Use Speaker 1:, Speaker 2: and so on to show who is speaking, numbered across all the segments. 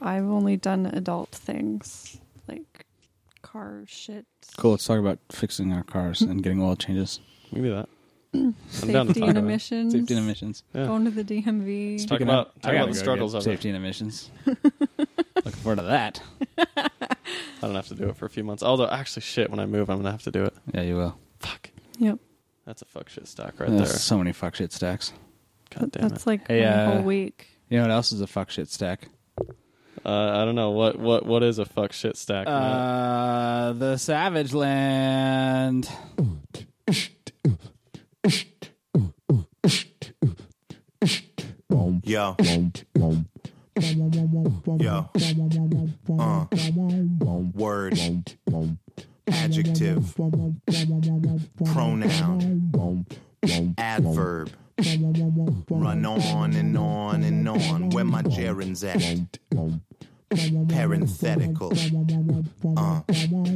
Speaker 1: I've only done adult things like car shit.
Speaker 2: Cool. Let's talk about fixing our cars and getting oil changes,
Speaker 3: We can do that. I'm down to
Speaker 1: Safety
Speaker 3: talk
Speaker 1: and
Speaker 3: about it.
Speaker 1: emissions.
Speaker 2: safety and emissions.
Speaker 3: Yeah.
Speaker 1: Going to the DMV.
Speaker 3: Mm-hmm. Talk
Speaker 2: Speaking
Speaker 3: about-
Speaker 2: of-
Speaker 3: talk
Speaker 2: I
Speaker 3: about
Speaker 2: gotta
Speaker 3: the
Speaker 2: go
Speaker 3: struggles
Speaker 2: get
Speaker 3: of it.
Speaker 2: safety and emissions. Looking forward to that.
Speaker 3: I don't have to do it for a few months. Although, actually, shit, when I move, I'm gonna have to do it.
Speaker 2: Yeah, you will.
Speaker 3: Fuck.
Speaker 1: Yep.
Speaker 3: That's a fuck shit stock right
Speaker 2: There's so many fuck shit stacks.
Speaker 3: there. God damn it.
Speaker 1: That's like
Speaker 2: Hey,
Speaker 1: one
Speaker 2: uh,
Speaker 1: whole week.
Speaker 2: You know what else is a fuck shit stack?
Speaker 3: Uh, I don't know what what what is a fuck shit stack. Matt?
Speaker 2: Uh, the Savage Land.
Speaker 4: Yo. Yo. Uh. Word. Adjective. Pronoun. Adverb. Run on and on and on. Where my gerunds at? Parenthetical. Uh.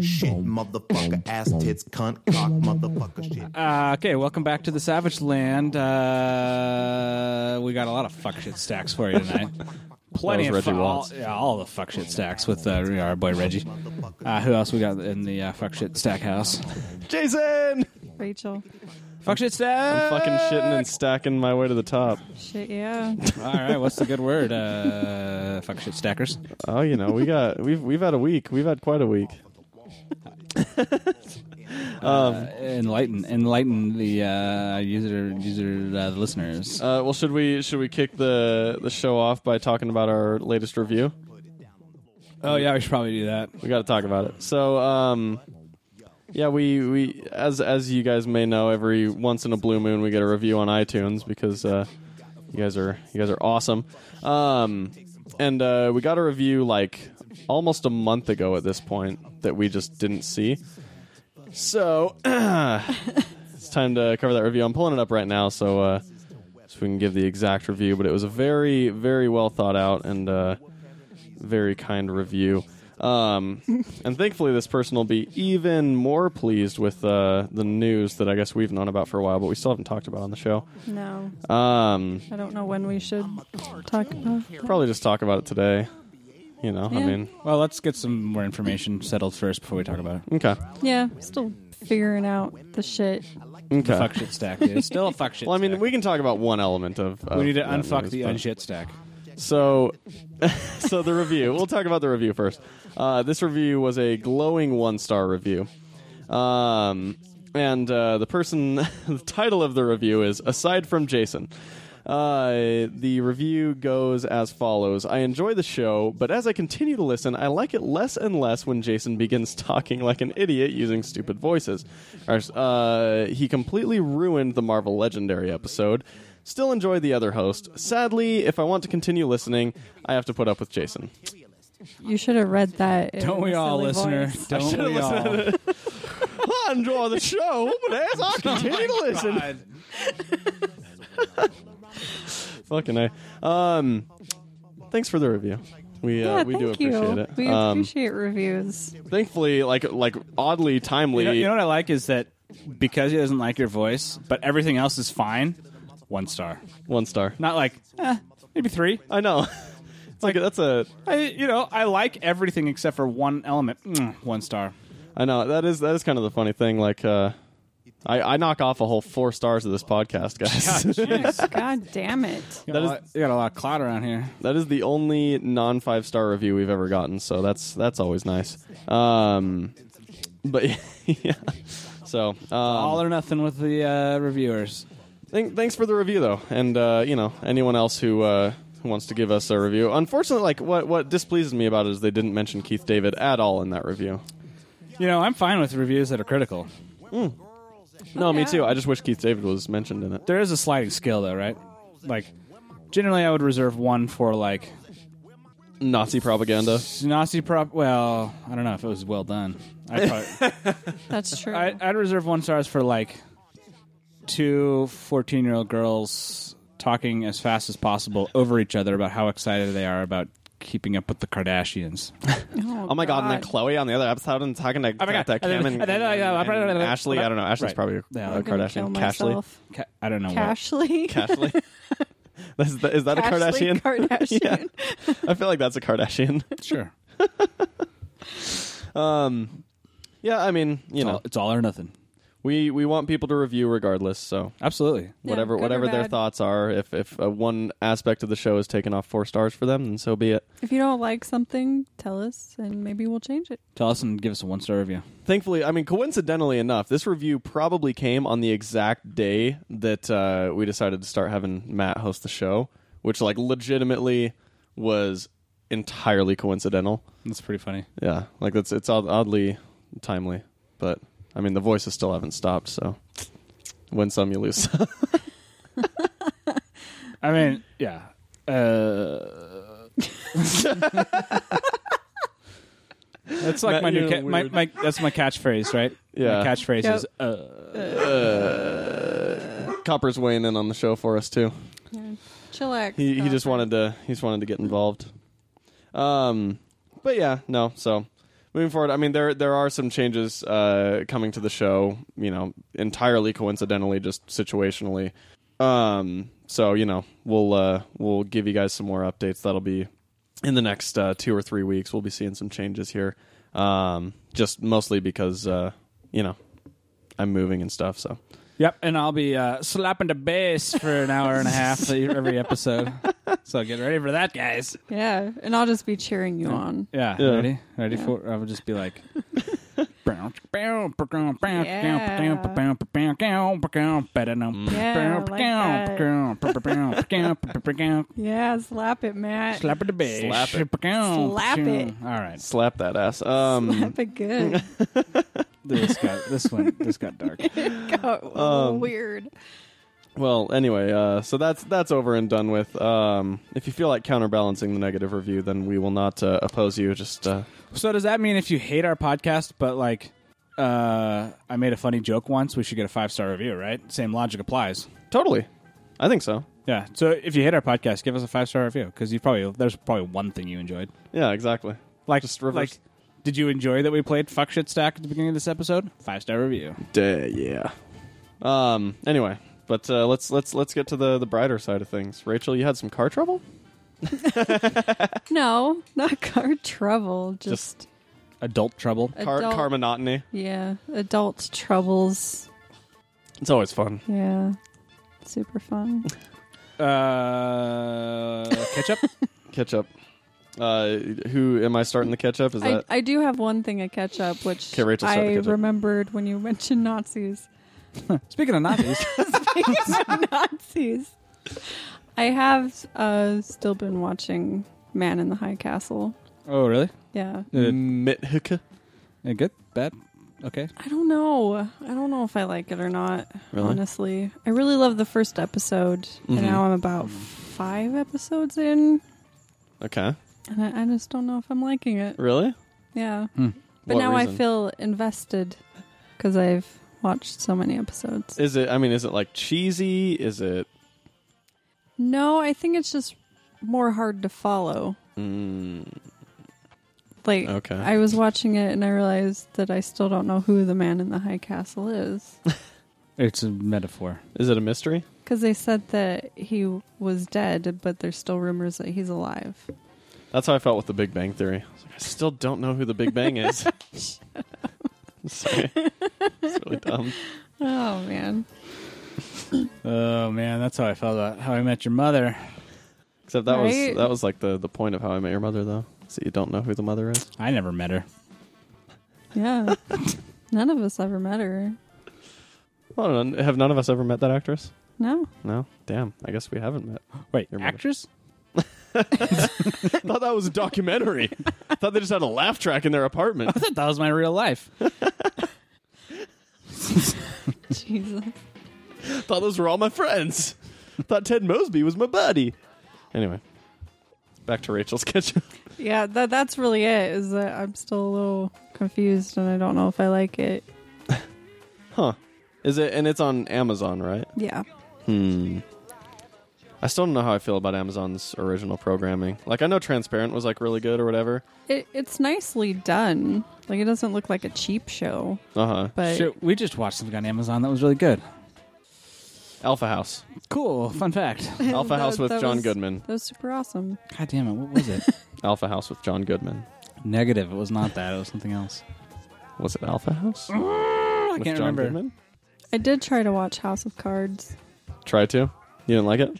Speaker 4: Shit, motherfucker, ass tits, cunt, cock, motherfucker, shit.
Speaker 2: Uh, okay, welcome back to the Savage Land. Uh, we got a lot of fuck shit stacks for you tonight. Plenty
Speaker 3: That was
Speaker 2: of
Speaker 3: Reggie
Speaker 2: fu- all,
Speaker 3: Watts.
Speaker 2: yeah, all the fuck shit stacks with uh, our boy Reggie. Uh, who else we got in the uh, fuck shit stack house?
Speaker 3: Jason.
Speaker 1: Rachel.
Speaker 2: Fuck shit stack.
Speaker 3: Fucking shitting and stacking my way to the top.
Speaker 1: Shit, yeah.
Speaker 2: All right, what's the good word? Uh, fuck shit stackers.
Speaker 3: Oh, you know, we got we've we've had a week. We've had quite a week.
Speaker 2: Uh, enlighten, enlighten the uh, user, user uh, listeners.
Speaker 3: Uh, well, should we should we kick the the show off by talking about our latest review?
Speaker 2: Oh yeah, we should probably do that.
Speaker 3: We got to talk about it. So, um, yeah, we we as as you guys may know, every once in a blue moon we get a review on iTunes because uh, you guys are you guys are awesome. Um, and uh, we got a review like almost a month ago at this point that we just didn't see. So it's time to cover that review. I'm pulling it up right now, so uh, so we can give the exact review. But it was a very very well thought out and. Uh, very kind review. Um, and thankfully, this person will be even more pleased with uh, the news that I guess we've known about for a while, but we still haven't talked about on the show.
Speaker 1: No.
Speaker 3: Um,
Speaker 1: I don't know when we should talk about
Speaker 3: probably just talk about it today. You know, I
Speaker 1: Yeah.
Speaker 3: mean,
Speaker 2: Well, let's get some more information settled first before we talk about it.
Speaker 3: okay,
Speaker 1: Yeah, still figuring out the shit.
Speaker 3: okay.
Speaker 2: Fuck shit stack. Dude. It's still a fuck shit.
Speaker 3: Well, I mean,
Speaker 2: stack.
Speaker 3: we can talk about one element of. of
Speaker 2: we need to
Speaker 3: that
Speaker 2: unfuck
Speaker 3: news,
Speaker 2: the
Speaker 3: but-
Speaker 2: unshit stack.
Speaker 3: So, so the review. We'll talk about the review first. Uh, this review was a glowing one-star review, um, and uh, the person, the title of the review is "Aside from Jason." Uh, the review goes as follows: I enjoy the show, but as I continue to listen, I like it less and less when Jason begins talking like an idiot using stupid voices. Uh, he completely ruined the Marvel Legendary episode. Still enjoy the other host. Sadly, if I want to continue listening, I have to put up with Jason.
Speaker 1: You should have read that. in
Speaker 2: Don't we
Speaker 1: a
Speaker 2: all,
Speaker 1: silly
Speaker 2: listener?
Speaker 1: voice.
Speaker 2: Don't we all?
Speaker 3: I enjoy the show, but as I continue to listen, fucking I. Um, thanks for the review. We uh,
Speaker 1: Yeah,
Speaker 3: we
Speaker 1: thank
Speaker 3: do appreciate
Speaker 1: you.
Speaker 3: it.
Speaker 1: We
Speaker 3: um,
Speaker 1: appreciate reviews.
Speaker 3: thankfully, like like oddly
Speaker 2: You
Speaker 3: timely.
Speaker 2: know, you know what I like is that because he doesn't like your voice, but everything else is fine. One star,
Speaker 3: one star.
Speaker 2: not like eh, maybe three.
Speaker 3: I know. It's like that's a.
Speaker 2: I, you know, I like everything except for one element. Mm, one star.
Speaker 3: I know that is that is kind of the funny thing. Like, uh, I I knock off a whole four stars of this podcast, guys.
Speaker 1: God damn it.
Speaker 2: You got, a lot, you got a lot of clout around here.
Speaker 3: that is the only non five star review we've ever gotten, so that's that's always nice. Um, but yeah, so um,
Speaker 2: All or nothing with the uh, reviewers.
Speaker 3: thank thanks for the review though, and uh, you know anyone else who. Uh, who wants to give us a review? Unfortunately, like what what displeases me about it is they didn't mention Keith David at all in that review.
Speaker 2: You know, I'm fine with reviews that are critical.
Speaker 3: No, me too. I just wish Keith David was mentioned in it.
Speaker 2: There is a sliding scale, though, right? Like, generally, I would reserve one for like
Speaker 3: Nazi propaganda.
Speaker 2: Nazi prop. Well, I don't know if it was well done. I'd, probably,
Speaker 1: That's true.
Speaker 2: I, I'd reserve one stars for like two 14 year old girls talking as fast as possible over each other about how excited they are about keeping up with the Kardashians.
Speaker 3: Oh my god, and then Chloe on the other episode and talking to
Speaker 2: Oh my God.
Speaker 3: that Kim and,
Speaker 2: And then, uh,
Speaker 3: and- and
Speaker 2: uh,
Speaker 3: Ashley. I don't know. Ashley's
Speaker 2: Right.
Speaker 3: probably a
Speaker 2: Yeah,
Speaker 3: a
Speaker 2: I'm
Speaker 1: I'm gonna
Speaker 3: Kardashian.
Speaker 1: kill
Speaker 3: Cashley.
Speaker 1: myself.
Speaker 2: Ca- I don't know. what-
Speaker 1: Cashly.
Speaker 3: Cashley. That's the, is that
Speaker 1: Ashley
Speaker 3: a Kardashian?
Speaker 1: Kardashian.
Speaker 3: I feel like that's a Kardashian.
Speaker 2: Sure.
Speaker 3: Um, yeah, I mean, you
Speaker 2: It's all-
Speaker 3: know,
Speaker 2: it's all or nothing.
Speaker 3: we we want people to review regardless. So
Speaker 2: Absolutely.
Speaker 1: Yeah,
Speaker 3: whatever
Speaker 1: good or
Speaker 3: whatever their
Speaker 1: bad.
Speaker 3: thoughts are, if if uh, one aspect of the show is taken off four stars for them, then so be it.
Speaker 1: If you don't like something, tell us and maybe we'll change it.
Speaker 2: Tell us and give us a one star review.
Speaker 3: Thankfully, I mean, coincidentally enough, this review probably came on the exact day that uh, we decided to start having Matt host the show, which like legitimately was entirely coincidental.
Speaker 2: That's pretty funny.
Speaker 3: Yeah, like that's it's odd, oddly timely, but I mean the voices still haven't stopped, so win some, you lose. some.
Speaker 2: I mean, yeah. Uh, that's like
Speaker 3: Matt,
Speaker 2: my new
Speaker 3: you're
Speaker 2: ca- my, my that's my catchphrase, right?
Speaker 3: Yeah.
Speaker 2: my catchphrase
Speaker 1: Yep.
Speaker 2: is uh,
Speaker 3: Copper's weighing in on the show for us too.
Speaker 1: Yeah. Chillax.
Speaker 3: He he just
Speaker 1: Copper.
Speaker 3: wanted to he just wanted to get involved. Um, but yeah, no. So moving forward, I mean there there are some changes uh, coming to the show. You know, entirely coincidentally, just situationally. Um, so you know we'll uh, we'll give you guys some more updates. That'll be in the next uh, two or three weeks. We'll be seeing some changes here. Um, just mostly because uh, you know I'm moving and stuff. So
Speaker 2: yep, and I'll be uh, slapping the bass for an hour and a half every episode. So get ready for that, guys.
Speaker 1: Yeah, and I'll just be cheering you on.
Speaker 2: Yeah,
Speaker 3: Yeah.
Speaker 2: ready, ready for. I would just be like.
Speaker 1: Yeah,
Speaker 2: Mm.
Speaker 1: Yeah, slap it, Matt.
Speaker 2: Slap it to base.
Speaker 3: Slap it.
Speaker 1: Slap it.
Speaker 2: All right.
Speaker 3: slap that ass. Um,
Speaker 1: Slap it good.
Speaker 2: This got this went this got dark.
Speaker 1: Got
Speaker 3: Um,
Speaker 1: weird.
Speaker 3: Well, anyway, uh, so that's that's over and done with. Um, if you feel like counterbalancing the negative review, then we will not uh, oppose you. Just uh,
Speaker 2: So does that mean if you hate our podcast, but like uh I made a funny joke once, we should get a five star review, right? Same logic applies.
Speaker 3: totally, I think so.
Speaker 2: Yeah. So if you hate our podcast, give us a five star review because you probably there's probably one thing you enjoyed.
Speaker 3: Yeah, exactly.
Speaker 2: Like
Speaker 3: Just reverse-
Speaker 2: like did you enjoy that we played fuck shit stack at the beginning of this episode? Five star review.
Speaker 3: Duh, yeah. Um. Anyway, but uh, let's let's let's get to the the brighter side of things. Rachel, you had some car trouble.
Speaker 1: No, not car trouble. Just,
Speaker 3: Just
Speaker 2: Adult trouble.
Speaker 3: Car
Speaker 1: adult-
Speaker 3: car monotony.
Speaker 1: Yeah, adult troubles.
Speaker 3: It's always fun.
Speaker 1: Yeah, super fun.
Speaker 2: Uh ketchup?
Speaker 3: Catch up. Uh, who am I starting the catch up? Is
Speaker 1: I,
Speaker 3: that
Speaker 1: I do have one thing I catch up, which
Speaker 3: Okay, Rachel, start
Speaker 1: I
Speaker 3: the catch up.
Speaker 1: remembered when you mentioned Nazis.
Speaker 2: Speaking of Nazis.
Speaker 1: Speaking of Nazis, I have uh, still been watching Man in the High Castle.
Speaker 2: oh really?
Speaker 1: Yeah,
Speaker 2: Uh,
Speaker 3: Mithika?
Speaker 2: Uh, good? Bad? Okay.
Speaker 1: I don't know. I don't know if I like it or not.
Speaker 3: Really?
Speaker 1: Honestly, I really love the first episode,
Speaker 3: Mhm.
Speaker 1: and now I'm about five episodes in,
Speaker 3: Okay.
Speaker 1: and I, I just don't know if I'm liking it.
Speaker 3: Really?
Speaker 1: Yeah,
Speaker 2: Hmm.
Speaker 1: but
Speaker 3: What
Speaker 1: now
Speaker 3: reason?
Speaker 1: I feel invested because I've watched so many episodes.
Speaker 3: Is it? I mean, is it like cheesy? Is it?
Speaker 1: no, I think it's just more hard to follow.
Speaker 3: Mm,
Speaker 1: Like,
Speaker 3: Okay.
Speaker 1: I was watching it and I realized that I still don't know who the man in the high castle is
Speaker 2: It's a metaphor.
Speaker 3: Is it a mystery?
Speaker 1: because they said that he was dead, but there's still rumors that he's alive.
Speaker 3: That's how I felt with the Big Bang Theory. I, was like, I still don't know who the Big Bang is. Sorry. It's really dumb.
Speaker 1: Oh man.
Speaker 2: Oh man, that's how I felt about how I met your mother.
Speaker 3: Except that
Speaker 1: Right?
Speaker 3: was that was like the, the point of how I met your mother though. So you don't know who the mother is.
Speaker 2: I never met her.
Speaker 1: Yeah. None of us ever met her.
Speaker 3: Well, n- have none of us ever met that actress?
Speaker 1: No.
Speaker 3: No. Damn. I guess we haven't met.
Speaker 2: Wait,
Speaker 3: Your mother.
Speaker 2: actress?
Speaker 3: I thought that was a documentary. I thought they just had a laugh track in their apartment.
Speaker 2: I thought that was my real life.
Speaker 1: Jesus.
Speaker 3: I thought those were all my friends. I thought Ted Mosby was my buddy. Anyway. Back to Rachel's kitchen.
Speaker 1: Yeah, that that's really it. Is that I'm still a little confused and I don't know if I like it.
Speaker 3: Huh. Is it and it's on Amazon, right?
Speaker 1: Yeah.
Speaker 3: Hmm. I still don't know how I feel about Amazon's original programming. Like I know Transparent was like really good or whatever.
Speaker 1: It it's nicely done. Like it doesn't look like a cheap show,
Speaker 3: Uh huh.
Speaker 1: but
Speaker 2: Shit, we just watched something on Amazon that was really good.
Speaker 3: Alpha House.
Speaker 2: Cool. Fun fact.
Speaker 3: Alpha
Speaker 1: That-
Speaker 3: House with
Speaker 1: that
Speaker 3: John
Speaker 1: was-
Speaker 3: Goodman.
Speaker 1: That was super awesome.
Speaker 2: God damn it. What was it?
Speaker 3: Alpha House with John Goodman.
Speaker 2: Negative. It was not that. It was something else.
Speaker 3: Was it Alpha House?
Speaker 2: I
Speaker 3: with
Speaker 2: can't
Speaker 3: John
Speaker 2: remember.
Speaker 3: Goodman?
Speaker 1: I did try to watch House of Cards.
Speaker 3: Try to. You didn't like it?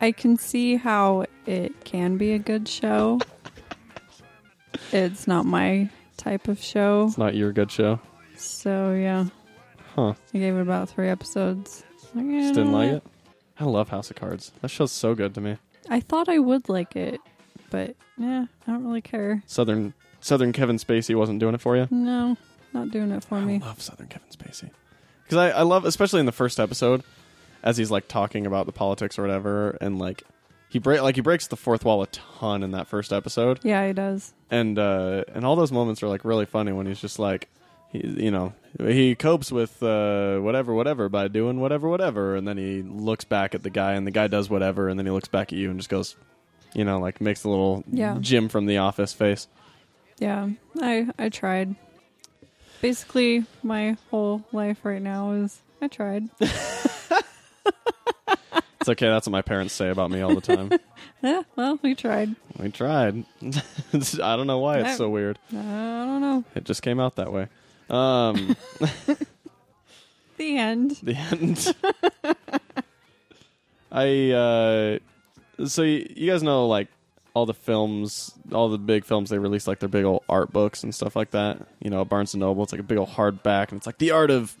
Speaker 1: I can see how it can be a good show. it's not my type of show.
Speaker 3: It's not your good show.
Speaker 1: So, yeah.
Speaker 3: Huh.
Speaker 1: I gave it about three episodes. Like, eh,
Speaker 3: Just didn't like it. I love House of Cards. That show's so good to me.
Speaker 1: I thought I would like it, but yeah, I don't really care.
Speaker 3: Southern Southern Kevin Spacey wasn't doing it for you.
Speaker 1: No, not doing it for
Speaker 3: I
Speaker 1: me.
Speaker 3: love Southern Kevin Spacey because I, I love, especially in the first episode, as he's like talking about the politics or whatever, and like he break like he breaks the fourth wall a ton in that first episode,
Speaker 1: Yeah, he does.
Speaker 3: and uh, and all those moments are like really funny when he's just like. He, you know, he copes with uh, whatever, whatever by doing whatever, whatever, and then he looks back at the guy, and the guy does whatever, and then he looks back at you and just goes, you know, like makes the little
Speaker 1: Yeah.
Speaker 3: Jim from The Office face.
Speaker 1: Yeah, I I tried. Basically, my whole life right now is I tried.
Speaker 3: It's okay. That's what my parents say about me all the time.
Speaker 1: yeah, well, we tried.
Speaker 3: We tried. It's- I don't know why it's so weird.
Speaker 1: I don't know.
Speaker 3: It just came out that way. Um,
Speaker 1: The end.
Speaker 3: the end. I uh, so you, you guys know like all the films, all the big films they release like their big old art books and stuff like that. You know, Barnes and Noble. It's like a big old hardback, and it's like the art of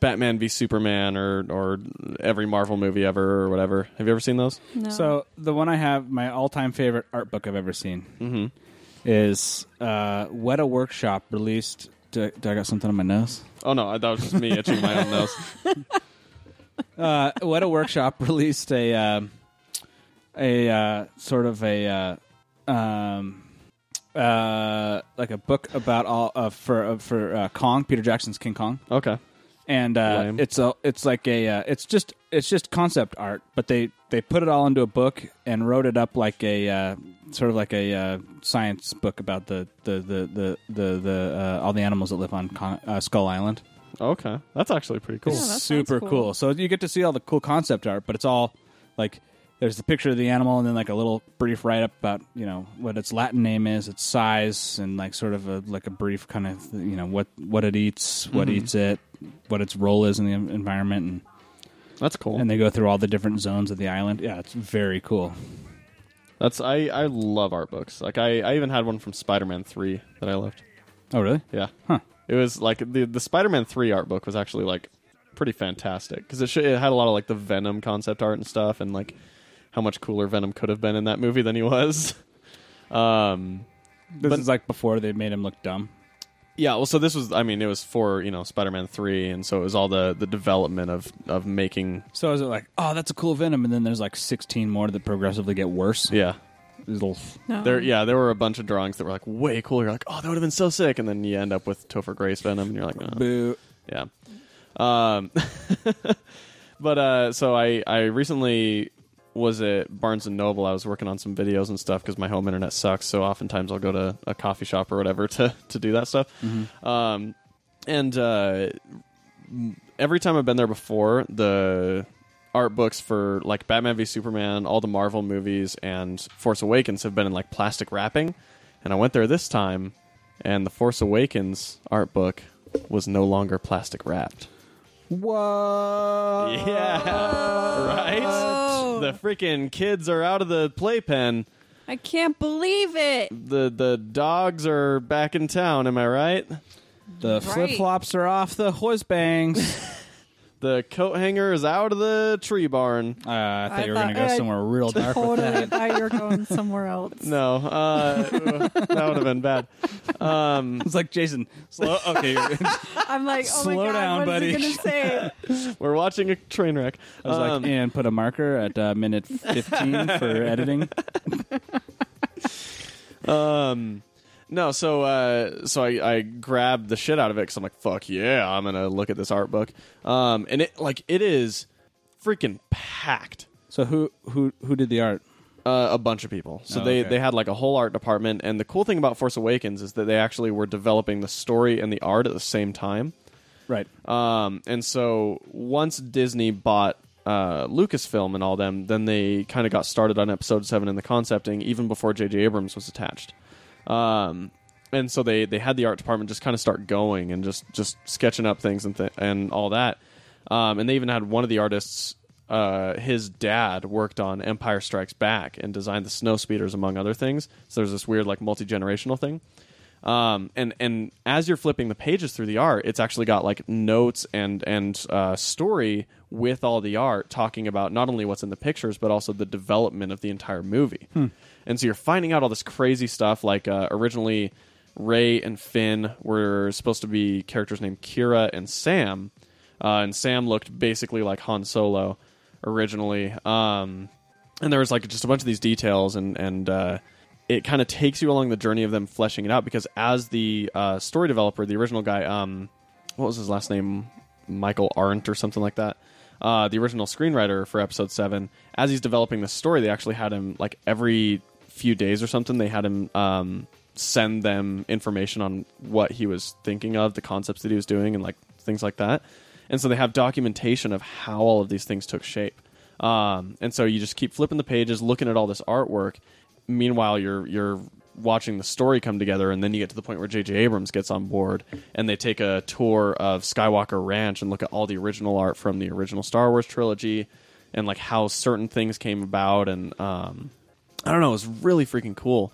Speaker 3: Batman v Superman or or every Marvel movie ever or whatever. Have you ever seen those?
Speaker 1: No.
Speaker 2: So the one I have, my all-time favorite art book I've ever seen,
Speaker 3: Mhm.
Speaker 2: is uh, Weta Workshop released. Do I, do I got something on my nose?
Speaker 3: Oh no, that was just me itching my own nose.
Speaker 2: Uh, Weta Workshop released a um, a uh, sort of a uh, um, uh, like a book about all uh, for uh, for uh, Kong, Peter Jackson's King Kong.
Speaker 3: Okay.
Speaker 2: and uh,
Speaker 3: Lame.
Speaker 2: it's a it's like a uh, it's just it's just concept art, but they they put it all into a book and wrote it up like a uh, sort of like a uh, science book about the the the the the, the uh, all the animals that live on Con- uh, Skull Island.
Speaker 3: Okay, that's actually pretty cool.
Speaker 1: Yeah, that sounds
Speaker 2: Super
Speaker 1: cool.
Speaker 2: cool. So you get to see all the cool concept art, but it's all like there's the picture of the animal and then like a little brief write up about you know what its Latin name is, its size, and like sort of a like a brief kind of you know what what it eats, what eats it, what its role is in the en- environment, and
Speaker 3: That's cool.
Speaker 2: and they go through all the different zones of the island. Yeah, it's very cool.
Speaker 3: That's I I love art books. Like I I even had one from Spider-Man 3 that I loved.
Speaker 2: Oh, really?
Speaker 3: Yeah.
Speaker 2: Huh.
Speaker 3: It was like the the Spider-Man 3 art book was actually like pretty fantastic cuz it sh- it had a lot of like the Venom concept art and stuff and like how much cooler Venom could have been in that movie than he was. um
Speaker 2: This is like before they made him look dumb.
Speaker 3: yeah, well so this was I mean it was for, you know, Spider-Man 3 and so it was all the the development of of making
Speaker 2: So is it like, oh, that's a cool Venom, and then there's like 16 more that progressively get worse?
Speaker 3: yeah.
Speaker 2: These little-
Speaker 1: no.
Speaker 3: There, yeah, there were a bunch of drawings that were like way cool. You're like, oh, that would have been so sick, and then you end up with Topher Grace Venom, and you're like, oh.
Speaker 2: Boo.
Speaker 3: Yeah. Um, but uh, so I I recently was at Barnes and Noble. I was working on some videos and stuff because my home internet sucks. So oftentimes I'll go to a coffee shop or whatever to to do that stuff. Um, and uh, every time I've been there before, the art books for like Batman v Superman, all the Marvel movies, and Force Awakens have been in like plastic wrapping. And I went there this time, and the Force Awakens art book was no longer plastic wrapped.
Speaker 2: Whoa.
Speaker 3: Yeah, right. The freaking kids are out of the playpen.
Speaker 1: I can't believe it.
Speaker 3: The the dogs are back in town. Am I right?
Speaker 2: The flip flops are off the whiz bangs.
Speaker 3: The coat hanger is out of the tree barn.
Speaker 2: uh, I thought
Speaker 1: I
Speaker 2: you were going to
Speaker 1: thought-
Speaker 2: go
Speaker 1: I
Speaker 2: somewhere real dark with
Speaker 1: Totally
Speaker 2: that.
Speaker 1: thought you were going somewhere else.
Speaker 3: No, uh, that would have been bad. Um,
Speaker 2: It's like, Jason, slow. Okay. I was
Speaker 1: I'm like, oh my
Speaker 2: Slow
Speaker 1: god,
Speaker 2: down,
Speaker 1: what is
Speaker 2: buddy.
Speaker 1: he gonna say?
Speaker 3: we're watching a train wreck. Um,
Speaker 2: like, and put a marker at uh, minute 15 for editing.
Speaker 3: Um, no, so uh, so I, I grabbed the shit out of it because I'm like, fuck yeah, I'm gonna look at this art book. Um, and it like it is freaking packed.
Speaker 2: So who who who did the art?
Speaker 3: Uh, a bunch of people. So
Speaker 2: Oh,
Speaker 3: they,
Speaker 2: okay.
Speaker 3: they had like a whole art department. And the cool thing about Force Awakens is that they actually were developing the story and the art at the same time.
Speaker 2: Right.
Speaker 3: Um, and so once Disney bought uh, Lucasfilm and all them, then they kind of got started on Episode Seven and the concepting even before J.J. Abrams was attached. Um, and so they they had the art department just kind of start going and just just sketching up things and th- and all that. Um, and they even had one of the artists. Uh, his dad worked on Empire Strikes Back and designed the snow speeders, among other things. So there's this weird, like, multi generational thing um, and and as you're flipping the pages through the art, it's actually got like notes and and uh, story with all the art talking about not only what's in the pictures but also the development of the entire movie. And so you're finding out all this crazy stuff. Like uh, originally, Ray and Finn were supposed to be characters named Kira and Sam, uh, and Sam looked basically like Han Solo originally. Um, and there was like just a bunch of these details and and uh, it kind of takes you along the journey of them fleshing it out because as the uh, story developer the original guy um what was his last name michael arndt or something like that uh, the original screenwriter for episode 7 as he's developing the story they actually had him like every few days or something they had him um, send them information on what he was thinking of the concepts that he was doing and like things like that and so they have documentation of how all of these things took shape um, and so you just keep flipping the pages, looking at all this artwork. Meanwhile, you're you're watching the story come together, and then you get to the point where J.J. Abrams gets on board, and they take a tour of Skywalker Ranch and look at all the original art from the original Star Wars trilogy, and like how certain things came about, and um, I don't know, it was really freaking cool.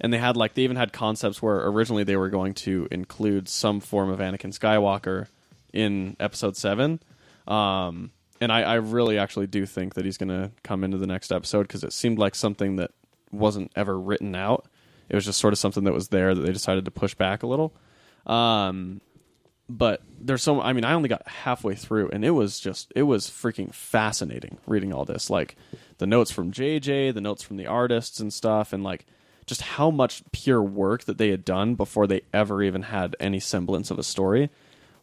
Speaker 3: And they had like they even had concepts where originally they were going to include some form of Anakin Skywalker in Episode Seven. Um, and I, I really actually do think that he's going to come into the next episode because it seemed like something that wasn't ever written out. It was just sort of something that was there that they decided to push back a little. Um, but there's so i mean i only got halfway through and it was just it was freaking fascinating reading all this like the notes from jj the notes from the artists and stuff and like just how much pure work that they had done before they ever even had any semblance of a story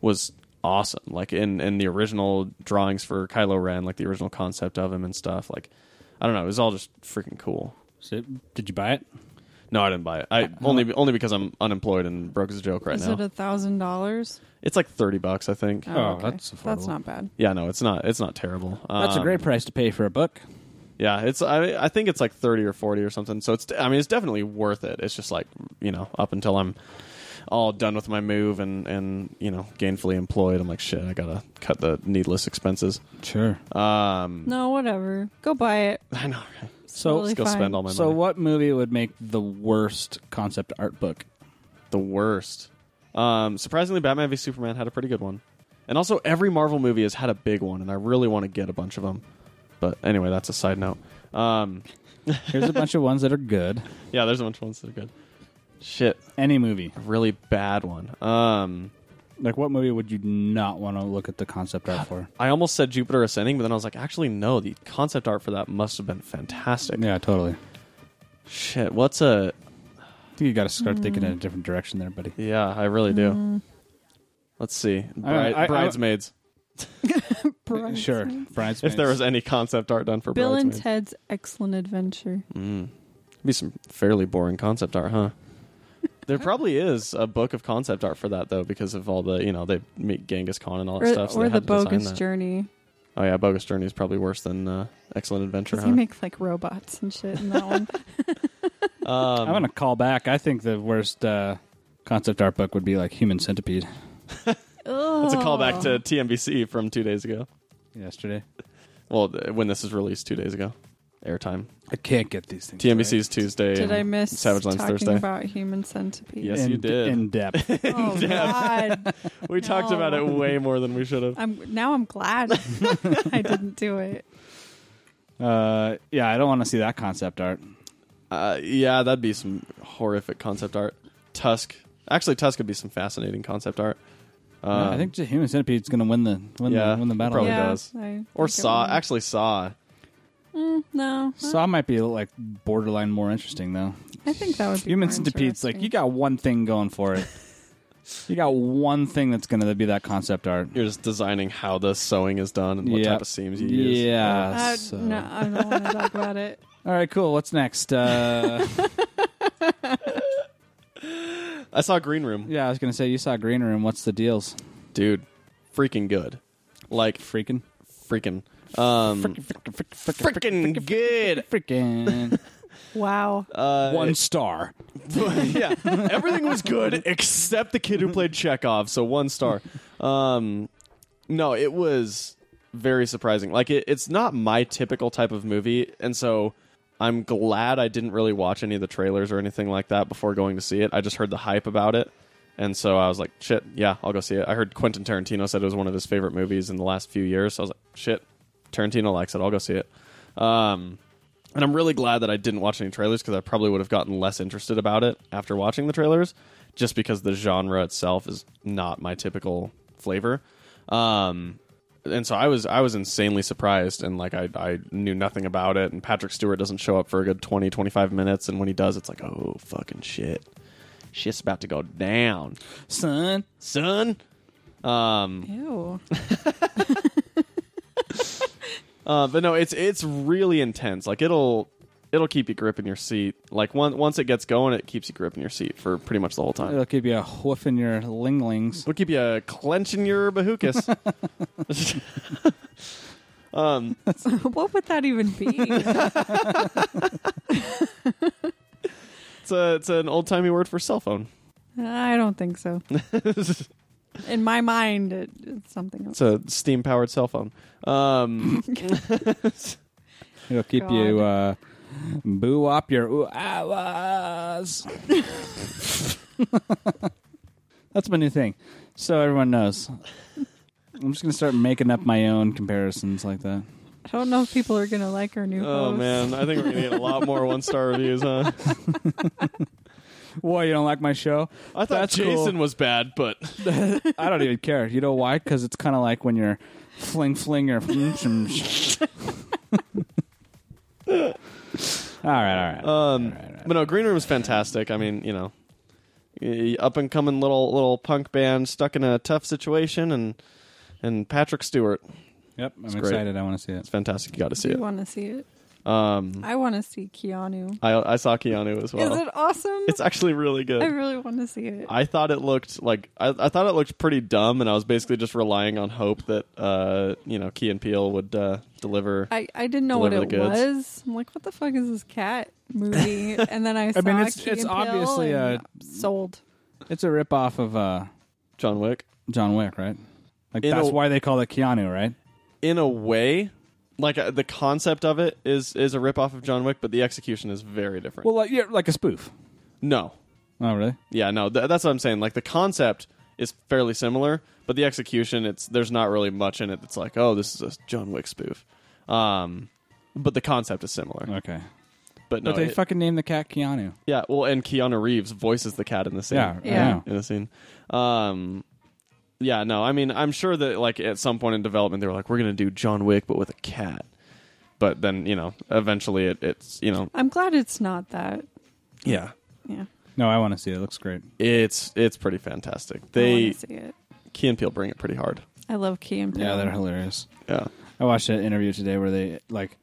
Speaker 3: was awesome like in in the original drawings for kylo ren like the original concept of him and stuff like i don't know it was all just freaking cool
Speaker 2: So, did you buy it? Uh,
Speaker 3: no i didn't buy it i only only because i'm unemployed and broke as a joke right
Speaker 1: Is
Speaker 3: now
Speaker 1: it a thousand dollars?
Speaker 3: it's like 30 bucks i think
Speaker 2: Oh, that's affordable.
Speaker 1: that's not bad.
Speaker 3: Yeah, no, it's not. It's not terrible.
Speaker 2: That's a
Speaker 3: Um,
Speaker 2: great price to pay for a book.
Speaker 3: Yeah, it's. I, I think it's like thirty or forty or something. So it's. I mean, it's definitely worth it. It's just like you know, up until I'm all done with my move and and you know, gainfully employed. I'm like, shit, I gotta cut the needless expenses.
Speaker 2: Sure.
Speaker 3: Um,
Speaker 1: No, whatever. Go buy it.
Speaker 3: I know. Right?
Speaker 1: It's
Speaker 2: So-
Speaker 1: totally
Speaker 3: Let's go
Speaker 1: fine.
Speaker 3: spend all my
Speaker 2: So,
Speaker 3: money.
Speaker 2: what movie would make the worst concept art book?
Speaker 3: The worst. Um, surprisingly, Batman v Superman had a pretty good one, and also every Marvel movie has had a big one, and I really want to get a bunch of them. But anyway, that's a side note. Um,
Speaker 2: Here's a bunch of ones that are good.
Speaker 3: yeah, there's a bunch of ones that are good. Shit,
Speaker 2: Any movie.
Speaker 3: really bad one. Um,
Speaker 2: Like, what movie would you not want to look at the concept art for?
Speaker 3: I almost said Jupiter Ascending, but then I was like, actually, no. The concept art for that must have been fantastic.
Speaker 2: Yeah, totally.
Speaker 3: Shit, what's a?
Speaker 2: I think you got to
Speaker 3: Mm.
Speaker 2: start thinking in a different direction there, buddy.
Speaker 3: Yeah, I really do.
Speaker 1: Mm.
Speaker 3: Let's see, Bride,
Speaker 2: I- I-
Speaker 3: Bridesmaids.
Speaker 1: Bridesmaids.
Speaker 2: Sure. Bridesmaids.
Speaker 3: if there was any concept art done for
Speaker 1: Bill and
Speaker 3: Bridesmaids, Mm.
Speaker 1: Ted's Excellent Adventure.
Speaker 3: be some fairly boring concept art, huh? there probably is a book of concept art for that though, because of all the you know they meet Genghis Khan and all that
Speaker 1: Or,
Speaker 3: stuff. so
Speaker 1: or
Speaker 3: they
Speaker 1: the
Speaker 3: had to design
Speaker 1: Bogus
Speaker 3: that.
Speaker 1: Journey.
Speaker 3: Oh yeah, Bogus Journey is probably worse than uh, Excellent Adventure.
Speaker 1: Because
Speaker 3: Huh?
Speaker 1: he makes like robots and shit in that one.
Speaker 3: um,
Speaker 2: I'm going to call back. I think the worst uh, concept art book would be like Human Centipede
Speaker 1: It's
Speaker 3: that's a
Speaker 1: Oh.
Speaker 3: callback to TMBC from two days ago.
Speaker 2: yesterday.
Speaker 3: Well, th- when this is released two days ago, airtime.
Speaker 2: I can't get these things.
Speaker 3: TMBC's Tuesday.
Speaker 1: Did
Speaker 3: and
Speaker 1: I miss
Speaker 3: um, Savage Lands
Speaker 1: talking
Speaker 3: Thursday?
Speaker 1: about Human Centipede?
Speaker 3: Yes.
Speaker 2: in,
Speaker 3: you did.
Speaker 2: In depth.
Speaker 1: Oh God!
Speaker 3: we talked about it way more than we should have.
Speaker 1: I'm now I'm glad I didn't do it.
Speaker 2: uh, yeah, I don't want to see that concept art.
Speaker 3: Uh, yeah, that'd be some horrific concept art. Tusk. Actually, Tusk would be some fascinating concept art.
Speaker 2: No, I
Speaker 3: Um,
Speaker 2: think the Human Centipede's going to win the win,
Speaker 3: Yeah,
Speaker 2: the, win the battle.
Speaker 3: Probably
Speaker 1: yeah,
Speaker 3: does.
Speaker 1: I
Speaker 3: Or
Speaker 1: think it
Speaker 3: Saw.
Speaker 1: would.
Speaker 3: Actually, Saw.
Speaker 1: Mm, no,
Speaker 2: Saw might be like borderline more interesting though.
Speaker 1: I think that would be
Speaker 2: Human
Speaker 1: more
Speaker 2: Centipede's like you
Speaker 1: interesting.
Speaker 2: got one thing going for it. you got one thing that's going to be that concept art.
Speaker 3: You're just designing how the sewing is done and what
Speaker 2: Yeah.
Speaker 3: type of seams you use.
Speaker 2: Yeah.
Speaker 1: Uh,
Speaker 2: so-
Speaker 1: No, I don't want to talk about it.
Speaker 2: All right, cool. What's next? Uh,
Speaker 3: I saw Green Room.
Speaker 2: yeah, I was going to say you saw Green Room. What's the deals?
Speaker 3: Dude, freaking good. Like
Speaker 2: Freaking.
Speaker 3: freaking um freaking good.
Speaker 2: Freaking.
Speaker 1: Wow.
Speaker 3: Uh,
Speaker 2: One star.
Speaker 3: yeah, everything was good except the kid who played Chekhov. So one star. Um, no, it was very surprising. Like it, it's not my typical type of movie, and so I'm glad I didn't really watch any of the trailers or anything like that before going to see it. I just heard the hype about it, and so I was like, shit, yeah, I'll go see it. I heard Quentin Tarantino said it was one of his favorite movies in the last few years. So I was like, shit, Tarantino likes it. I'll go see it. Um, and I'm really glad that I didn't watch any trailers because I probably would have gotten less interested about it after watching the trailers, just because the genre itself is not my typical flavor. Um, and so I was I was insanely surprised and like I, I knew nothing about it and Patrick Stewart doesn't show up for a good 20 25 minutes and when he does it's like oh fucking shit shit's about to go down
Speaker 2: Son.
Speaker 3: son um
Speaker 1: Ew.
Speaker 3: Uh, but no, it's it's really intense. Like it'll it'll keep you gripping your seat. Like once once it gets going, it keeps you gripping your seat for pretty much the whole time.
Speaker 2: It'll give you a whoof in your linglings.
Speaker 3: It'll keep you uh, clenching your bahookus. um,
Speaker 1: what would that even be?
Speaker 3: it's a it's an old timey word for cell phone.
Speaker 1: I don't think so.
Speaker 3: it's
Speaker 1: In my mind, it, it's something else.
Speaker 3: a steam powered cell phone. Um,
Speaker 2: It'll keep you uh, boo up your ooh hours. That's my new thing. So everyone knows. I'm just gonna start making up my own comparisons like that.
Speaker 1: I don't know if people are gonna like our new
Speaker 3: oh
Speaker 1: host.
Speaker 3: man, I think we're gonna get a lot more one star reviews, huh?
Speaker 2: Why you don't like my show?
Speaker 3: I thought
Speaker 2: That's
Speaker 3: Jason
Speaker 2: cool.
Speaker 3: was bad, but
Speaker 2: I don't even care. You know why? Because it's kind of like when you're fling fling or. all right, all right.
Speaker 3: Um, but no, Green Room's fantastic. I mean, you know, y- up and coming little little punk band stuck in a tough situation, and and Patrick Stewart,
Speaker 2: yep, I'm
Speaker 3: great.
Speaker 2: excited. I want to see it.
Speaker 3: it's fantastic. You got to see
Speaker 1: You
Speaker 3: it.
Speaker 1: want to see it?
Speaker 3: Um,
Speaker 1: I want to see Keanu.
Speaker 3: I I saw Keanu as well.
Speaker 1: Is it awesome?
Speaker 3: it's actually really good.
Speaker 1: I really want to see it.
Speaker 3: I thought it looked like I, I thought it looked pretty dumb, and I was basically just relying on hope that uh you know Key and Peele would uh, deliver.
Speaker 1: I, I didn't know what
Speaker 3: Deliver
Speaker 1: it
Speaker 3: the goods.
Speaker 1: was. I'm like, what the fuck is this cat movie? and then I saw
Speaker 2: mean, it's-
Speaker 1: Key
Speaker 2: it's
Speaker 1: and Peele
Speaker 2: obviously
Speaker 1: and
Speaker 2: a-
Speaker 1: sold.
Speaker 2: It's a rip off of uh,
Speaker 3: John Wick
Speaker 2: John Wick, right? Like
Speaker 3: In
Speaker 2: that's
Speaker 3: a-
Speaker 2: why they call it Keanu, right?
Speaker 3: in a way. Like uh, the concept of it is is a ripoff of John Wick, but the execution is very different.
Speaker 2: Well, like, yeah, like a spoof.
Speaker 3: no,
Speaker 2: Oh, really?
Speaker 3: Yeah, no, th- that's what I'm saying. Like the concept is fairly similar, but the execution, it's there's not really much in it that's like, oh, this is a John Wick spoof. Um, but the concept is similar.
Speaker 2: Okay.
Speaker 3: But no,
Speaker 2: But they
Speaker 3: it-
Speaker 2: fucking named the cat Keanu.
Speaker 3: yeah. Well, and Keanu Reeves voices the cat in the scene.
Speaker 2: Yeah,
Speaker 1: Yeah.
Speaker 2: I know.
Speaker 3: in the scene. Um, yeah, no, I mean, I'm sure that like at some point in development, they were like, we're gonna do John Wick, but with a cat. But then you know, eventually, it, it's you know,
Speaker 1: I'm glad it's not that.
Speaker 3: yeah,
Speaker 1: Yeah.
Speaker 2: No, I want to see it. It looks great.
Speaker 3: it's it's pretty fantastic.
Speaker 1: I
Speaker 3: They
Speaker 1: want to see it.
Speaker 3: Key and Peele bring it pretty hard.
Speaker 1: I love Key and Peele.
Speaker 2: Yeah, they're hilarious.
Speaker 3: Yeah.
Speaker 2: I watched an interview today where they like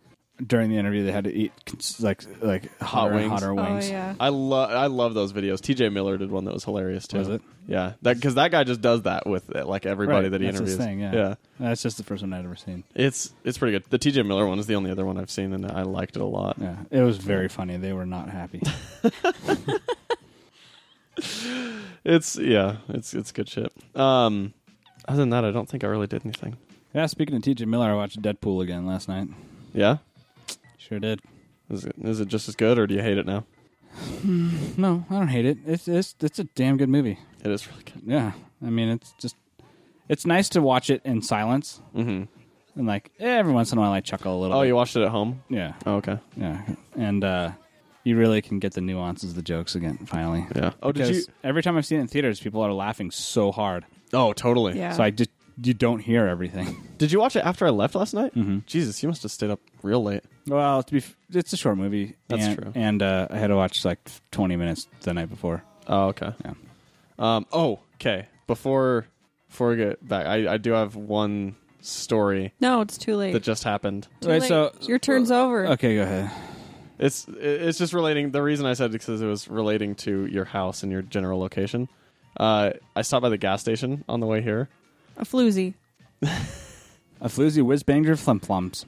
Speaker 2: during the interview they had to eat like like hotter
Speaker 3: Hot
Speaker 2: and
Speaker 3: wings.
Speaker 2: hotter
Speaker 1: Oh
Speaker 2: wings.
Speaker 1: yeah.
Speaker 3: I love I love those videos. TJ Miller did one that was hilarious too.
Speaker 2: Was it?
Speaker 3: Yeah, that because that guy just does that with uh, like everybody
Speaker 2: Right,
Speaker 3: that he
Speaker 2: that's
Speaker 3: interviews.
Speaker 2: His thing, yeah. that's just the first one I'd ever seen.
Speaker 3: it's it's pretty good. The TJ Miller one is the only other one I've seen, and I liked it a lot.
Speaker 2: Yeah, it was very funny. They were not happy.
Speaker 3: It's yeah, it's it's good shit. Um, other than that, I don't think I really did anything.
Speaker 2: yeah, speaking of T.J. Miller, I watched Deadpool again last night.
Speaker 3: Yeah,
Speaker 2: Sure did.
Speaker 3: is it, is it just as good, or do you hate it now?
Speaker 2: No, I don't hate it. It's it's it's a damn good movie.
Speaker 3: It is really good.
Speaker 2: Yeah, I mean it's just it's nice to watch it in silence
Speaker 3: Mm-hmm.
Speaker 2: and like every once in a while I chuckle a little.
Speaker 3: Oh,
Speaker 2: bit.
Speaker 3: you watched it at home?
Speaker 2: Yeah,
Speaker 3: Oh, okay.
Speaker 2: yeah, and uh, you really can get the nuances of the jokes again finally.
Speaker 3: Yeah. Oh, did you?
Speaker 2: Because Every time I've seen it in theaters, people are laughing so hard.
Speaker 3: Oh, totally.
Speaker 1: Yeah.
Speaker 2: So I just you don't hear everything.
Speaker 3: Did you watch it after I left last night? Mm-hmm. Jesus, you must have stayed up real late.
Speaker 2: well, to be f- it's a short movie.
Speaker 3: That's
Speaker 2: and,
Speaker 3: true.
Speaker 2: And uh, I had to watch like 20 minutes the night before.
Speaker 3: Oh, okay.
Speaker 2: Yeah.
Speaker 3: Um, oh, okay. Before before we get back, I, I do have one story
Speaker 1: no, it's too late.
Speaker 3: that just happened.
Speaker 1: Too
Speaker 2: Right,
Speaker 1: late.
Speaker 2: so- uh,
Speaker 1: your turn's over.
Speaker 2: Okay, go ahead.
Speaker 3: It's it's just relating. The reason I said it because it was relating to your house and your general location. Uh, I stopped by the gas station on the way here.
Speaker 1: A floozy.
Speaker 2: A floozy whiz banger flimplums.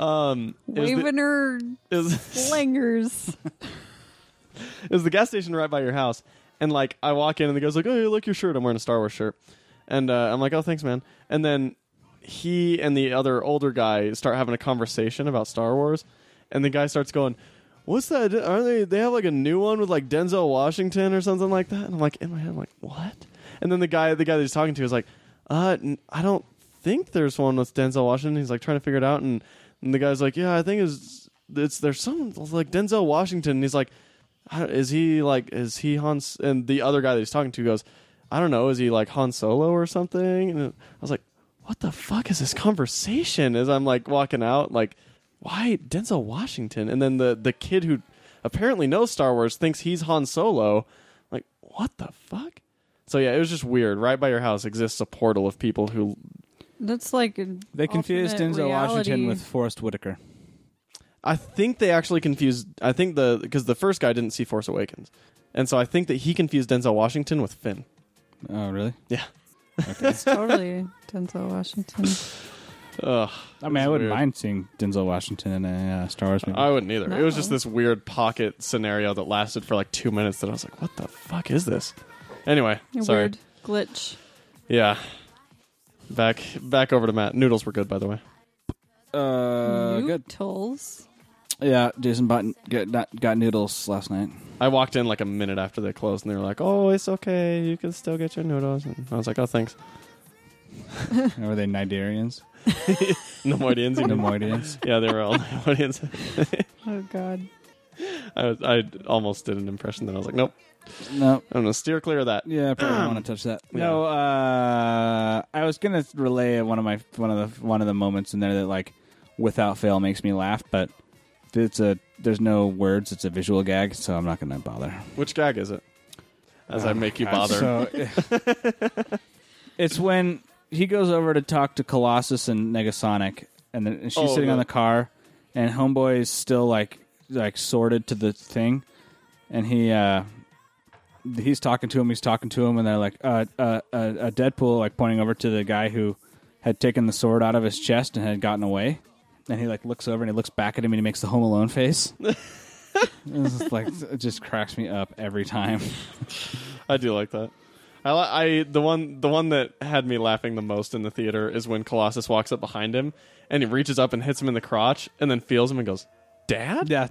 Speaker 3: Um, is, the,
Speaker 1: Waving her
Speaker 3: is,
Speaker 1: flingers.
Speaker 3: is the gas station right by your house? And like, I walk in and the guy's like, "Oh, hey, look your shirt. I'm wearing a Star Wars shirt." And uh, I'm like, "Oh, thanks, man." And then he and the other older guy start having a conversation about Star Wars, and the guy starts going. What's that? Aren't they? They have like a new one with like Denzel Washington or something like that. And I'm like in my head, I'm like what? And then the guy, the guy that he's talking to, is like, uh, n- I don't think there's one with Denzel Washington. He's like trying to figure it out, and, and the guy's like, yeah, I think it's it's there's some like Denzel Washington. And he's like, "How- is he like is he Han? S-" And the other guy that he's talking to goes, I don't know, is he like Han Solo or something? And I was like, what the fuck is this conversation? As I'm like walking out, like, why Denzel Washington? And then the the kid who apparently knows Star Wars thinks he's Han Solo. Like, what the fuck? So yeah, it was just weird. Right by your house exists a portal of people who
Speaker 1: That's like an
Speaker 2: They confused
Speaker 1: alternate
Speaker 2: Denzel Washington
Speaker 1: reality.
Speaker 2: with Forrest Whitaker.
Speaker 3: I think they actually confused. I think the because the first guy didn't see Force Awakens, and so I think that he confused Denzel Washington with Finn.
Speaker 2: Oh, really?
Speaker 3: Yeah.
Speaker 1: It's totally Denzel Washington.
Speaker 3: Ugh,
Speaker 2: I mean, I wouldn't
Speaker 3: weird.
Speaker 2: mind seeing Denzel Washington in a uh, Star Wars movie.
Speaker 3: I wouldn't either. It was
Speaker 1: No.
Speaker 3: just this weird pocket scenario that lasted for like two minutes. That I was like, "What the fuck is this?" Anyway, sorry.
Speaker 1: Weird glitch.
Speaker 3: Yeah. Back back over to Matt. Noodles were good, by the way.
Speaker 2: uh,
Speaker 1: Mm-hmm.
Speaker 2: good.
Speaker 1: Noodles.
Speaker 2: Yeah, Jason bought got, not- got noodles last night.
Speaker 3: I walked in like a minute after they closed, and they were like, "Oh, it's okay. You can still get your noodles." And I was like, "Oh, thanks."
Speaker 2: Were they Nigerians?
Speaker 3: Nemoidians. you know.
Speaker 2: Nemoidians?
Speaker 3: yeah, they were all Nemoidians.
Speaker 1: Oh God.
Speaker 3: I, was, I almost did an impression, then I was like, "Nope,
Speaker 2: No.
Speaker 3: I'm gonna steer clear of that."
Speaker 2: Yeah, probably don't want to touch that. No, uh, I was gonna relay one of my one of the one of the moments in there that like without fail makes me laugh, but it's a there's no words, it's a visual gag, so I'm not gonna bother.
Speaker 3: Which gag is it? As I make you bother.
Speaker 2: So- it's when he goes over to talk to Colossus and Negasonic, and then and she's
Speaker 3: Oh,
Speaker 2: sitting on
Speaker 3: no.
Speaker 2: the car, and Homeboy is still like like sorted to the thing, and he uh he's talking to him, he's talking to him, and they're like uh uh, uh, uh Deadpool like pointing over to the guy who had taken the sword out of his chest and had gotten away, and he like looks over and he looks back at him and he makes the Home Alone face. it's just like it just cracks me up every time.
Speaker 3: I do like that. I, li- I the one the one that had me laughing the most in the theater is when Colossus walks up behind him and he reaches up and hits him in the crotch and then feels him and goes, "Dad."
Speaker 2: Yeah.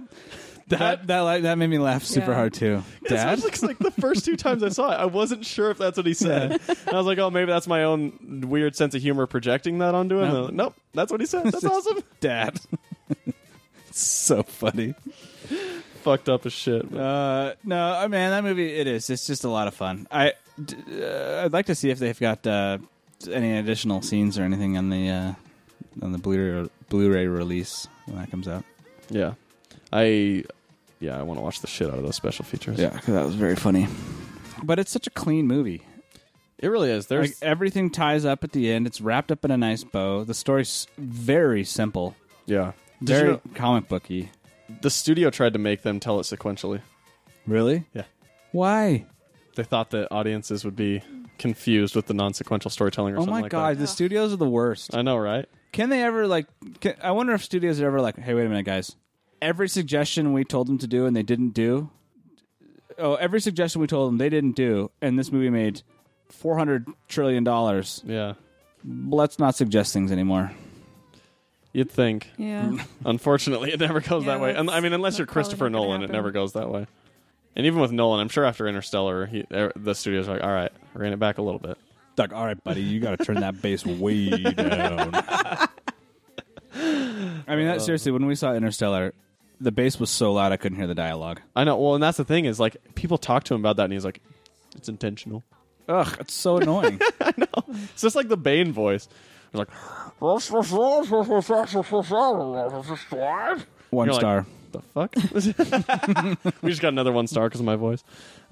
Speaker 2: That that like, that made me laugh super
Speaker 1: Yeah.
Speaker 2: hard too. Dad,
Speaker 3: It looks like the first two times I saw it, I wasn't sure if that's what he said. And I was like, oh, maybe that's my own weird sense of humor projecting that onto him.
Speaker 2: No.
Speaker 3: And Nope, that's what he said. That's awesome.
Speaker 2: dad. It's so funny.
Speaker 3: Fucked up as shit. but-
Speaker 2: Uh, no, uh, man, that movie it is. It's just a lot of fun. I d- uh, I'd like to see if they've got uh, any additional scenes or anything on the uh, on the Blu-ray Blu-ray release when that comes out.
Speaker 3: yeah, I yeah I want to watch the shit out of those special features.
Speaker 2: Yeah, 'cause that was very funny. But it's such a clean movie.
Speaker 3: it really is. There's
Speaker 2: Like everything ties up at the end. It's wrapped up in a nice bow. The story's very simple,
Speaker 3: yeah. Did you
Speaker 2: very
Speaker 3: know-
Speaker 2: comic booky.
Speaker 3: the studio tried to make them tell it sequentially.
Speaker 2: Really?
Speaker 3: Yeah.
Speaker 2: Why?
Speaker 3: They thought that audiences would be confused with the non-sequential storytelling or
Speaker 2: Oh
Speaker 3: something
Speaker 2: my
Speaker 3: like
Speaker 2: god,
Speaker 3: that.
Speaker 2: the studios are the worst.
Speaker 3: I know, right?
Speaker 2: Can they ever like? Can, I wonder if studios are ever like, hey, wait a minute, guys. Every suggestion we told them to do and they didn't do. Oh, every suggestion we told them they didn't do, and this movie made four hundred trillion dollars.
Speaker 3: Yeah.
Speaker 2: Let's not suggest things anymore.
Speaker 3: You'd think.
Speaker 2: Mm-hmm.
Speaker 1: Yeah.
Speaker 3: Unfortunately, it never goes
Speaker 1: Yeah,
Speaker 3: that way. Un-
Speaker 1: that's-
Speaker 3: I mean, unless
Speaker 1: that's
Speaker 3: you're
Speaker 1: probably
Speaker 3: Christopher
Speaker 1: not gonna
Speaker 3: Nolan, it
Speaker 1: happen.
Speaker 3: never goes that way. And even with Nolan, I'm sure after Interstellar, he, er, the studio's like, all right, rein it back a little bit.
Speaker 2: Doug, all right, buddy, you got to turn that bass way down. Uh, I mean, that seriously. When we saw Interstellar, the bass was so loud I couldn't hear the dialogue.
Speaker 3: I know. Well, and that's the thing is, like, people talk to him about that, and he's like, it's intentional.
Speaker 2: Ugh, it's so annoying.
Speaker 3: It's just like the Bane voice. He's like,
Speaker 2: One
Speaker 3: You're like,
Speaker 2: star.
Speaker 3: the fuck? we just got another one star because of my voice.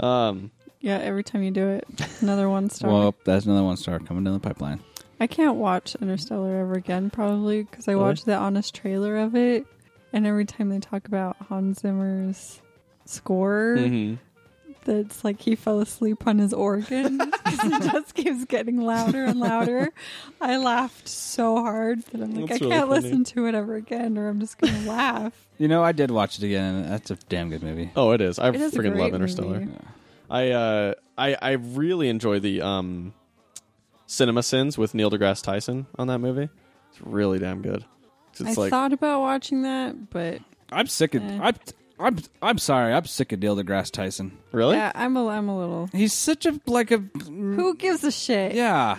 Speaker 3: Um,
Speaker 1: Yeah. Every time you do it, another one star.
Speaker 2: Well, that's another one star coming down the pipeline.
Speaker 1: I can't watch Interstellar ever again, probably because I
Speaker 3: Really?
Speaker 1: watched the honest trailer of it,
Speaker 3: Mm-hmm.
Speaker 1: and every time they talk about Hans Zimmer's score, that's like he fell asleep on his organ 'cause it just keeps getting louder and louder. I laughed so hard that I'm like,
Speaker 3: That's
Speaker 1: I
Speaker 3: really
Speaker 1: can't
Speaker 3: funny.
Speaker 1: listen to it ever again, or I'm just gonna laugh.
Speaker 2: You know, I did watch it again, and that's a damn good movie.
Speaker 3: Oh, it is. I
Speaker 1: It is a
Speaker 3: freaking
Speaker 1: great
Speaker 3: love Interstellar.
Speaker 1: movie.
Speaker 3: I uh, I I really enjoy the um, Cinema Sins with Neil deGrasse Tyson on that movie. It's really damn good. 'Cause
Speaker 1: I
Speaker 3: It's like
Speaker 1: thought about watching that, but
Speaker 2: I'm sick of.
Speaker 1: Eh.
Speaker 2: I'm, I'm I'm sorry. I'm sick of Neil deGrasse Tyson.
Speaker 3: really.
Speaker 1: yeah, I'm a, I'm a little.
Speaker 2: He's such a like a
Speaker 1: Who gives a shit?
Speaker 2: yeah.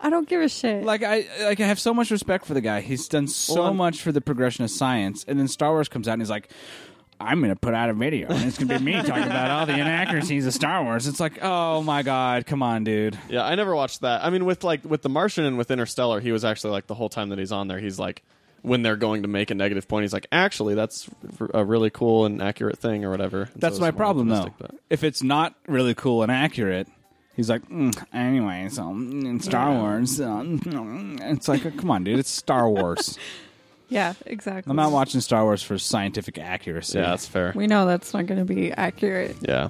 Speaker 1: I don't give a shit.
Speaker 2: Like I like I have so much respect for the guy. He's done so
Speaker 3: Well, I'm-
Speaker 2: much for the progression of science, and then Star Wars comes out, and he's like. I'm gonna put out a video, and it's gonna be me talking about all the inaccuracies of Star Wars. It's like, oh my god, come on, dude.
Speaker 3: Yeah, I never watched that. I mean, with like with The Martian and with Interstellar, he was actually like the whole time that he's on there, he's like, when they're going to make a negative point, he's like, actually, that's r- a really cool and accurate thing or whatever. And
Speaker 2: That's
Speaker 3: so
Speaker 2: my
Speaker 3: it's more
Speaker 2: problem, though.
Speaker 3: optimistic, but-
Speaker 2: If it's not really cool and accurate, he's like, mm, anyway, so mm, in Star Wars, uh, mm, mm." it's like, come on, dude, it's Star Wars.
Speaker 1: yeah, exactly.
Speaker 2: I'm not watching Star Wars for scientific accuracy.
Speaker 3: Yeah, that's fair.
Speaker 1: We know that's not going to be accurate.
Speaker 3: Yeah,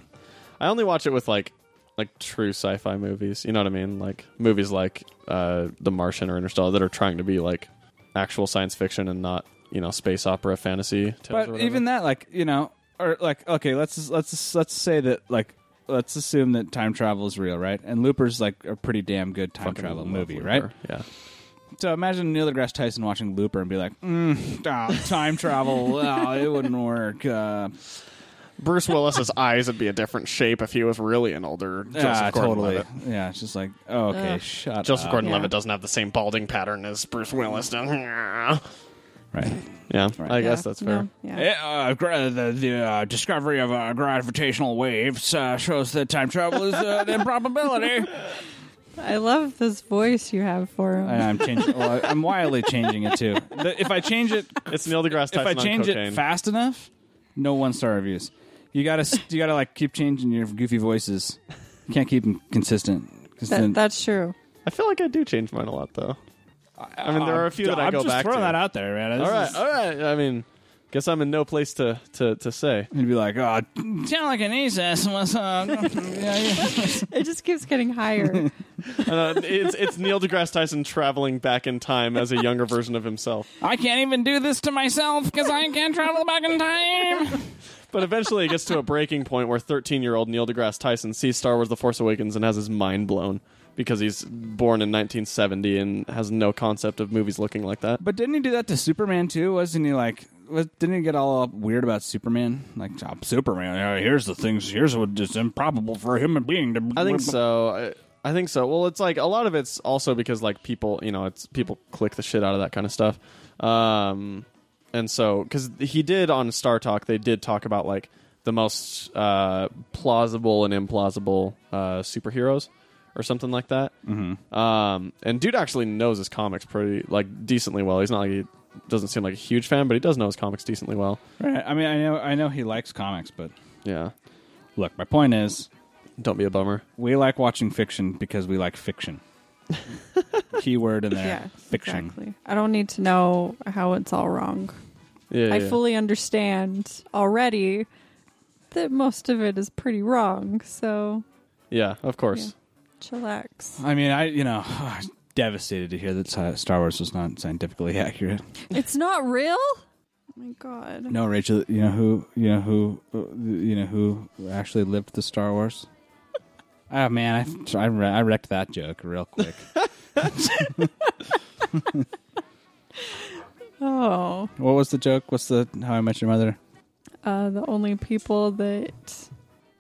Speaker 3: I only watch it with like like true sci-fi movies. You know what I mean? Like movies like uh, The Martian or Interstellar that are trying to be like actual science fiction and not you know space opera fantasy. tales or
Speaker 2: but
Speaker 3: whatever.
Speaker 2: even that, like, you know, or like, okay, let's let's let's say that, like, let's assume that time travel is real, right? And Looper's like a pretty damn good time
Speaker 3: Fucking
Speaker 2: travel
Speaker 3: love
Speaker 2: movie,
Speaker 3: Looper.
Speaker 2: right?
Speaker 3: Yeah.
Speaker 2: So imagine Neil deGrasse Tyson watching Looper and be like, mm, ah, time travel, oh, it wouldn't work. Uh,
Speaker 3: Bruce Willis's eyes would be a different shape if he was really an older Joseph
Speaker 2: yeah, Ah, totally. Uh,
Speaker 3: Gordon-Levitt.
Speaker 2: Yeah, it's just like, oh, okay,
Speaker 1: Ugh.
Speaker 2: shut
Speaker 3: Joseph
Speaker 2: up.
Speaker 3: Gordon-Levitt
Speaker 1: Yeah.
Speaker 3: doesn't have the same balding pattern as Bruce Willis does. Yeah,
Speaker 2: Right.
Speaker 3: I guess
Speaker 1: Yeah,
Speaker 3: that's fair.
Speaker 1: no, yeah.
Speaker 3: Eh,
Speaker 2: uh, gra- the the uh, discovery of uh, gravitational waves uh, shows that time travel is uh, an improbability.
Speaker 1: I love this voice you have for him.
Speaker 2: And I'm changing. Well, I- I'm wildly changing it too. The- if I change it,
Speaker 3: It's Neil deGrasse
Speaker 2: if
Speaker 3: Tyson
Speaker 2: I change
Speaker 3: on cocaine.
Speaker 2: it fast enough, no one star reviews. You gotta s- you gotta like keep changing your goofy voices. You can't keep them consistent. 'cause then-
Speaker 1: That, that's true.
Speaker 3: I feel like I do change mine a lot though. I mean, there are a few that I
Speaker 2: I'm
Speaker 3: go
Speaker 2: just
Speaker 3: back
Speaker 2: throwing
Speaker 3: to.
Speaker 2: that out there, man. This
Speaker 3: All right,
Speaker 2: is-
Speaker 3: all right. I mean, guess I'm in no place to to to say.
Speaker 2: He'd be like, oh, telekinesis was. Uh, yeah, yeah.
Speaker 1: It just keeps getting higher.
Speaker 3: Uh, it's it's Neil deGrasse Tyson traveling back in time as a younger version of himself.
Speaker 2: I can't even do this to myself because I can't travel back in time.
Speaker 3: But eventually, it gets to a breaking point where 13 year old Neil deGrasse Tyson sees Star Wars The Force Awakens and has his mind blown because he's born in 1970 and has no concept of movies looking like that.
Speaker 2: But didn't he do that to Superman too? Wasn't he like? Was, didn't he get all up weird about Superman? Like, oh, Superman. uh, Here's the things. Here's what is improbable for a human being to.
Speaker 3: I think so. I, I think so. Well, it's like a lot of it's also because like people, you know, it's people click the shit out of that kind of stuff. Um, and so because he did on Star Talk, they did talk about like the most uh, plausible and implausible uh, superheroes or something like that. Mm-hmm. Um, and dude actually knows his comics pretty like decently well. He's not like he doesn't seem like a huge fan, but he does know his comics decently well.
Speaker 2: Right. I mean, I know, I know he likes comics, but
Speaker 3: Yeah,
Speaker 2: look, my point is,
Speaker 3: don't be a bummer.
Speaker 2: we like watching fiction because we like fiction. Keyword in there,
Speaker 1: yeah,
Speaker 2: fiction.
Speaker 1: exactly. I don't need to know how it's all wrong.
Speaker 3: Yeah, yeah,
Speaker 1: I
Speaker 3: yeah.
Speaker 1: fully understand already that most of it is pretty wrong. So
Speaker 3: yeah, of course.
Speaker 1: Yeah. chillax.
Speaker 2: I mean, I you know, devastated to hear that Sci- Star Wars was not scientifically accurate.
Speaker 1: it's not real. Oh my god.
Speaker 2: No, Rachel, you know who, you know who, uh, you know who actually lived the Star Wars. Oh man, I I, wre- I wrecked that joke real quick.
Speaker 1: Oh,
Speaker 2: what was the joke? What's the How I Met Your Mother?
Speaker 1: uh, the only people that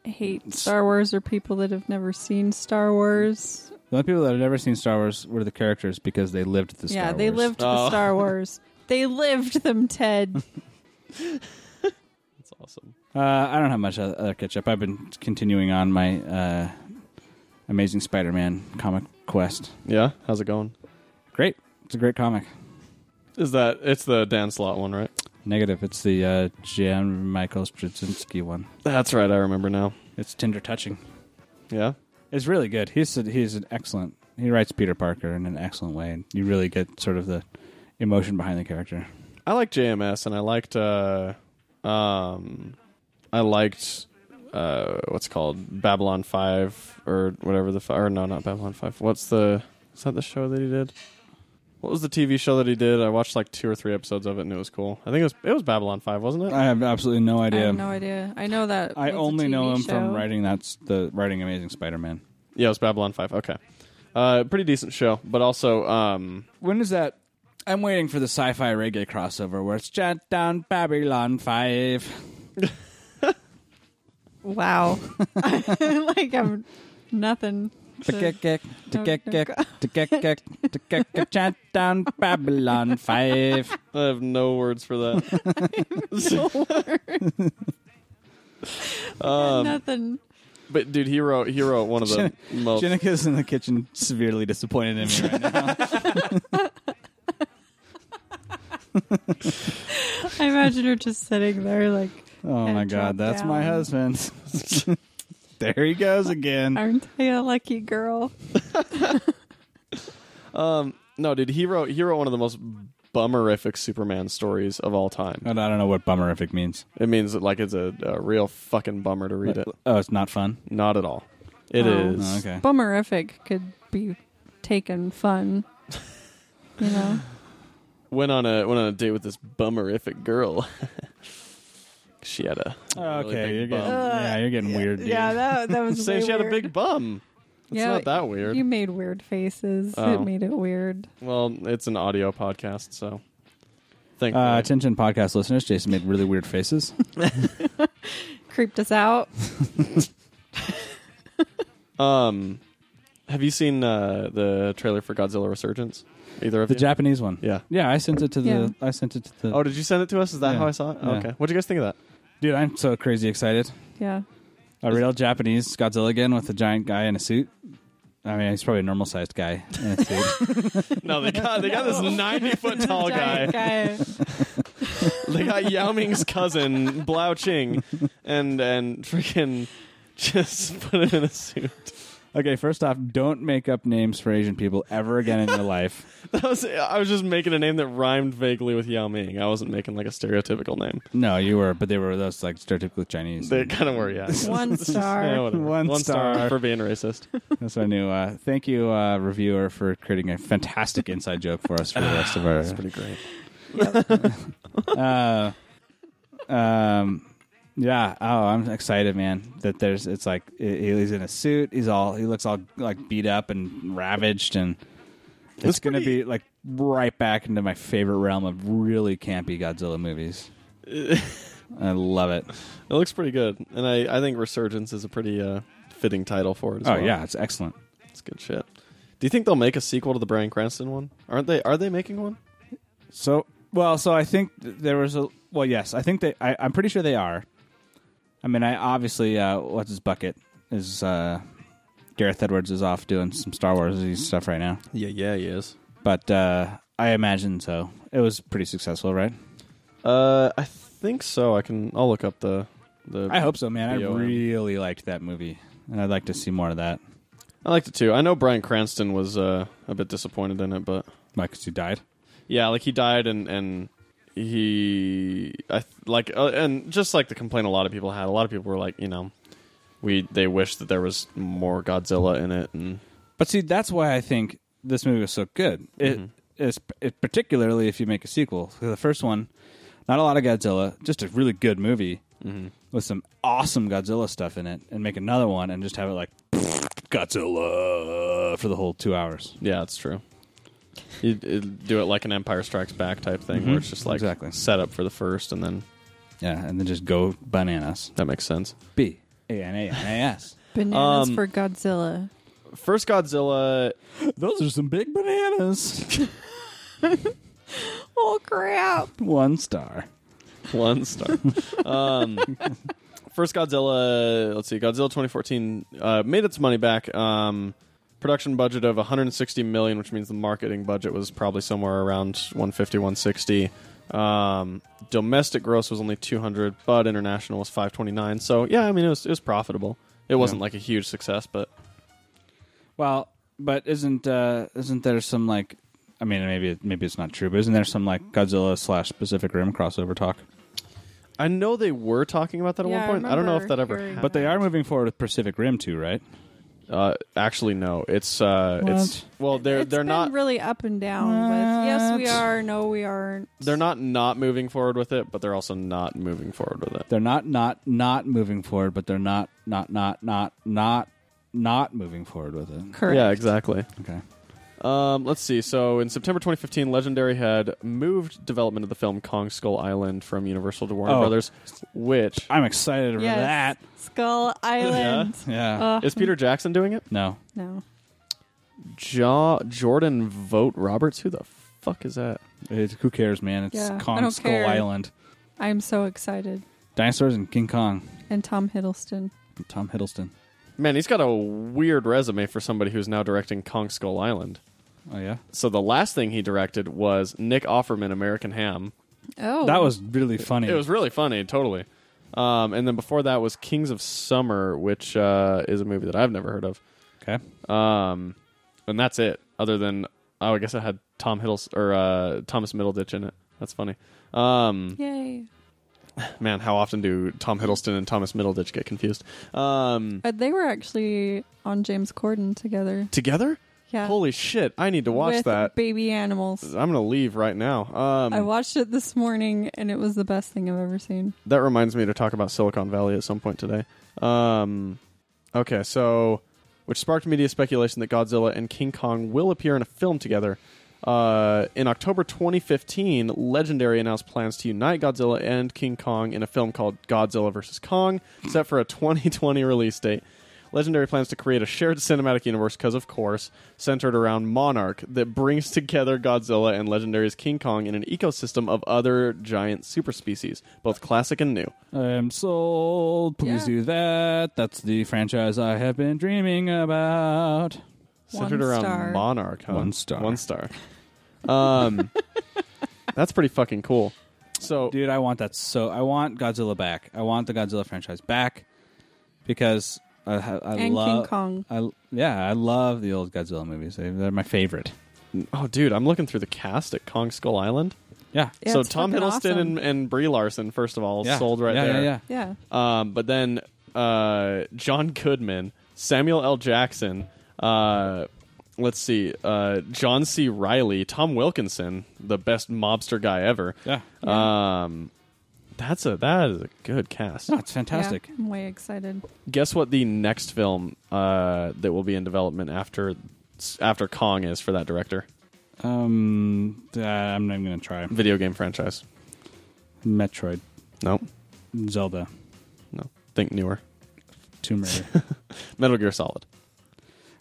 Speaker 1: hate Star Wars are people that have never seen Star Wars.
Speaker 2: The only people that had ever seen Star Wars were the characters because they lived the Star
Speaker 1: yeah,
Speaker 2: Wars.
Speaker 1: they lived
Speaker 3: Oh.
Speaker 1: the Star Wars. They lived them, Ted.
Speaker 3: That's awesome.
Speaker 2: Uh, I don't have much oth- other catch up. I've been continuing on my uh, Amazing Spider-Man comic quest.
Speaker 3: Yeah, how's it going?
Speaker 2: Great, it's a great comic.
Speaker 3: Is that it's the Dan Slot one, right?
Speaker 2: Negative, it's the uh, Jan Michael Straczynski one.
Speaker 3: That's right. I remember now.
Speaker 2: It's tender touching.
Speaker 3: Yeah.
Speaker 2: It's really good. He's a, he's an excellent. He writes Peter Parker in an excellent way, and you really get sort of the emotion behind the character.
Speaker 3: I liked JMS and I liked uh um I liked uh, what's it called Babylon Five or whatever the fi- or no, not Babylon Five. What's the is that the show that he did? What was the TV show that he did? I watched like two or three episodes of it and it was cool. I think it was it was Babylon Five, wasn't it?
Speaker 2: I have absolutely no
Speaker 1: I
Speaker 2: idea.
Speaker 1: have no idea. I know that.
Speaker 2: I
Speaker 1: was a
Speaker 2: only know
Speaker 1: TV
Speaker 2: him
Speaker 1: show.
Speaker 2: from writing that's the writing Amazing Spider-Man.
Speaker 3: yeah, it was Babylon Five. Okay, uh, pretty decent show, but also um,
Speaker 2: When is that? I'm waiting for the sci-fi reggae crossover where it's shut down Babylon Five.
Speaker 1: Wow. like I'm nothing. to-
Speaker 2: Shut down Babylon Five.
Speaker 3: I have no words for that.
Speaker 1: no word.
Speaker 2: um,
Speaker 1: nothing.
Speaker 3: Um, but dude, he wrote he wrote one of the most.
Speaker 2: Jenica's in the kitchen, severely disappointed in me right now.
Speaker 1: I imagine her just sitting there, like,
Speaker 2: Oh
Speaker 1: Kinda
Speaker 2: my god,
Speaker 1: dropped
Speaker 2: that's my
Speaker 1: down.
Speaker 2: husband. there he goes again.
Speaker 1: "Aren't I a lucky girl?"
Speaker 3: um, No, dude, he wrote he wrote one of the most bummerific Superman stories of all time.
Speaker 1: Uh.
Speaker 2: I don't know what bummerific means.
Speaker 3: It means that like it's a, a real fucking bummer to read it.
Speaker 2: Oh, it's not fun.
Speaker 3: Not at all. It
Speaker 1: Oh.
Speaker 3: is
Speaker 2: Oh, okay.
Speaker 1: Bummerific could be taken fun. You know,
Speaker 3: Went on a went on a date with this bummerific girl. she had a really
Speaker 2: okay,
Speaker 3: big
Speaker 2: you're getting
Speaker 3: bum.
Speaker 2: Um, yeah, you're getting weird. Dude.
Speaker 1: that that was.
Speaker 3: Say she had a big bum. It's
Speaker 1: Yeah,
Speaker 3: not that weird.
Speaker 1: You made weird faces.
Speaker 3: Oh.
Speaker 1: It made it weird.
Speaker 3: Well, it's an audio podcast, so think
Speaker 2: Uh, attention, podcast listeners. Jason made really weird faces.
Speaker 1: Creeped us out.
Speaker 3: um have you seen uh, the trailer for Godzilla Resurgence? Either of
Speaker 2: The
Speaker 3: you?
Speaker 2: Japanese one.
Speaker 3: yeah.
Speaker 2: Yeah, I sent it to the.
Speaker 1: Yeah.
Speaker 2: I sent it to the.
Speaker 3: Oh, did you send it to us? Is that
Speaker 2: Yeah.
Speaker 3: how I saw it?
Speaker 2: Yeah.
Speaker 3: Okay. What'd you guys think of that?
Speaker 2: dude, I'm so crazy excited.
Speaker 1: Yeah.
Speaker 2: A real Japanese Godzilla again with a giant guy in a suit. I mean, he's probably a normal sized guy in a suit.
Speaker 3: No, they got they got this ninety foot tall guy.
Speaker 1: Giant guy.
Speaker 3: They got Yao Ming's cousin Blao Ching, and and freaking just put him in a suit.
Speaker 2: okay, first off, don't make up names for Asian people ever again in your life.
Speaker 3: That was I was just making a name that rhymed vaguely with Yao Ming. I wasn't making like a stereotypical name.
Speaker 2: No, you were, but they were those like stereotypical Chinese.
Speaker 3: They kind of were, yeah.
Speaker 1: One star.
Speaker 3: Yeah, whatever.
Speaker 2: One star.
Speaker 3: for being racist.
Speaker 2: That's what I knew. Uh, thank you, uh, reviewer, for creating a fantastic inside joke for us for the rest of
Speaker 3: That's
Speaker 2: our.
Speaker 3: pretty great.
Speaker 2: Uh, um, yeah. Oh, I'm excited, man. That there's. It's like he- he's in a suit. He's all. He looks all like beat up and ravaged, and it's,
Speaker 3: That's
Speaker 2: gonna
Speaker 3: pretty-
Speaker 2: be like right back into my favorite realm of really campy Godzilla movies. I love it.
Speaker 3: It looks pretty good, and I I think Resurgence is a pretty uh, fitting title for it. As
Speaker 2: Oh
Speaker 3: well.
Speaker 2: yeah, it's excellent.
Speaker 3: it's good shit. Do you think they'll make a sequel to the Brian Cranston one? Aren't they? Are they making one?
Speaker 2: So well, so I think th- there was a well, yes, I think they. I, I'm pretty sure they are. I mean, I obviously uh, what's his bucket is uh, Gareth Edwards is off doing some Star Wars stuff right now,
Speaker 3: Yeah, yeah, he is.
Speaker 2: but uh, I imagine so. It was pretty successful, right?
Speaker 3: Uh, I think so. I can. I'll look up the. The
Speaker 2: I hope so, man. I
Speaker 3: BOM.
Speaker 2: really liked that movie, and I'd like to see more of that.
Speaker 3: I liked it too. I know Brian Cranston was uh, a bit disappointed in it, but
Speaker 2: Why? Because you died.
Speaker 3: yeah, like he died and and he I th- like uh, and just like the complaint a lot of people had. A lot of people were like, you know, we they wish that there was more Godzilla in it, and
Speaker 2: But see, that's why I think this movie was so good. It is it, particularly if you make a sequel. So The first one, not a lot of Godzilla, just a really good movie
Speaker 3: mm-hmm.
Speaker 2: with some awesome Godzilla stuff in it, and make another one and just have it like Godzilla for the whole two hours.
Speaker 3: yeah, it's true. You you do it like an Empire Strikes Back type thing, where it's just like
Speaker 2: Exactly.
Speaker 3: set up for the first, and then
Speaker 2: Yeah, and then just go bananas.
Speaker 3: that makes sense.
Speaker 2: B A N A N A S.
Speaker 1: Bananas
Speaker 3: Um,
Speaker 1: for Godzilla.
Speaker 3: First Godzilla,
Speaker 2: Those are some big bananas.
Speaker 1: Oh crap!
Speaker 2: one star.
Speaker 3: one star. um, first Godzilla, let's see, Godzilla 2014 uh, made its money back. Um, production budget of 160 million, which means the marketing budget was probably somewhere around 150, 160. Um, domestic gross was only 200, but international was 529. So yeah, I mean it was it was profitable. It wasn't like a huge success, but
Speaker 2: Well, but isn't uh, isn't there some like? I mean, maybe maybe it's not true, but isn't there some like Godzilla slash Pacific Rim crossover talk?
Speaker 3: I know they were talking about that at
Speaker 1: Yeah,
Speaker 3: one point. I, don't know
Speaker 1: remember
Speaker 3: if that ever
Speaker 1: hearing
Speaker 3: happened.
Speaker 2: But they
Speaker 1: about
Speaker 2: are
Speaker 1: it.
Speaker 2: moving forward with Pacific Rim too, right?
Speaker 3: Uh, actually, no. It's uh, it's well, they're
Speaker 1: It's
Speaker 3: they're
Speaker 1: been
Speaker 3: not
Speaker 1: really up and down. With yes, we
Speaker 2: What?
Speaker 1: are. No, we aren't.
Speaker 3: they're not not moving forward with it, but they're also not moving forward with it.
Speaker 2: They're not not not moving forward, but they're not not not not not not moving forward with it.
Speaker 1: correct.
Speaker 3: Yeah, exactly.
Speaker 2: Okay.
Speaker 3: Um, let's see. So in September 2015, Legendary had moved development of the film Kong Skull Island from Universal to Warner
Speaker 2: Oh.
Speaker 3: Brothers, which
Speaker 2: I'm excited for
Speaker 1: Yes.
Speaker 2: that.
Speaker 1: Skull Island.
Speaker 2: Yeah.
Speaker 1: Uh,
Speaker 3: is Peter Jackson doing it?
Speaker 2: no.
Speaker 1: no.
Speaker 3: Ja- Jordan Vote Roberts. Who the fuck is that?
Speaker 2: It- who cares, man? It's
Speaker 1: Yeah, I
Speaker 2: Kong
Speaker 1: don't
Speaker 2: Skull
Speaker 1: care.
Speaker 2: Island.
Speaker 1: I'm so excited.
Speaker 2: Dinosaurs and King Kong.
Speaker 1: And Tom Hiddleston.
Speaker 2: And Tom Hiddleston.
Speaker 3: Man, he's got a weird resume for somebody who's now directing Kong Skull Island.
Speaker 2: Oh yeah.
Speaker 3: So the last thing he directed was Nick Offerman, American Ham.
Speaker 1: Oh,
Speaker 2: That was really funny.
Speaker 3: It was really funny, totally. Um, and then before that was Kings of Summer, which uh, is a movie that I've never heard of.
Speaker 2: okay.
Speaker 3: Um, and that's it. Other than oh, I guess I had Tom Hiddleston or uh, Thomas Middleditch in it. That's funny. Um,
Speaker 1: yay.
Speaker 3: man, how often do Tom Hiddleston and Thomas Middleditch get confused? Um,
Speaker 1: But Uh, they were actually on James Corden together.
Speaker 3: together?
Speaker 1: Yeah.
Speaker 3: Holy shit! I need to watch
Speaker 1: with
Speaker 3: that.
Speaker 1: Baby animals.
Speaker 3: I'm gonna leave right now. Um,
Speaker 1: I watched it this morning and it was the best thing I've ever seen.
Speaker 3: that reminds me to talk about Silicon Valley at some point today. Um, okay, so which sparked media speculation that Godzilla and King Kong will appear in a film together. Uh, in October 2015, Legendary announced plans to unite Godzilla and King Kong in a film called Godzilla vs. Kong, set for a 2020 release date. Legendary plans to create a shared cinematic universe, because of course, centered around Monarch, that brings together Godzilla and Legendary's King Kong in an ecosystem of other giant super species, both classic and new.
Speaker 2: I'm sold. Please
Speaker 1: Yeah.
Speaker 2: do that. That's the franchise I have been dreaming about.
Speaker 3: centered
Speaker 1: One
Speaker 3: around
Speaker 1: star.
Speaker 3: Monarch. Huh?
Speaker 2: One star.
Speaker 3: One star. Um, that's pretty fucking cool. So
Speaker 2: Dude, I want that so. I want Godzilla back. I want the Godzilla franchise back because I, ha- I
Speaker 1: And
Speaker 2: love
Speaker 1: King Kong.
Speaker 2: I yeah, I love the old Godzilla movies. They, they're my favorite.
Speaker 3: Oh, dude, I'm looking through the cast at Kong Skull Island.
Speaker 2: Yeah.
Speaker 1: Yeah,
Speaker 3: so
Speaker 1: it's
Speaker 3: Tom
Speaker 1: fucking
Speaker 3: Hiddleston
Speaker 1: awesome.
Speaker 3: and, and Brie Larson, first of all,
Speaker 2: Yeah.
Speaker 3: sold right
Speaker 2: yeah,
Speaker 3: there.
Speaker 2: Yeah,
Speaker 1: Yeah.
Speaker 3: Um, but then uh, John Goodman, Samuel L. Jackson, uh, let's see, uh, John C. Riley, Tom Wilkinson, the best mobster guy ever.
Speaker 2: yeah. Yeah.
Speaker 3: Um, that's a that is a good cast.
Speaker 2: No, Oh, it's fantastic.
Speaker 1: Yeah, I'm way excited.
Speaker 3: Guess what the next film uh, that will be in development after after Kong is for that director?
Speaker 2: Um, uh, I'm not even gonna try.
Speaker 3: Video game franchise.
Speaker 2: Metroid,
Speaker 3: Nope.
Speaker 2: Zelda,
Speaker 3: No. Think newer.
Speaker 2: Tomb Raider.
Speaker 3: Metal Gear Solid.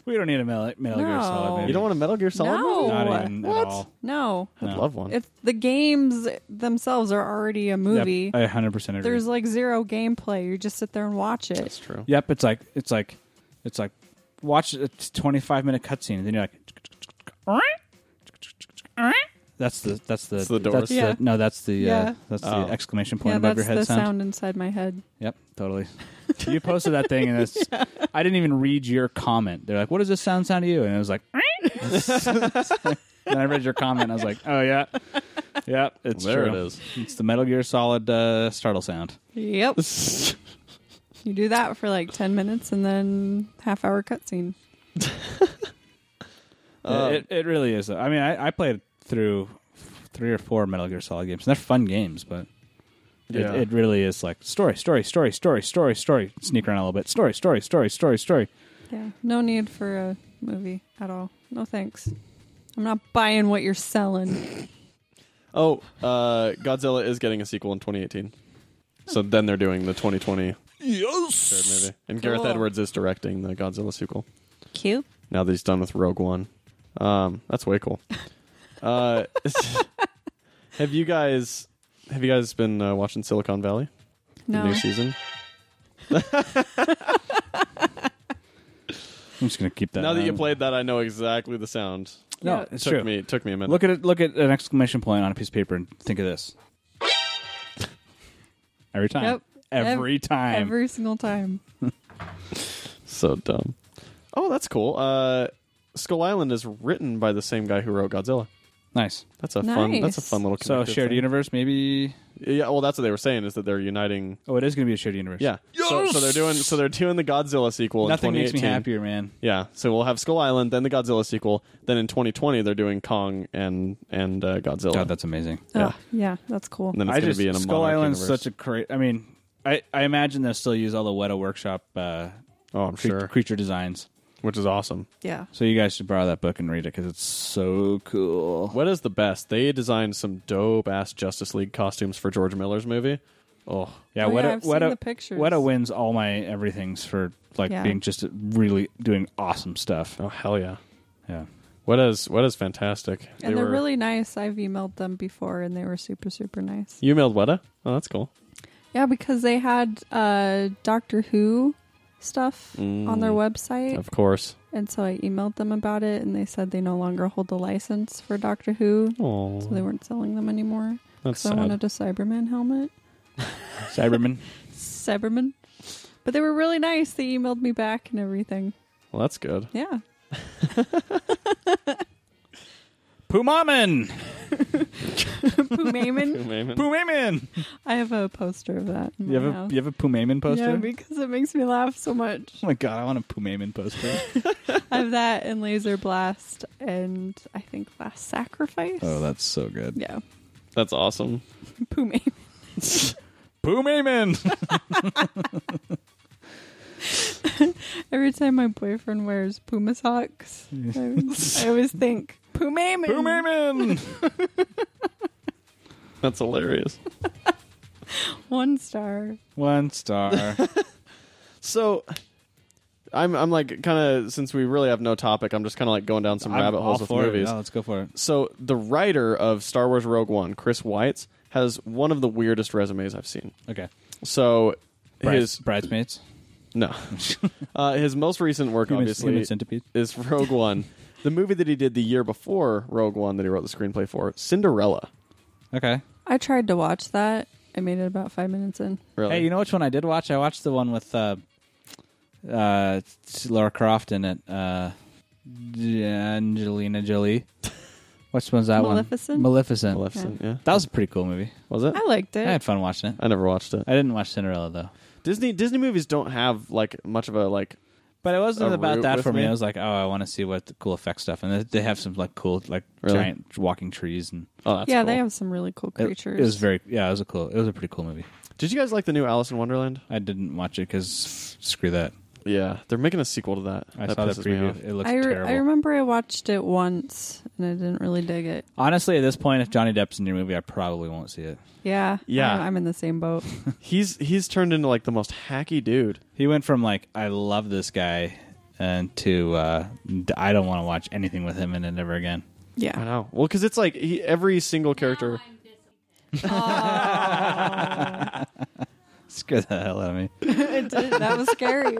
Speaker 2: we don't need a Metal, Metal Gear
Speaker 1: No.
Speaker 2: Solid. Baby.
Speaker 3: You don't want a Metal Gear Solid?
Speaker 1: No.
Speaker 3: movie?
Speaker 2: Not even
Speaker 3: What?
Speaker 2: at all.
Speaker 1: No.
Speaker 3: I'd love one.
Speaker 1: It's the games themselves are already a movie.
Speaker 2: Yep, I 100 percent agree.
Speaker 1: There's like zero gameplay. You just sit there and watch
Speaker 3: That's
Speaker 1: it.
Speaker 3: true.
Speaker 2: Yep, it's like it's like it's like watch a twenty five minute cutscene, and then you're like, that's the that's the
Speaker 3: It's the
Speaker 2: that's
Speaker 3: doors.
Speaker 1: Yeah.
Speaker 2: no, that's the uh,
Speaker 1: Yeah.
Speaker 2: that's
Speaker 3: Oh.
Speaker 2: the exclamation point
Speaker 1: Yeah,
Speaker 2: above
Speaker 1: that's
Speaker 2: your head
Speaker 1: the
Speaker 2: sound.
Speaker 1: sound. inside my head.
Speaker 2: Yep, totally. you posted that thing, and it's I didn't even read your comment. They're like, "What does this sound sound to you?" And it was like, and I read your comment, and I was like, "Oh yeah, yep, it's
Speaker 3: There
Speaker 2: true.
Speaker 3: it is.
Speaker 2: It's the Metal Gear Solid uh, startle sound."
Speaker 1: Yep. you do that for like ten minutes and then half hour cutscene.
Speaker 3: Um,
Speaker 2: it, it really is. though. I mean, I, I played through three or four Metal Gear Solid games. and They're fun games, but
Speaker 3: Yeah.
Speaker 2: it, it really is like story, story, story, story, story, story. Sneak around a little bit. Story, story, story, story, story.
Speaker 1: Yeah. No need for a movie at all. No thanks. I'm not buying what you're selling.
Speaker 3: Oh, uh, Godzilla is getting a sequel in 2018. So then they're doing the 2020 third
Speaker 2: Yes.
Speaker 3: movie, and Gareth
Speaker 1: Cool.
Speaker 3: Edwards is directing the Godzilla sequel.
Speaker 1: Cute.
Speaker 3: now that he's done with Rogue One. Um, that's way cool. Uh, have you guys have you guys been uh, watching Silicon Valley? The
Speaker 1: No.
Speaker 3: new season.
Speaker 2: I'm just gonna keep that.
Speaker 3: now that you
Speaker 2: on.
Speaker 3: played that, I know exactly the sound.
Speaker 2: no,
Speaker 1: Yeah.
Speaker 2: it's
Speaker 3: took
Speaker 2: true.
Speaker 3: me it took me a minute.
Speaker 2: Look at it. Look at an exclamation point on a piece of paper and think of this. Every time.
Speaker 1: Yep.
Speaker 2: Every time.
Speaker 1: Every single time.
Speaker 3: so dumb. Oh, that's cool. Uh, Skull Island is written by the same guy who wrote Godzilla.
Speaker 2: Nice.
Speaker 3: That's a fun. That's a
Speaker 1: Nice.
Speaker 3: fun little.
Speaker 2: So
Speaker 3: connected
Speaker 2: shared
Speaker 3: thing.
Speaker 2: universe, maybe.
Speaker 3: Yeah, well, that's what they were saying is that they're uniting.
Speaker 2: Oh, it is going to be a shared universe.
Speaker 3: Yeah. So, so they're doing. So they're doing the Godzilla sequel.
Speaker 2: Nothing
Speaker 3: in
Speaker 2: makes me
Speaker 3: 2018.
Speaker 2: happier, man.
Speaker 3: Yeah. So we'll have Skull Island, then the Godzilla sequel, then in 2020 they're doing Kong and and uh, Godzilla.
Speaker 2: God, that's amazing.
Speaker 3: Yeah.
Speaker 1: Oh, yeah, that's cool.
Speaker 3: and then it's
Speaker 2: I
Speaker 3: gonna
Speaker 2: just
Speaker 3: be in a
Speaker 2: Skull
Speaker 3: monarch
Speaker 2: Island's
Speaker 3: universe.
Speaker 2: such a great. I mean, I I imagine they'll still use all the Weta Workshop uh,
Speaker 3: oh, I'm
Speaker 2: cre-
Speaker 3: sure,
Speaker 2: creature designs.
Speaker 3: which is awesome.
Speaker 1: Yeah.
Speaker 2: So you guys should borrow that book and read it because it's so cool.
Speaker 3: What is the best? They designed some dope ass Justice League costumes for George Miller's movie. Oh,
Speaker 2: Yeah,
Speaker 1: Oh,
Speaker 2: Weta,
Speaker 1: yeah, I've seen
Speaker 2: Weta,
Speaker 1: the pictures.
Speaker 2: Weta wins all my everything's for like
Speaker 1: Yeah.
Speaker 2: being just really doing awesome stuff.
Speaker 3: oh hell yeah!
Speaker 2: Yeah.
Speaker 3: What is what is fantastic?
Speaker 1: And they're really nice. I've emailed them before and they were super, super nice.
Speaker 3: You mailed Weta? Oh, that's cool.
Speaker 1: Yeah, because they had uh, Doctor Who stuff on their
Speaker 2: Mm,
Speaker 1: website.
Speaker 3: Of course.
Speaker 1: And so I emailed them about it and they said they no longer hold the license for Doctor Who.
Speaker 3: Oh,
Speaker 1: So they weren't selling them anymore.
Speaker 3: that's
Speaker 1: So I
Speaker 3: sad.
Speaker 1: wanted a Cyberman helmet.
Speaker 2: Cyberman.
Speaker 1: Cyberman. But they were really nice. They emailed me back and everything.
Speaker 3: Well, that's good.
Speaker 1: Yeah.
Speaker 2: Pumaman.
Speaker 1: Poomaman.
Speaker 2: Pumaman.
Speaker 1: I have a poster of that. In
Speaker 2: You
Speaker 1: my
Speaker 2: have a
Speaker 1: house.
Speaker 2: you have a Pumaman poster?
Speaker 1: Yeah, because it makes me laugh so much.
Speaker 2: oh my god, I want a Pumaman poster.
Speaker 1: I have that and Laser Blast and I think Last Sacrifice.
Speaker 3: Oh,
Speaker 2: that's so good.
Speaker 1: yeah,
Speaker 3: That's awesome.
Speaker 1: Poomaman.
Speaker 2: Pumaman.
Speaker 1: Every time my boyfriend wears Puma socks, I always, I always think Poomaman.
Speaker 2: Pumaman.
Speaker 3: That's hilarious.
Speaker 1: One star.
Speaker 2: One star.
Speaker 3: So I'm I'm like kind of since we really have no topic, I'm just kind of like going down some rabbit
Speaker 2: I'm all
Speaker 3: holes with
Speaker 2: for it.
Speaker 3: movies.
Speaker 2: Yeah, let's go for it.
Speaker 3: So the writer of Star Wars Rogue One, Chris Weitz, has one of the weirdest resumes I've seen.
Speaker 2: Okay.
Speaker 3: So
Speaker 2: Brides-
Speaker 3: his
Speaker 2: bridesmaids.
Speaker 3: no, uh, his most recent work
Speaker 2: Human-
Speaker 3: obviously
Speaker 2: human centipede.
Speaker 3: is Rogue One, the movie that he did the year before Rogue One that he wrote the screenplay for, Cinderella.
Speaker 2: Okay.
Speaker 1: I tried to watch that. I made it about five minutes in.
Speaker 3: Really?
Speaker 2: Hey, you know which one I did watch? I watched the one with uh, uh, Laura Croft in it. Uh, Angelina Jolie. Which one's that
Speaker 1: Maleficent?
Speaker 2: one? Maleficent.
Speaker 3: Maleficent, yeah.
Speaker 2: That was a pretty cool movie.
Speaker 3: Was it?
Speaker 1: I liked it.
Speaker 2: I had fun watching it.
Speaker 3: I never watched it.
Speaker 2: I didn't watch Cinderella though,
Speaker 3: Disney Disney movies don't have like much of a like
Speaker 2: but it wasn't
Speaker 3: A
Speaker 2: about
Speaker 3: root
Speaker 2: that
Speaker 3: with
Speaker 2: for me.
Speaker 3: me?
Speaker 2: I was like, oh, I want to see what the cool effect stuff, and they they have some like cool like
Speaker 3: Really?
Speaker 2: giant walking trees and
Speaker 3: oh that's
Speaker 1: yeah,
Speaker 3: cool.
Speaker 1: they have some really cool
Speaker 2: it,
Speaker 1: creatures.
Speaker 2: it was very yeah, it was a cool, it was a pretty cool movie.
Speaker 3: Did you guys like the new Alice in Wonderland?
Speaker 2: I didn't watch it because screw that.
Speaker 3: Yeah, they're making a sequel to that.
Speaker 2: I
Speaker 3: that
Speaker 2: saw the
Speaker 3: pisses me off.
Speaker 2: preview. It looks
Speaker 1: I, re-
Speaker 2: terrible.
Speaker 1: I remember I watched it once and I didn't really dig it.
Speaker 2: Honestly, at this point, if Johnny Depp's in your movie, I probably won't see it.
Speaker 1: Yeah.
Speaker 3: Yeah.
Speaker 1: I'm, I'm in the same boat.
Speaker 3: He's he's turned into like the most hacky dude.
Speaker 2: He went from like I love this guy and to uh, d- I don't want to watch anything with him in it ever again.
Speaker 3: I
Speaker 2: Ah.
Speaker 1: Yeah.
Speaker 3: know. Well, because it's like he, every single character.
Speaker 2: Scare the hell out of me.
Speaker 1: it did. That was scary.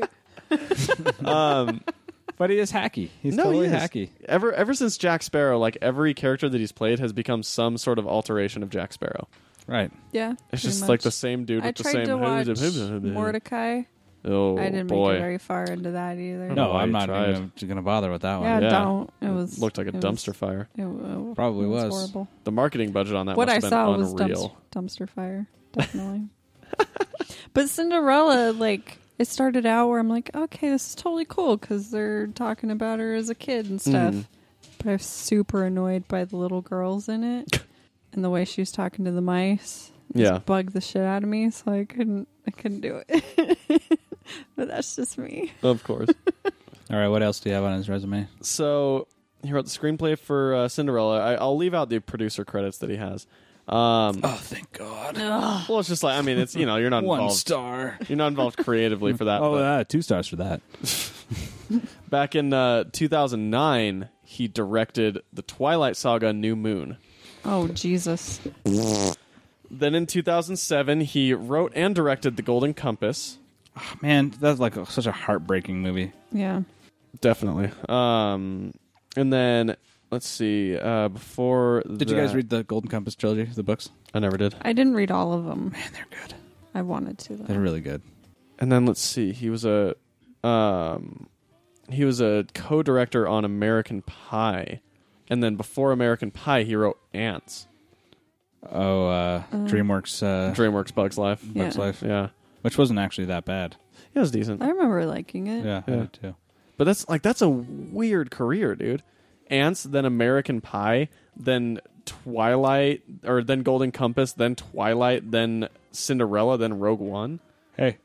Speaker 2: But he is hacky. He's
Speaker 3: No,
Speaker 2: totally
Speaker 3: he is.
Speaker 2: hacky.
Speaker 3: Ever ever since Jack Sparrow, like every character that he's played has become some sort of alteration of Jack Sparrow.
Speaker 2: Right.
Speaker 1: Yeah.
Speaker 3: It's
Speaker 1: pretty
Speaker 3: just
Speaker 1: much.
Speaker 3: like the same dude
Speaker 1: I
Speaker 3: with the
Speaker 1: tried
Speaker 3: same.
Speaker 1: to watch Mordecai.
Speaker 3: oh
Speaker 1: I didn't
Speaker 3: boy,
Speaker 1: make it very far into that either.
Speaker 3: don't know
Speaker 2: No,
Speaker 3: why
Speaker 2: I'm
Speaker 3: you
Speaker 2: not
Speaker 3: tried.
Speaker 2: even gonna bother with that
Speaker 1: Yeah,
Speaker 2: one.
Speaker 3: Oh, Yeah.
Speaker 1: don't. It was
Speaker 3: looked like a
Speaker 1: it was-
Speaker 3: dumpster fire.
Speaker 1: it, w-
Speaker 2: Probably
Speaker 1: it was,
Speaker 2: was.
Speaker 1: horrible.
Speaker 3: The marketing budget on that
Speaker 1: what I
Speaker 3: must have
Speaker 1: saw
Speaker 3: been
Speaker 1: was
Speaker 3: unreal.
Speaker 1: dumpster, dumpster fire, definitely. but Cinderella, like, it started out where I'm like, okay, this is totally cool because they're talking about her as a kid and stuff.
Speaker 3: Mm.
Speaker 1: But I was super annoyed by the little girls in it and the way she was talking to the mice.
Speaker 3: Yeah,
Speaker 1: Bugged the shit out of me, so I couldn't. I couldn't do it. but that's just me.
Speaker 3: of course.
Speaker 2: All right. What else do you have on his resume?
Speaker 3: so he wrote the screenplay for uh, Cinderella. I, I'll leave out the producer credits that he has. Um,
Speaker 2: Oh, thank God.
Speaker 3: Well, it's just like I mean, it's you know, you're not
Speaker 2: One
Speaker 3: involved.
Speaker 2: star.
Speaker 3: You're not involved creatively for that.
Speaker 2: Oh,
Speaker 3: but
Speaker 2: uh, two stars for that.
Speaker 3: Back in uh, 2009, he directed the Twilight Saga: New Moon.
Speaker 1: Oh Jesus!
Speaker 3: Then in 2007, he wrote and directed The Golden Compass.
Speaker 2: Man, that's like such a heartbreaking movie.
Speaker 1: Yeah.
Speaker 3: Definitely. Um, and then let's see. Uh, before
Speaker 2: Did you guys read the Golden Compass trilogy, the books?
Speaker 3: I never did.
Speaker 1: I didn't read all of them.
Speaker 2: Man, they're good.
Speaker 1: I wanted to
Speaker 2: They're
Speaker 1: though.
Speaker 2: really good.
Speaker 3: And then let's see. He was a um, he was a co-director on American Pie. and then before American Pie, he wrote Ants,
Speaker 2: Oh, uh, DreamWorks uh,
Speaker 3: DreamWorks Bugs Life.
Speaker 1: Yeah.
Speaker 2: Bugs Life,
Speaker 3: Yeah,
Speaker 2: which wasn't actually that bad.
Speaker 3: it was decent.
Speaker 1: I remember liking it.
Speaker 2: Yeah, I
Speaker 3: Yeah.
Speaker 2: did too.
Speaker 3: But that's like that's a weird career, dude. Ants, then American Pie, then Twilight, or then Golden Compass, then Twilight, then Cinderella, then Rogue One.
Speaker 2: Hey,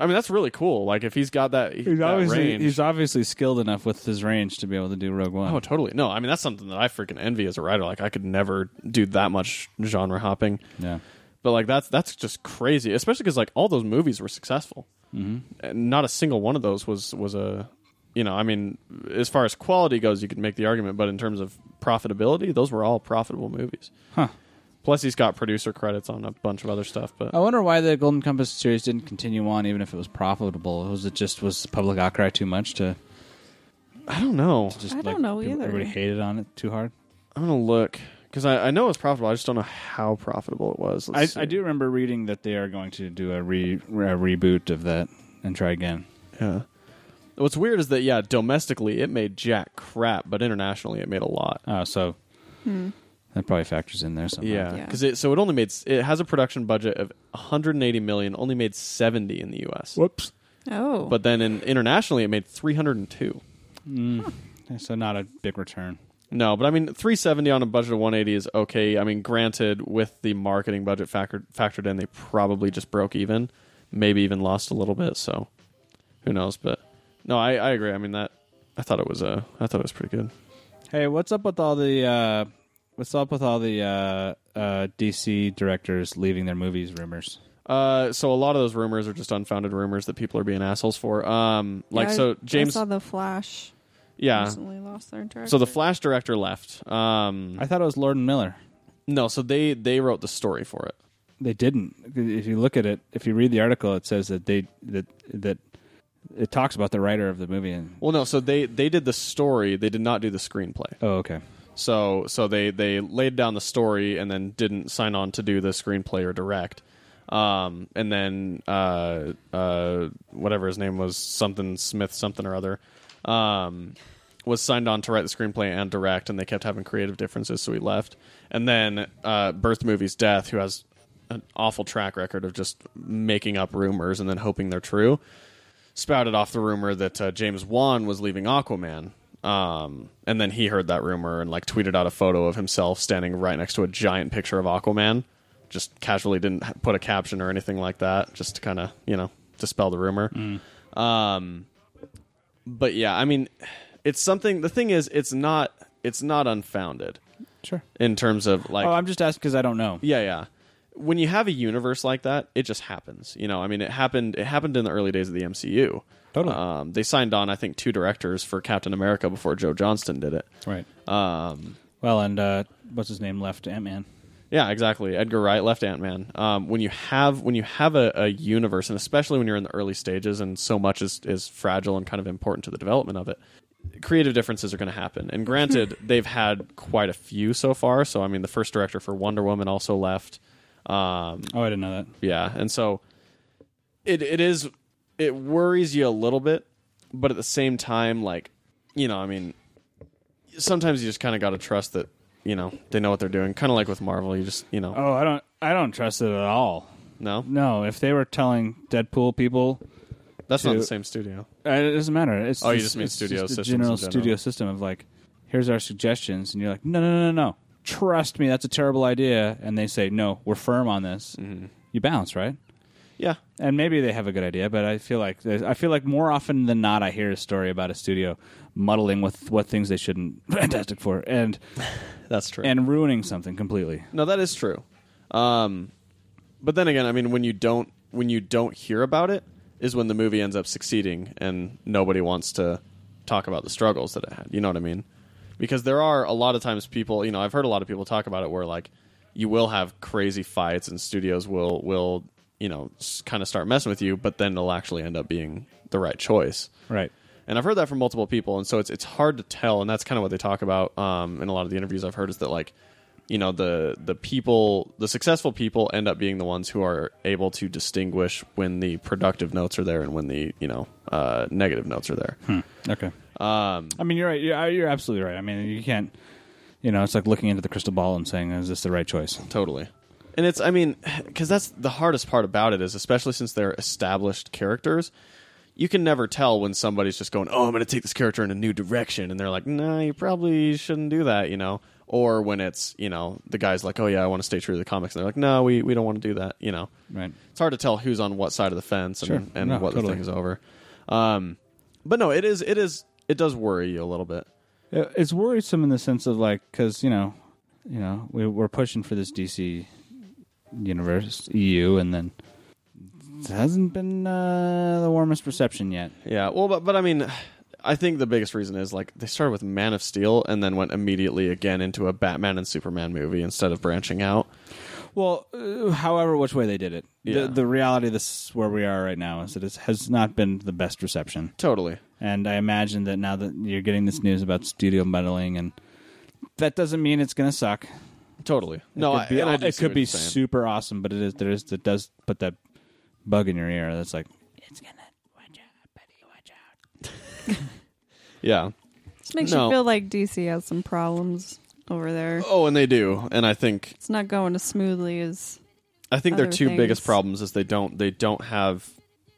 Speaker 3: I mean, that's really cool. Like if he's got that,
Speaker 2: he's
Speaker 3: that
Speaker 2: obviously
Speaker 3: range.
Speaker 2: he's obviously skilled enough with his range to be able to do Rogue One.
Speaker 3: Oh, totally. No, I mean that's something that I freaking envy as a writer. Like I could never do that much genre hopping.
Speaker 2: yeah,
Speaker 3: But like that's that's just crazy, especially because like all those movies were successful. Mm-hmm. And not a single one of those was was a, you know, I mean, as far as quality goes, you could make the argument, but in terms of profitability, those were all profitable movies.
Speaker 2: Huh.
Speaker 3: Plus, he's got producer credits on a bunch of other stuff. But
Speaker 2: I wonder why the Golden Compass series didn't continue on, even if it was profitable. Was it just was public outcry too much to
Speaker 3: I don't know.
Speaker 2: just?
Speaker 1: I
Speaker 2: like,
Speaker 1: don't know
Speaker 2: people-
Speaker 1: either.
Speaker 2: Everybody hated on it too hard.
Speaker 3: I'm gonna look because I, I know it's profitable. I just don't know how profitable it was.
Speaker 2: I,
Speaker 3: Let's
Speaker 2: I
Speaker 3: see.
Speaker 2: do remember reading that they are going to do a re a reboot of that and try again.
Speaker 3: Yeah. What's weird is that yeah, domestically it made jack crap, but internationally it made a lot.
Speaker 2: Oh, so
Speaker 1: Hmm.
Speaker 2: that probably factors in there. Somehow.
Speaker 3: Yeah,
Speaker 1: Yeah.
Speaker 3: because it so it only made s- it has a production budget of 180 million, only made 70 in the U.S.
Speaker 2: Whoops.
Speaker 1: Oh,
Speaker 3: But then in, internationally, it made 302.
Speaker 2: So not a big return.
Speaker 3: No, but I mean 370 on a budget of 180 is okay. I mean, granted, with the marketing budget factored factored in, they probably just broke even, maybe even lost a little bit. So who knows? But no, I, I agree. I mean that I thought it was uh, I thought it was pretty good.
Speaker 2: Hey, what's up with all the uh, what's up with all the uh, uh, DC directors leaving their movies rumors?
Speaker 3: Uh, so a lot of those rumors are just unfounded rumors that people are being assholes for. Um, like
Speaker 1: Yeah, I-
Speaker 3: so James,
Speaker 1: I saw the Flash.
Speaker 3: yeah.
Speaker 1: Recently lost their director.
Speaker 3: So the Flash director left. Um,
Speaker 2: I thought it was Lord and Miller.
Speaker 3: no, so they they wrote the story for it.
Speaker 2: They didn't. If you look at it, if you read the article, it says that they that that it talks about the writer of the movie. And,
Speaker 3: Well, no, so they they did the story. They did not do the screenplay.
Speaker 2: oh, okay.
Speaker 3: So so they they laid down the story and then didn't sign on to do the screenplay or direct. Um, and then uh, uh, whatever his name was, something Smith, something or other, um, was signed on to write the screenplay and direct. And they kept having creative differences, so he left. And then uh, Birth Movies Death, who has an awful track record of just making up rumors and then hoping they're true, spouted off the rumor that uh, James Wan was leaving Aquaman. Um, and then he heard that rumor and like tweeted out a photo of himself standing right next to a giant picture of Aquaman. Just casually didn't ha- put a caption or anything like that, just to kind of you know dispel the rumor.
Speaker 2: Mm.
Speaker 3: Um, but yeah, I mean, it's something. The thing is, it's not it's not unfounded
Speaker 2: Sure.
Speaker 3: in terms of like
Speaker 2: Oh, I'm just asking because I don't know.
Speaker 3: yeah, yeah. When you have a universe like that, it just happens. You know, I mean, it happened. It happened in the early days of the MCU.
Speaker 2: Totally.
Speaker 3: Um, they signed on, I think, two directors for Captain America before Joe Johnston did it.
Speaker 2: Right.
Speaker 3: Um,
Speaker 2: Uh, Well, and uh, what's his name left Ant Man.
Speaker 3: yeah, exactly. Edgar Wright left Ant Man. Um, when you have when you have a, a universe, and especially when you're in the early stages, and so much is is fragile and kind of important to the development of it, creative differences are going to happen. And granted, they've had quite a few so far. So I mean, the first director for Wonder Woman also left. Um,
Speaker 2: Oh, I didn't know that.
Speaker 3: Yeah, and so it it is it worries you a little bit, but at the same time, like you know, I mean, sometimes you just kind of got to trust that you know they know what they're doing. Kind of like with Marvel, you just you know
Speaker 2: Oh, I don't. I don't trust it at all.
Speaker 3: no,
Speaker 2: No, if they were telling Deadpool people,
Speaker 3: that's not
Speaker 2: to-
Speaker 3: the same studio.
Speaker 2: uh, it doesn't matter. It's
Speaker 3: Oh, you
Speaker 2: just,
Speaker 3: just mean
Speaker 2: it's
Speaker 3: studio
Speaker 2: just a
Speaker 3: systems
Speaker 2: general
Speaker 3: in general.
Speaker 2: studio system of like, here's our suggestions, and you're like, no, no, no, no, no. Trust me, that's a terrible idea. And they say, no, we're firm on this.
Speaker 3: Mm-hmm.
Speaker 2: You bounce, right?
Speaker 3: Yeah,
Speaker 2: And maybe they have a good idea, but I feel like there's- I feel like more often than not, I hear a story about a studio muddling with what things they shouldn't fantastic for and
Speaker 3: that's true.
Speaker 2: and ruining something completely.
Speaker 3: No, that is true. Um, but then again, I mean, when you don't when you don't hear about it is when the movie ends up succeeding, and nobody wants to talk about the struggles that it had. You know what I mean? Because there are a lot of times people, you know, I've heard a lot of people talk about it where like you will have crazy fights and studios will will you know kind of start messing with you, but then it'll actually end up being the right choice.
Speaker 2: Right.
Speaker 3: And I've heard that from multiple people, and so it's it's hard to tell, and that's kind of what they talk about um, in a lot of the interviews I've heard is that like, you know, the the people, the successful people, end up being the ones who are able to distinguish when the productive notes are there and when the you know uh, negative notes are there.
Speaker 2: uh, Okay. Um, I mean, you're right. You're, you're absolutely right. I mean, you can't. You know, it's like looking into the crystal ball and saying, "Is this the right choice?"
Speaker 3: Totally. And it's, I mean, because that's the hardest part about it is, especially since they're established characters, you can never tell when somebody's just going, oh, I'm going to take this character in a new direction. And they're like, nah, you probably shouldn't do that, you know? Or when it's, you know, the guy's like, oh, yeah, I want to stay true to the comics. And they're like, no, we, we don't want to do that, you know?
Speaker 2: Right.
Speaker 3: It's hard to tell who's on what side of the fence and,
Speaker 2: Sure.
Speaker 3: and
Speaker 2: No,
Speaker 3: what
Speaker 2: totally.
Speaker 3: the thing is over. Um, but no, it is, it is, it does worry you a little bit.
Speaker 2: Uh, It's worrisome in the sense of like, because you know, you know, we, we're pushing for this DC universe EU, and then it hasn't been uh, the warmest reception yet.
Speaker 3: Yeah. Well, but but I mean, I think the biggest reason is like they started with Man of Steel and then went immediately again into a Batman and Superman movie instead of branching out.
Speaker 2: Well, uh, however, which way they did it,
Speaker 3: Yeah.
Speaker 2: the, the reality of this where we are right now is that it has not been the best reception.
Speaker 3: Totally.
Speaker 2: And I imagine that now that you're getting this news about studio meddling, and that doesn't mean it's going to suck.
Speaker 3: Totally.
Speaker 2: It
Speaker 3: no,
Speaker 2: could
Speaker 3: I,
Speaker 2: be,
Speaker 3: and I do
Speaker 2: it
Speaker 3: see what
Speaker 2: could be
Speaker 3: you're saying.
Speaker 2: super awesome, but it is there is it does put that bug in your ear that's like it's gonna watch out, buddy, watch out.
Speaker 3: yeah.
Speaker 1: Just makes
Speaker 3: No.
Speaker 1: you feel like DC has some problems over there.
Speaker 3: Oh, and they do, and I think
Speaker 1: It's not going as smoothly as
Speaker 3: I think their
Speaker 1: Other
Speaker 3: two biggest
Speaker 1: things.
Speaker 3: problems is they don't they don't have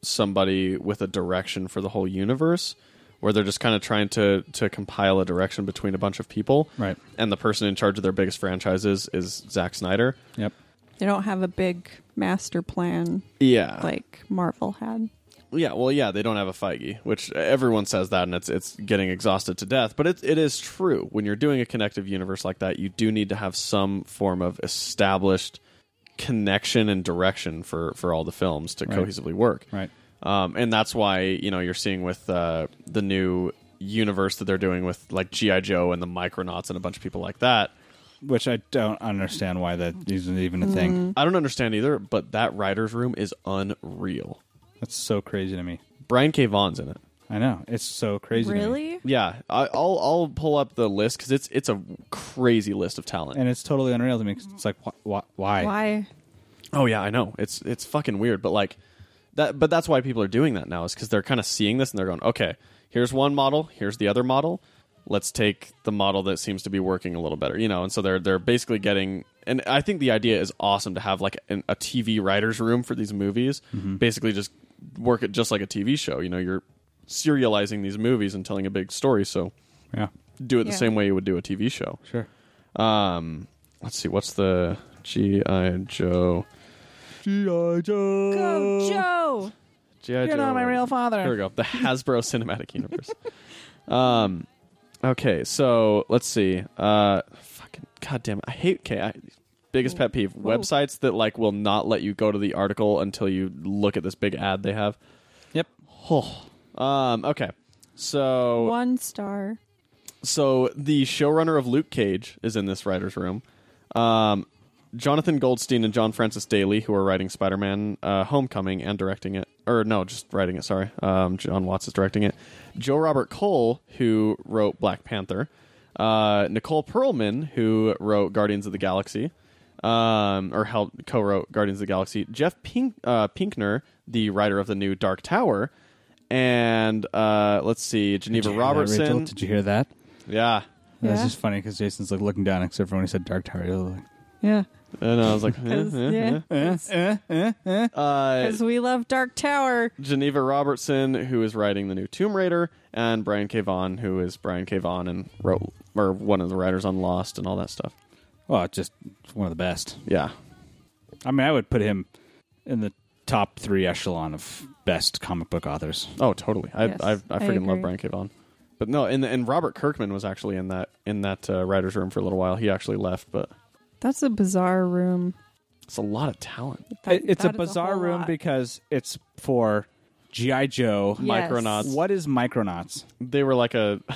Speaker 3: somebody with a direction for the whole universe, where they're just kind of trying to to compile a direction between a bunch of people.
Speaker 2: Right.
Speaker 3: And the person in charge of their biggest franchises is Zack Snyder.
Speaker 2: Yep.
Speaker 1: they don't have a big master plan
Speaker 3: Yeah.
Speaker 1: like Marvel had.
Speaker 3: Yeah, well, yeah, they don't have a Feige, which everyone says that, and it's it's getting exhausted to death. But it it is true when you're doing a connective universe like that, you do need to have some form of established connection and direction for for all the films to
Speaker 2: Right.
Speaker 3: cohesively work.
Speaker 2: Right.
Speaker 3: Um, and that's why you know you're seeing with uh, the new universe that they're doing with like GI Joe and the Micronauts and a bunch of people like that.
Speaker 2: Which I don't understand why that isn't even a
Speaker 1: Mm-hmm.
Speaker 2: thing.
Speaker 3: I don't understand either, but that writers' room is unreal.
Speaker 2: That's so crazy to me.
Speaker 3: Brian K. Vaughn's in it.
Speaker 2: I know it's so crazy. to me.
Speaker 1: Really?
Speaker 3: Yeah, I, I'll I'll pull up the list because it's it's a crazy list of talent.
Speaker 2: and it's totally unreal to me. 'cause it's like wh- wh- why?
Speaker 1: Why?
Speaker 3: oh yeah, I know it's it's fucking weird, but like that. But that's why people are doing that now is because they're kind of seeing this and they're going, okay, here's one model, here's the other model. Let's take the model that seems to be working a little better, you know. And so they're they're basically getting. And I think the idea is awesome to have like an, a TV writers room for these movies. Basically, just work it just like a TV show. You know, you're serializing these movies and telling a big story. So
Speaker 2: Yeah,
Speaker 3: do it the
Speaker 1: Yeah.
Speaker 3: same way you would do a TV show.
Speaker 2: sure.
Speaker 3: Um, let's see. What's the GI Joe? GI Joe.
Speaker 1: Go, Joe!
Speaker 3: GI Joe.
Speaker 2: You're not my real father.
Speaker 3: Here we go. The Hasbro Cinematic Universe. um, okay. So let's see. Uh, fucking goddamn. it. I hate. Okay. I, biggest pet peeve: websites that like will not let you go to the article until you look at this big ad they have.
Speaker 2: Yep.
Speaker 3: Oh. Um. Okay. So
Speaker 1: One star.
Speaker 3: so the showrunner of Luke Cage is in this writers' room. Um, Jonathan Goldstein and John Francis Daly, who are writing Spider-Man: uh, Homecoming and directing it, or no, just writing it. Sorry, um, John Watts is directing it. Joe Robert Cole, who wrote Black Panther. Uh, Nicole Perlman, who wrote Guardians of the Galaxy, um, or helped co-wrote Guardians of the Galaxy. Jeff Pink, uh, Pinkner, the writer of the new Dark Tower, and uh, let's see, Geneva Robertson.
Speaker 2: Rachel, did you hear that?
Speaker 3: Yeah.
Speaker 2: That's
Speaker 1: Yeah.
Speaker 2: just funny because Jason's like looking down, except for when he said Dark Tower. he was like,
Speaker 1: Yeah.
Speaker 3: And I was like, eh,
Speaker 1: Because
Speaker 3: eh, eh. Uh,
Speaker 1: we love Dark Tower.
Speaker 3: Geneva Robertson, who is writing the new Tomb Raider, and Brian K. Vaughan, who is Brian K. Vaughan and wrote or one of the writers on Lost and all that stuff.
Speaker 2: "Well, just one of the best."
Speaker 3: Yeah.
Speaker 2: I mean, I would put him in the top three echelon of best comic book authors.
Speaker 3: Oh, totally. I
Speaker 1: Yes,
Speaker 3: I, I
Speaker 1: I
Speaker 3: freaking love
Speaker 1: agree.
Speaker 3: Brian K. Vaughan. But no, and and Robert Kirkman was actually in that in that uh, writers room for a little while. He actually left, but
Speaker 1: That's a bizarre room.
Speaker 3: it's a lot of talent.
Speaker 1: That-
Speaker 2: it's a
Speaker 1: that is
Speaker 2: bizarre
Speaker 1: whole
Speaker 2: room
Speaker 1: lot.
Speaker 2: because it's for GI Joe.
Speaker 1: Yeah. Yes.
Speaker 3: Micronauts.
Speaker 2: What is Micronauts?
Speaker 3: They were like a.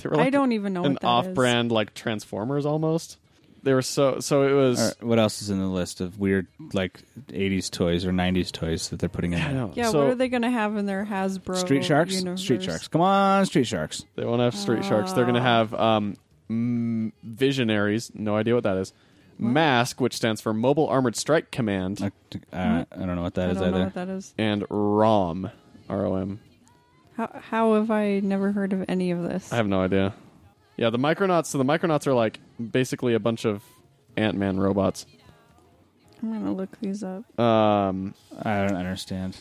Speaker 3: They were like
Speaker 1: I don't even know
Speaker 3: an
Speaker 1: what that is.
Speaker 3: off-brand like Transformers almost. They were so so it was.
Speaker 2: All right, what else is in the list of weird like '80s toys or '90s toys that they're putting in?
Speaker 3: I
Speaker 2: there?
Speaker 3: know.
Speaker 1: Yeah,
Speaker 3: So-
Speaker 1: what are they going to have in their Hasbro?
Speaker 2: Street Sharks.
Speaker 1: universe?
Speaker 2: Street Sharks. Come on, Street Sharks.
Speaker 3: They won't have street sharks. They're going to have um, m- visionaries. No idea what that is. Mask, which stands for Mobile Armored Strike Command,
Speaker 2: Uh, I don't know what that
Speaker 1: I
Speaker 2: is
Speaker 1: don't know
Speaker 2: either.
Speaker 1: what that is.
Speaker 3: and ROM. R O M.
Speaker 1: How, how have I never heard of any of this?
Speaker 3: I have no idea. Yeah, the Micronauts. So the Micronauts are like basically a bunch of Ant Man robots.
Speaker 1: I'm gonna look these up.
Speaker 3: Um,
Speaker 2: I don't understand.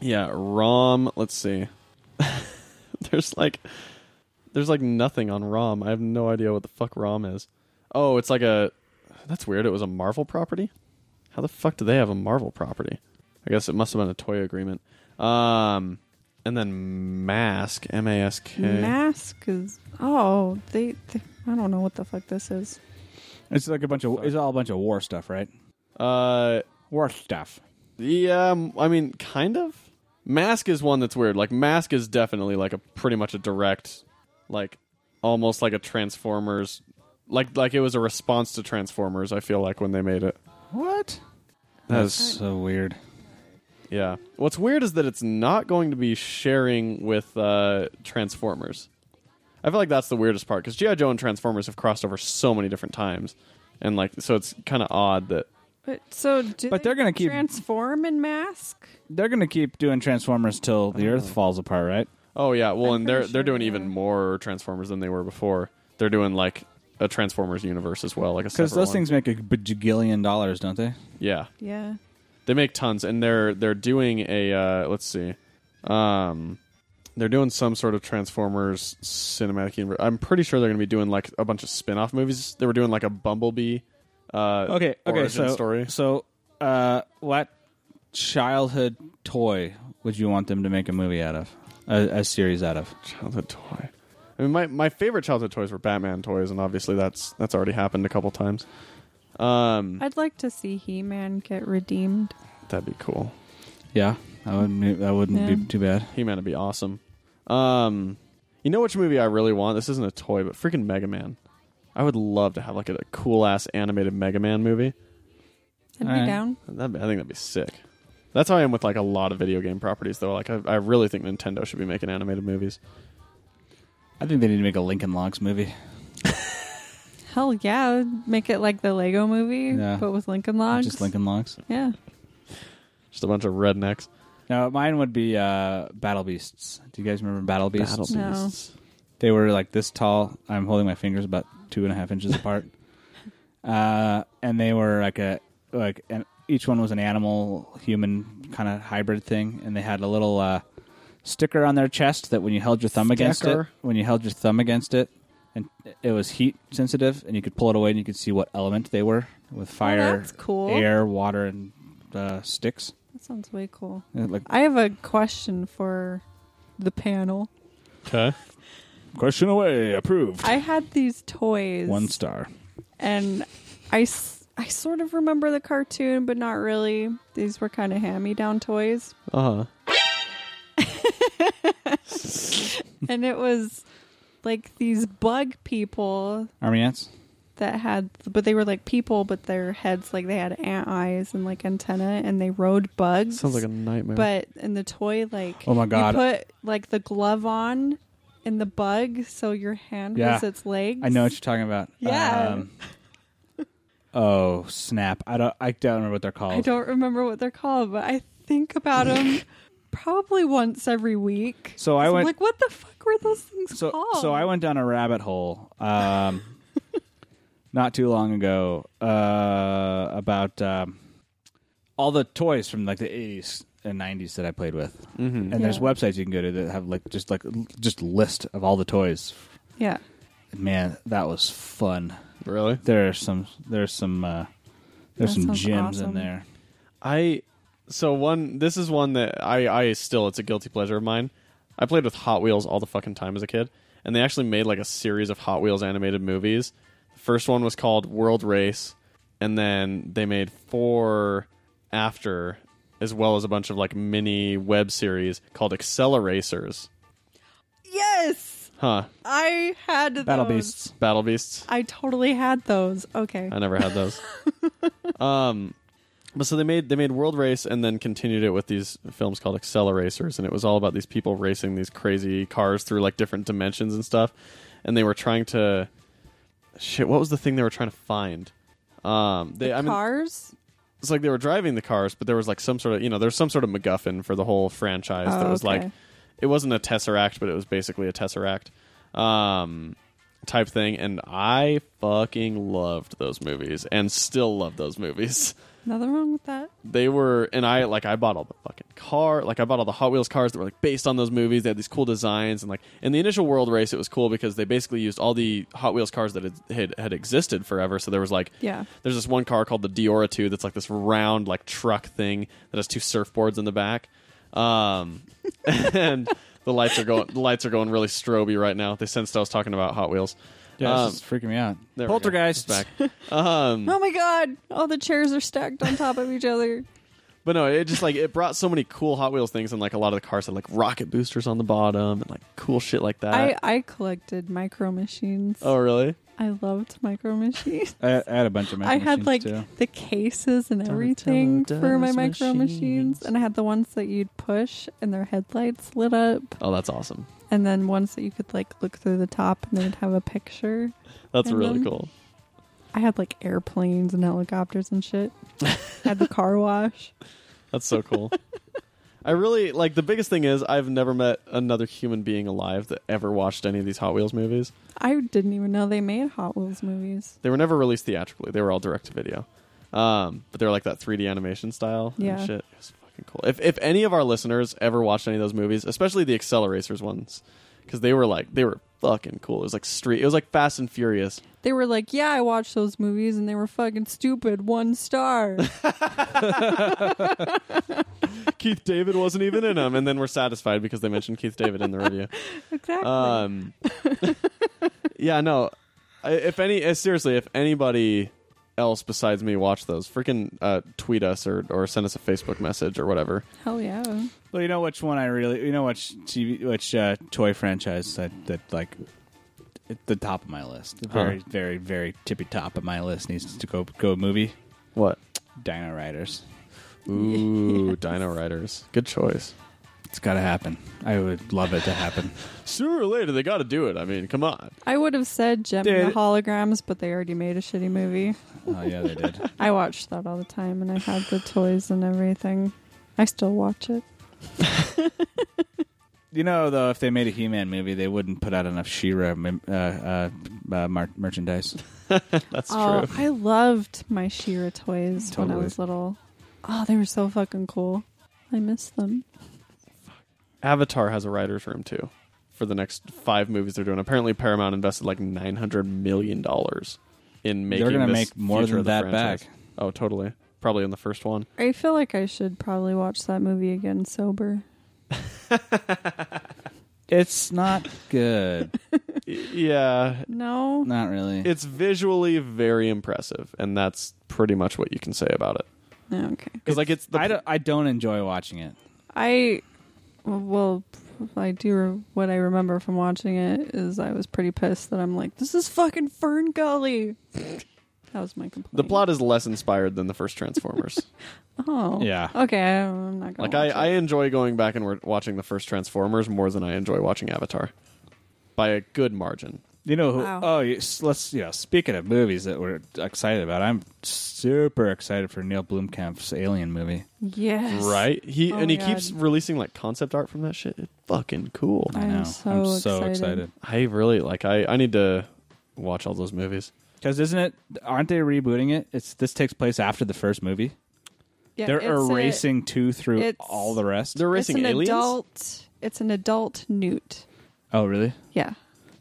Speaker 3: yeah, ROM. Let's see. there's like, there's like nothing on ROM. I have no idea what the fuck ROM is. Oh, it's like a. That's weird. It was a Marvel property. How the fuck do they have a Marvel property? I guess it must have been a toy agreement. Um, and then Mask, M A S K.
Speaker 1: Mask is oh they, they I don't know what the fuck this is.
Speaker 2: It's like a bunch of it's all a bunch of war stuff, right?
Speaker 3: Uh.
Speaker 2: War stuff.
Speaker 3: Yeah, um, I mean, kind of. Mask is one that's weird. Like Mask is definitely like a pretty much a direct, like almost like a Transformers, like like it was a response to Transformers. I feel like when they made it.
Speaker 2: What?
Speaker 3: That's-
Speaker 2: That's so weird.
Speaker 3: Yeah. What's weird is that it's not going to be sharing with uh, Transformers. I feel like that's the weirdest part because GI Joe and Transformers have crossed over so many different times, and like so it's kind of odd that
Speaker 1: But so do
Speaker 2: But
Speaker 1: they
Speaker 2: they're gonna keep-
Speaker 1: transform in mask.
Speaker 2: They're gonna keep doing Transformers till the Earth falls apart, right?
Speaker 3: Oh yeah, well,
Speaker 1: I'm
Speaker 3: and they're
Speaker 1: pretty
Speaker 3: they're
Speaker 1: sure,
Speaker 3: doing
Speaker 1: yeah.
Speaker 3: even more Transformers than they were before. They're doing like a Transformers universe as well, like a
Speaker 2: Because
Speaker 3: separate
Speaker 2: those
Speaker 3: one.
Speaker 2: things make a bajillion dollars, don't they?
Speaker 3: Yeah,
Speaker 1: Yeah.
Speaker 3: they make tons, and they're they're doing a uh, let's see, um, they're doing some sort of Transformers cinematic universe. I'm pretty sure they're going to be doing like a bunch of spin off movies. They were doing like a Bumblebee. Uh,
Speaker 2: Okay. Okay.
Speaker 3: origin
Speaker 2: so
Speaker 3: story.
Speaker 2: so uh, what childhood toy would you want them to make a movie out of? A, a series out of?
Speaker 3: childhood toy. I mean, my, my favorite childhood toys were Batman toys, and obviously that's that's already happened a couple times. Um,
Speaker 1: I'd like to see He Man get redeemed.
Speaker 3: that'd be cool.
Speaker 2: Yeah, I wouldn't. That wouldn't
Speaker 1: Yeah.
Speaker 2: be too bad.
Speaker 3: He Man would be awesome. Um, you know which movie I really want? This isn't a toy, but freaking Mega Man. I would love to have like a, cool ass animated Mega Man movie.
Speaker 1: I'd be
Speaker 2: Alright.
Speaker 1: down.
Speaker 3: That'd be, I think that'd be sick. That's how I am with like a lot of video game properties, though. Like I, I really think Nintendo should be making animated movies.
Speaker 2: I think they need to make a Lincoln Logs movie.
Speaker 1: Hell yeah. Make it like the Lego movie,
Speaker 2: Yeah.
Speaker 1: but with Lincoln Logs.
Speaker 2: Just Lincoln Logs.
Speaker 1: Yeah. Oh,
Speaker 3: Just a bunch of rednecks.
Speaker 2: No, mine would be uh, Battle Beasts. Do you guys remember Battle Beasts?
Speaker 3: Battle
Speaker 1: No.
Speaker 3: beasts.
Speaker 2: They were like this tall. I'm holding my fingers about two and a half inches apart. uh, and they were like a like an, each one was an animal human kind of hybrid thing, and they had a little uh, sticker on their chest that when you held your thumb against it,
Speaker 3: Sticker?
Speaker 2: when you held your thumb against it, and it was heat sensitive, and you could pull it away and you could see what element they were with
Speaker 1: Oh,
Speaker 2: fire,
Speaker 1: that's cool.
Speaker 2: air, water, and uh, sticks.
Speaker 1: That sounds way cool.
Speaker 2: And, Like
Speaker 1: I have a question for the panel.
Speaker 3: Okay.
Speaker 2: question away, approved.
Speaker 1: I had these toys.
Speaker 2: One star.
Speaker 1: and I, s- I sort of remember the cartoon, but not really. These were kind of hand me down toys.
Speaker 3: Uh huh.
Speaker 1: and it was like these bug people
Speaker 2: Army ants.
Speaker 1: that had, but they were like people, but their heads, like they had ant eyes and like antenna, and they rode bugs.
Speaker 3: Sounds like a nightmare.
Speaker 1: But in the toy, like,
Speaker 2: Oh my
Speaker 1: You
Speaker 2: God.
Speaker 1: put like the glove on in the bug, so your hand
Speaker 2: Yeah.
Speaker 1: was its legs.
Speaker 2: I know what you're talking about. Um,
Speaker 1: Yeah.
Speaker 2: oh snap! I don't. I don't remember what they're called.
Speaker 1: I don't remember what they're called, but I think about them probably once every week.
Speaker 2: So I
Speaker 1: I'm
Speaker 2: went-
Speaker 1: like, what the fuck were those things
Speaker 2: So
Speaker 1: called?
Speaker 2: so I went down a rabbit hole. Um, not too long ago, uh, about um, all the toys from like the 80s and 90s that I played with, mm-hmm. and there's
Speaker 1: Yeah.
Speaker 2: websites you can go to that have like just like l- just list of all the toys.
Speaker 1: Yeah.
Speaker 2: Man, that was fun.
Speaker 3: really,
Speaker 2: There are some. There's some. Uh, there's
Speaker 1: That
Speaker 2: some
Speaker 1: sounds
Speaker 2: gems in
Speaker 1: awesome.
Speaker 2: there.
Speaker 3: I so one this is one that I I still it's a guilty pleasure of mine. I played with Hot Wheels all the fucking time as a kid, and they actually made like a series of Hot Wheels animated movies. The first one was called World Race, and then they made four after as well as a bunch of like mini web series called Acceleracers.
Speaker 1: Yes,
Speaker 3: Huh.
Speaker 1: I had
Speaker 2: Battle
Speaker 1: those.
Speaker 2: Beasts.
Speaker 3: Battle Beasts.
Speaker 1: I totally had those. Okay.
Speaker 3: I never had those. um, but so they made they made World Race and then continued it with these films called Acceleracers, and it was all about these people racing these crazy cars through like different dimensions and stuff. And they were trying to shit. What was the thing they were trying to find? Um, they I mean
Speaker 1: Cars.
Speaker 3: it's like they were driving the cars, but there was like some sort of you know there's some sort of MacGuffin for the whole franchise
Speaker 1: Oh,
Speaker 3: that was
Speaker 1: okay.
Speaker 3: like it wasn't a tesseract, but it was basically a tesseract. Um, type thing, and I fucking loved those movies and still love those movies.
Speaker 1: Nothing wrong with that.
Speaker 3: They were, and I like I bought all the fucking car, like I bought all the Hot Wheels cars that were like based on those movies. They had these cool designs, and like in the initial World Race, it was cool because they basically used all the Hot Wheels cars that had had, had existed forever. So there was like
Speaker 1: Yeah.
Speaker 3: there's this one car called the Diora 2 that's like this round like truck thing that has two surfboards in the back. Um, and the lights are going the lights are going really stroby right now. They sensed I was talking about Hot Wheels.
Speaker 2: Yeah,
Speaker 3: Um,
Speaker 2: this is freaking me out.
Speaker 3: there we go.
Speaker 2: Poltergeist
Speaker 3: It's back.
Speaker 1: oh my god! All the chairs are stacked on top of each other.
Speaker 3: But no, it just like it brought so many cool Hot Wheels things and like a lot of the cars had like rocket boosters on the bottom and like cool shit like that.
Speaker 1: I I collected micro machines.
Speaker 3: Uh, oh really?
Speaker 1: I loved micro machines.
Speaker 2: I, I had a bunch of.
Speaker 1: I
Speaker 2: Micro
Speaker 1: had
Speaker 2: Machines,
Speaker 1: like
Speaker 2: too.
Speaker 1: the cases and everything
Speaker 3: Donatello
Speaker 1: for my
Speaker 3: does
Speaker 1: micro
Speaker 3: machines.
Speaker 1: machines, and I had the ones that you'd push and their headlights lit up,
Speaker 3: Oh, that's awesome.
Speaker 1: and then ones that you could like look through the top and they'd have a picture.
Speaker 3: That's
Speaker 1: And
Speaker 3: really
Speaker 1: then-
Speaker 3: cool.
Speaker 1: I had like airplanes and helicopters and shit. I had the car wash.
Speaker 3: That's so cool. I really like the biggest thing is I've never met another human being alive that ever watched any of these Hot Wheels movies.
Speaker 1: I didn't even know they made Hot Wheels movies.
Speaker 3: They were never released theatrically. They were all direct to video. Um, but they're like that 3D animation style and
Speaker 1: Yeah.
Speaker 3: shit. It was fucking cool. If if any of our listeners ever watched any of those movies, especially the Acceleracers ones, because they were like they were fucking cool. It was like street. It was like Fast and Furious.
Speaker 1: They were like, "Yeah, I watched those movies, and they were fucking stupid." One star.
Speaker 3: Keith David wasn't even in them, and then we're satisfied because they mentioned Keith David in the review.
Speaker 1: exactly.
Speaker 3: Um, yeah, no. I- If any, uh, seriously, if anybody else besides me watched those, freaking uh, tweet us or or send us a Facebook message or whatever.
Speaker 1: Hell yeah.
Speaker 2: Well, you know which one I really, you know which TV, which uh, toy franchise that that like at the top of my list, the very,
Speaker 3: Huh.
Speaker 2: very, very tippy top of my list needs to go go movie.
Speaker 3: What?
Speaker 2: Dino Riders.
Speaker 3: Ooh, Dino Riders. Good choice.
Speaker 2: It's got to happen. I would love it to happen.
Speaker 3: Sooner or later, they got to do it. I mean, come on.
Speaker 1: I would have said Gem and
Speaker 2: Dude.
Speaker 1: the Holograms, but they already made a shitty movie.
Speaker 2: oh yeah, they did.
Speaker 1: I watched that all the time, and I had the toys and everything. I still watch it.
Speaker 2: You know, though, if they made a He-Man movie, they wouldn't put out enough She-Ra mem- uh, uh, uh, mar- merchandise.
Speaker 3: That's
Speaker 2: Um,
Speaker 1: Oh,
Speaker 3: true.
Speaker 1: I loved my Shira toys when
Speaker 2: Totally.
Speaker 1: I was little. Oh, they were so fucking cool. I miss them.
Speaker 3: Avatar has a writers' room too. For the next five movies they're doing, apparently Paramount invested like nine hundred million dollars in making.
Speaker 2: They're gonna
Speaker 3: this
Speaker 2: make more
Speaker 3: future
Speaker 2: than
Speaker 3: of the
Speaker 2: that
Speaker 3: franchise.
Speaker 2: back.
Speaker 3: Oh, totally. Probably in the first one.
Speaker 1: I feel like I should probably watch that movie again sober.
Speaker 2: It's not good.
Speaker 3: Y- yeah,
Speaker 1: No,
Speaker 2: not really.
Speaker 3: it's visually very impressive, and that's pretty much what you can say about it.
Speaker 1: No, okay.
Speaker 3: Because like it's the
Speaker 2: I don't. I don't enjoy watching it.
Speaker 1: I well, I do. Re- what I remember from watching it is I was pretty pissed that I'm like, this is fucking Fern Gully. that was my complaint.
Speaker 3: the plot is less inspired than the first Transformers.
Speaker 1: Oh,
Speaker 2: Yeah.
Speaker 1: Okay, I- I'm not gonna.
Speaker 3: like I,
Speaker 1: watch
Speaker 3: I
Speaker 1: it.
Speaker 3: enjoy going back and wa- watching the first Transformers more than I enjoy watching Avatar, by a good margin.
Speaker 2: You know, who,
Speaker 1: Wow.
Speaker 2: oh, yes, let's, you know, speaking of movies that we're excited about, I'm super excited for Neil Blomkamp's Alien movie.
Speaker 1: yes,
Speaker 3: Right? He
Speaker 1: Oh
Speaker 3: and
Speaker 1: my
Speaker 3: he keeps
Speaker 1: God.
Speaker 3: releasing like concept art from that shit. It's fucking cool.
Speaker 1: I am so
Speaker 2: I'm so
Speaker 1: excited.
Speaker 2: excited.
Speaker 3: I really like. I I need to watch all those movies.
Speaker 2: Because isn't it, aren't they rebooting it? It's This takes place after the first movie.
Speaker 1: Yeah,
Speaker 2: They're
Speaker 1: it's
Speaker 2: erasing two through
Speaker 1: it's-
Speaker 2: all the rest.
Speaker 3: They're
Speaker 1: A,
Speaker 3: racing
Speaker 1: it's an
Speaker 3: aliens.
Speaker 1: adult. It's an adult newt.
Speaker 2: Oh, really?
Speaker 1: Yeah.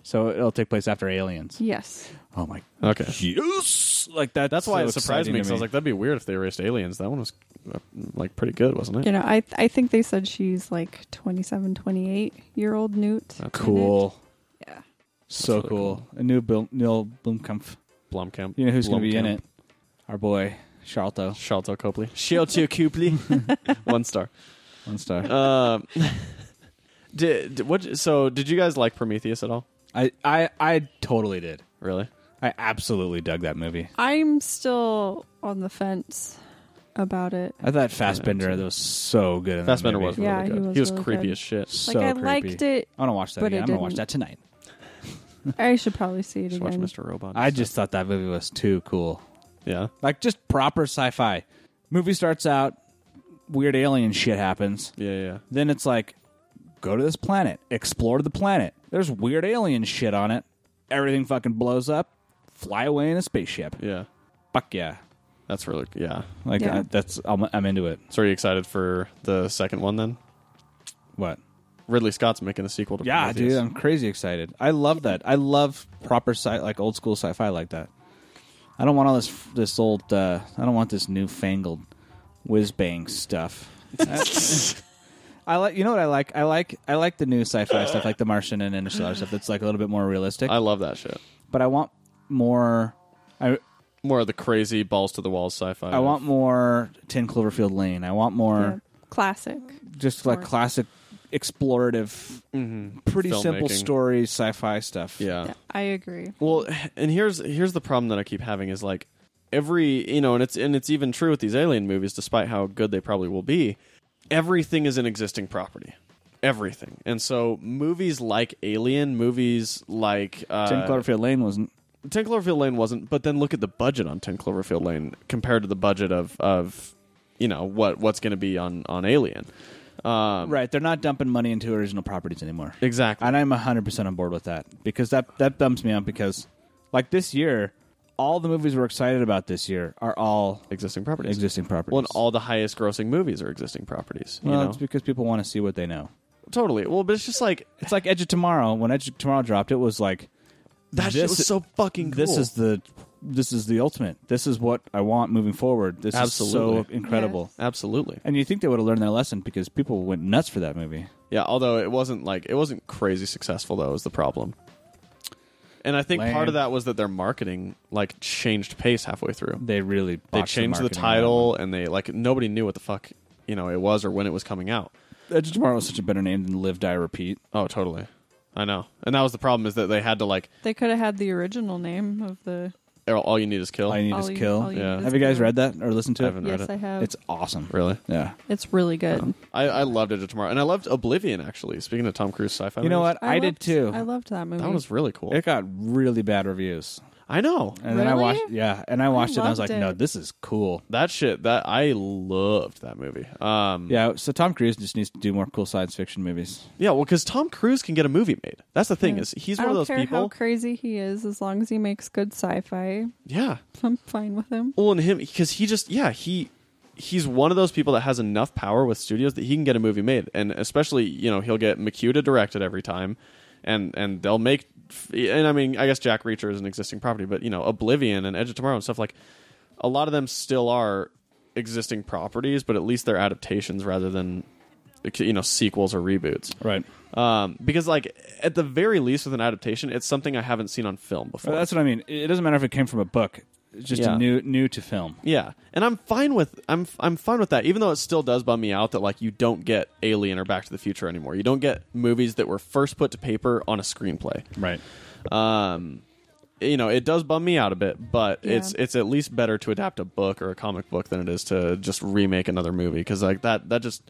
Speaker 2: So it'll take place after Aliens.
Speaker 1: Yes.
Speaker 2: Oh, my.
Speaker 3: Okay.
Speaker 2: Yes! Like that.
Speaker 3: That's why
Speaker 2: so
Speaker 3: it surprised
Speaker 2: exciting
Speaker 3: me
Speaker 2: to
Speaker 3: because I was like, that'd be weird if they erased aliens. That one was uh, like pretty good, wasn't it?
Speaker 1: You know, I I think they said she's like 27, 28 year old newt. in it.
Speaker 2: cool.
Speaker 1: Yeah.
Speaker 2: So
Speaker 3: really
Speaker 2: cool. A new Bill, Neil Blomkamp.
Speaker 3: Blomkamp.
Speaker 2: You know who's going to be in
Speaker 3: Blomkamp.
Speaker 2: it? Our boy, Charlto.
Speaker 3: Shalto Copley. Shalto Copley. One star.
Speaker 2: One star.
Speaker 3: Um, did, did- what? So did you guys like Prometheus at all?
Speaker 2: I, I, I totally did.
Speaker 3: Really?
Speaker 2: I absolutely dug that movie.
Speaker 1: I'm still on the fence about it.
Speaker 2: I thought Fassbender that was so good. In
Speaker 3: Fassbender
Speaker 2: that
Speaker 3: was
Speaker 2: movie.
Speaker 3: really
Speaker 1: Yeah, he
Speaker 3: good.
Speaker 1: was really
Speaker 3: creepy
Speaker 1: good.
Speaker 3: as shit.
Speaker 2: so
Speaker 1: Like I
Speaker 2: creepy.
Speaker 1: liked it.
Speaker 2: I want to watch that
Speaker 1: but
Speaker 2: again.
Speaker 1: it
Speaker 2: I'm gonna watch
Speaker 1: didn't.
Speaker 2: that tonight.
Speaker 1: I should probably see it
Speaker 3: Just watch
Speaker 1: again.
Speaker 3: Mr. Robot.
Speaker 2: I just thought that movie was too cool.
Speaker 3: yeah.
Speaker 2: Like just proper sci-fi. Movie starts out, weird alien shit happens.
Speaker 3: Yeah, yeah.
Speaker 2: Then it's like, go to this planet, explore the planet. There's weird alien shit on it. everything fucking blows up, fly away in a spaceship.
Speaker 3: Yeah,
Speaker 2: Fuck yeah.
Speaker 3: that's really yeah.
Speaker 2: Like
Speaker 1: Yeah.
Speaker 2: I, that's I'm, I'm into it.
Speaker 3: So are you excited for the second one then?
Speaker 2: What?
Speaker 3: Ridley Scott's making a sequel to
Speaker 2: Yeah,
Speaker 3: Prometheus.
Speaker 2: dude, I'm crazy excited. I love that. I love proper sci like old school sci-fi like that. I don't want all this this old. Uh, I don't want this newfangled whiz bang stuff. I like. You know what I like? I like. I like the new sci-fi stuff, like the Martian and Interstellar stuff. That's like a little bit more realistic.
Speaker 3: I love that shit.
Speaker 2: but I want more. I
Speaker 3: More of the crazy balls to the walls sci-fi.
Speaker 2: I want more Ten Cloverfield Lane. I want more.
Speaker 1: Yeah. Classic.
Speaker 2: just like
Speaker 1: Or-
Speaker 2: classic explorative pretty simple
Speaker 3: Mm-hmm. Filmmaking.
Speaker 2: story sci-fi stuff
Speaker 3: Yeah.
Speaker 1: Yeah, I agree.
Speaker 3: Well, and here's here's the problem that I keep having is like every you know, and it's and it's even true with these alien movies, despite how good they probably will be. Everything is an existing property. Everything, and so movies like Alien, movies like uh,
Speaker 2: tim cloverfield lane wasn't
Speaker 3: 10 Cloverfield Lane wasn't, but then look at the budget on 10 Cloverfield Lane compared to the budget of of you know what what's going to be on on Alien. Um,
Speaker 2: right they're not dumping money into original properties anymore
Speaker 3: Exactly.
Speaker 2: and i'm 100% on board with that because that that bumps me up because like this year all the movies we're excited about this year are all
Speaker 3: existing properties.
Speaker 2: existing properties
Speaker 3: well, and all the highest grossing movies are existing properties. You
Speaker 2: Well,
Speaker 3: know,
Speaker 2: it's because people want to see what they know
Speaker 3: totally. Well, but it's just like
Speaker 2: it's like edge of tomorrow when edge of tomorrow dropped it was like
Speaker 3: that shit
Speaker 2: This-
Speaker 3: was so fucking. Cool.
Speaker 2: this is the this is the ultimate this is what i want moving forward this is so
Speaker 3: Absolutely.
Speaker 2: incredible
Speaker 1: Yes.
Speaker 3: absolutely
Speaker 2: And you think they would have learned their lesson because people went nuts for that movie.
Speaker 3: yeah. Although it wasn't like it wasn't crazy successful though is the problem. And I think part
Speaker 2: Lame.
Speaker 3: of that was that their marketing like changed pace halfway through.
Speaker 2: They really
Speaker 3: They
Speaker 2: botched
Speaker 3: changed the,
Speaker 2: marketing on
Speaker 3: title and they like nobody knew what the fuck you know it was or when it was coming out.
Speaker 2: that one. Edge of Uh, Tomorrow was such a better name than Live Die Repeat.
Speaker 3: Oh, totally. I know. And that was the problem is that they had to like "Oh,
Speaker 1: They could have had the original name of the.
Speaker 3: all you need is kill.
Speaker 2: All you need
Speaker 1: All
Speaker 2: is
Speaker 1: Oh, You-
Speaker 2: kill.
Speaker 1: All You
Speaker 3: Yeah. Need Is
Speaker 2: Have you guys read that or listened to
Speaker 3: I
Speaker 2: it?
Speaker 3: haven't read
Speaker 1: Yes,
Speaker 3: it.
Speaker 1: I have.
Speaker 2: It's awesome.
Speaker 3: Really?
Speaker 2: Yeah.
Speaker 1: It's really good.
Speaker 3: I, I loved Edge of Tomorrow, and I loved Oblivion actually. Speaking of Tom Cruise sci-fi,
Speaker 2: You know
Speaker 3: movies,
Speaker 2: what? I, did
Speaker 1: loved-
Speaker 2: too.
Speaker 1: I loved that movie.
Speaker 3: That was really cool.
Speaker 2: it got really bad reviews,
Speaker 3: I know
Speaker 2: and then I
Speaker 1: Really?
Speaker 2: watched. Yeah, and I watched it. and I was like,
Speaker 1: loved
Speaker 2: no,
Speaker 1: it.
Speaker 2: this is cool.
Speaker 3: that shit. That I loved that movie. Um,
Speaker 2: Yeah. So Tom Cruise just needs to do more cool science fiction movies.
Speaker 3: Yeah, well, because Tom Cruise can get a movie made. That's the thing is he's
Speaker 1: I
Speaker 3: one of
Speaker 1: don't
Speaker 3: those
Speaker 1: care how
Speaker 3: people.
Speaker 1: crazy he is, as long as he makes good sci-fi,
Speaker 3: yeah.
Speaker 1: I'm fine with him.
Speaker 3: Well, and him because he just yeah he he's one of those people that has enough power with studios that he can get a movie made, and especially you know he'll get McHugh to direct it every time, and and they'll make and I mean I guess Jack Reacher is an existing property, but you know Oblivion and Edge of Tomorrow and stuff like a lot of them still are existing properties, but at least they're adaptations rather than you know sequels or reboots.
Speaker 2: Right.
Speaker 3: um, because like at the very least with an adaptation it's something i haven't seen on film before
Speaker 2: But that's what I mean. It doesn't matter if it came from a book. It's just
Speaker 3: Yeah.
Speaker 2: a new new to film.
Speaker 3: yeah and i'm fine with i'm i'm fine with that even though it still does bum me out that like you don't get alien or back to the future anymore you don't get movies that were first put to paper on a screenplay
Speaker 2: Right.
Speaker 3: um you know it does bum me out a bit but
Speaker 1: Yeah.
Speaker 3: it's it's at least better to adapt a book or a comic book than it is to just remake another movie because like that that just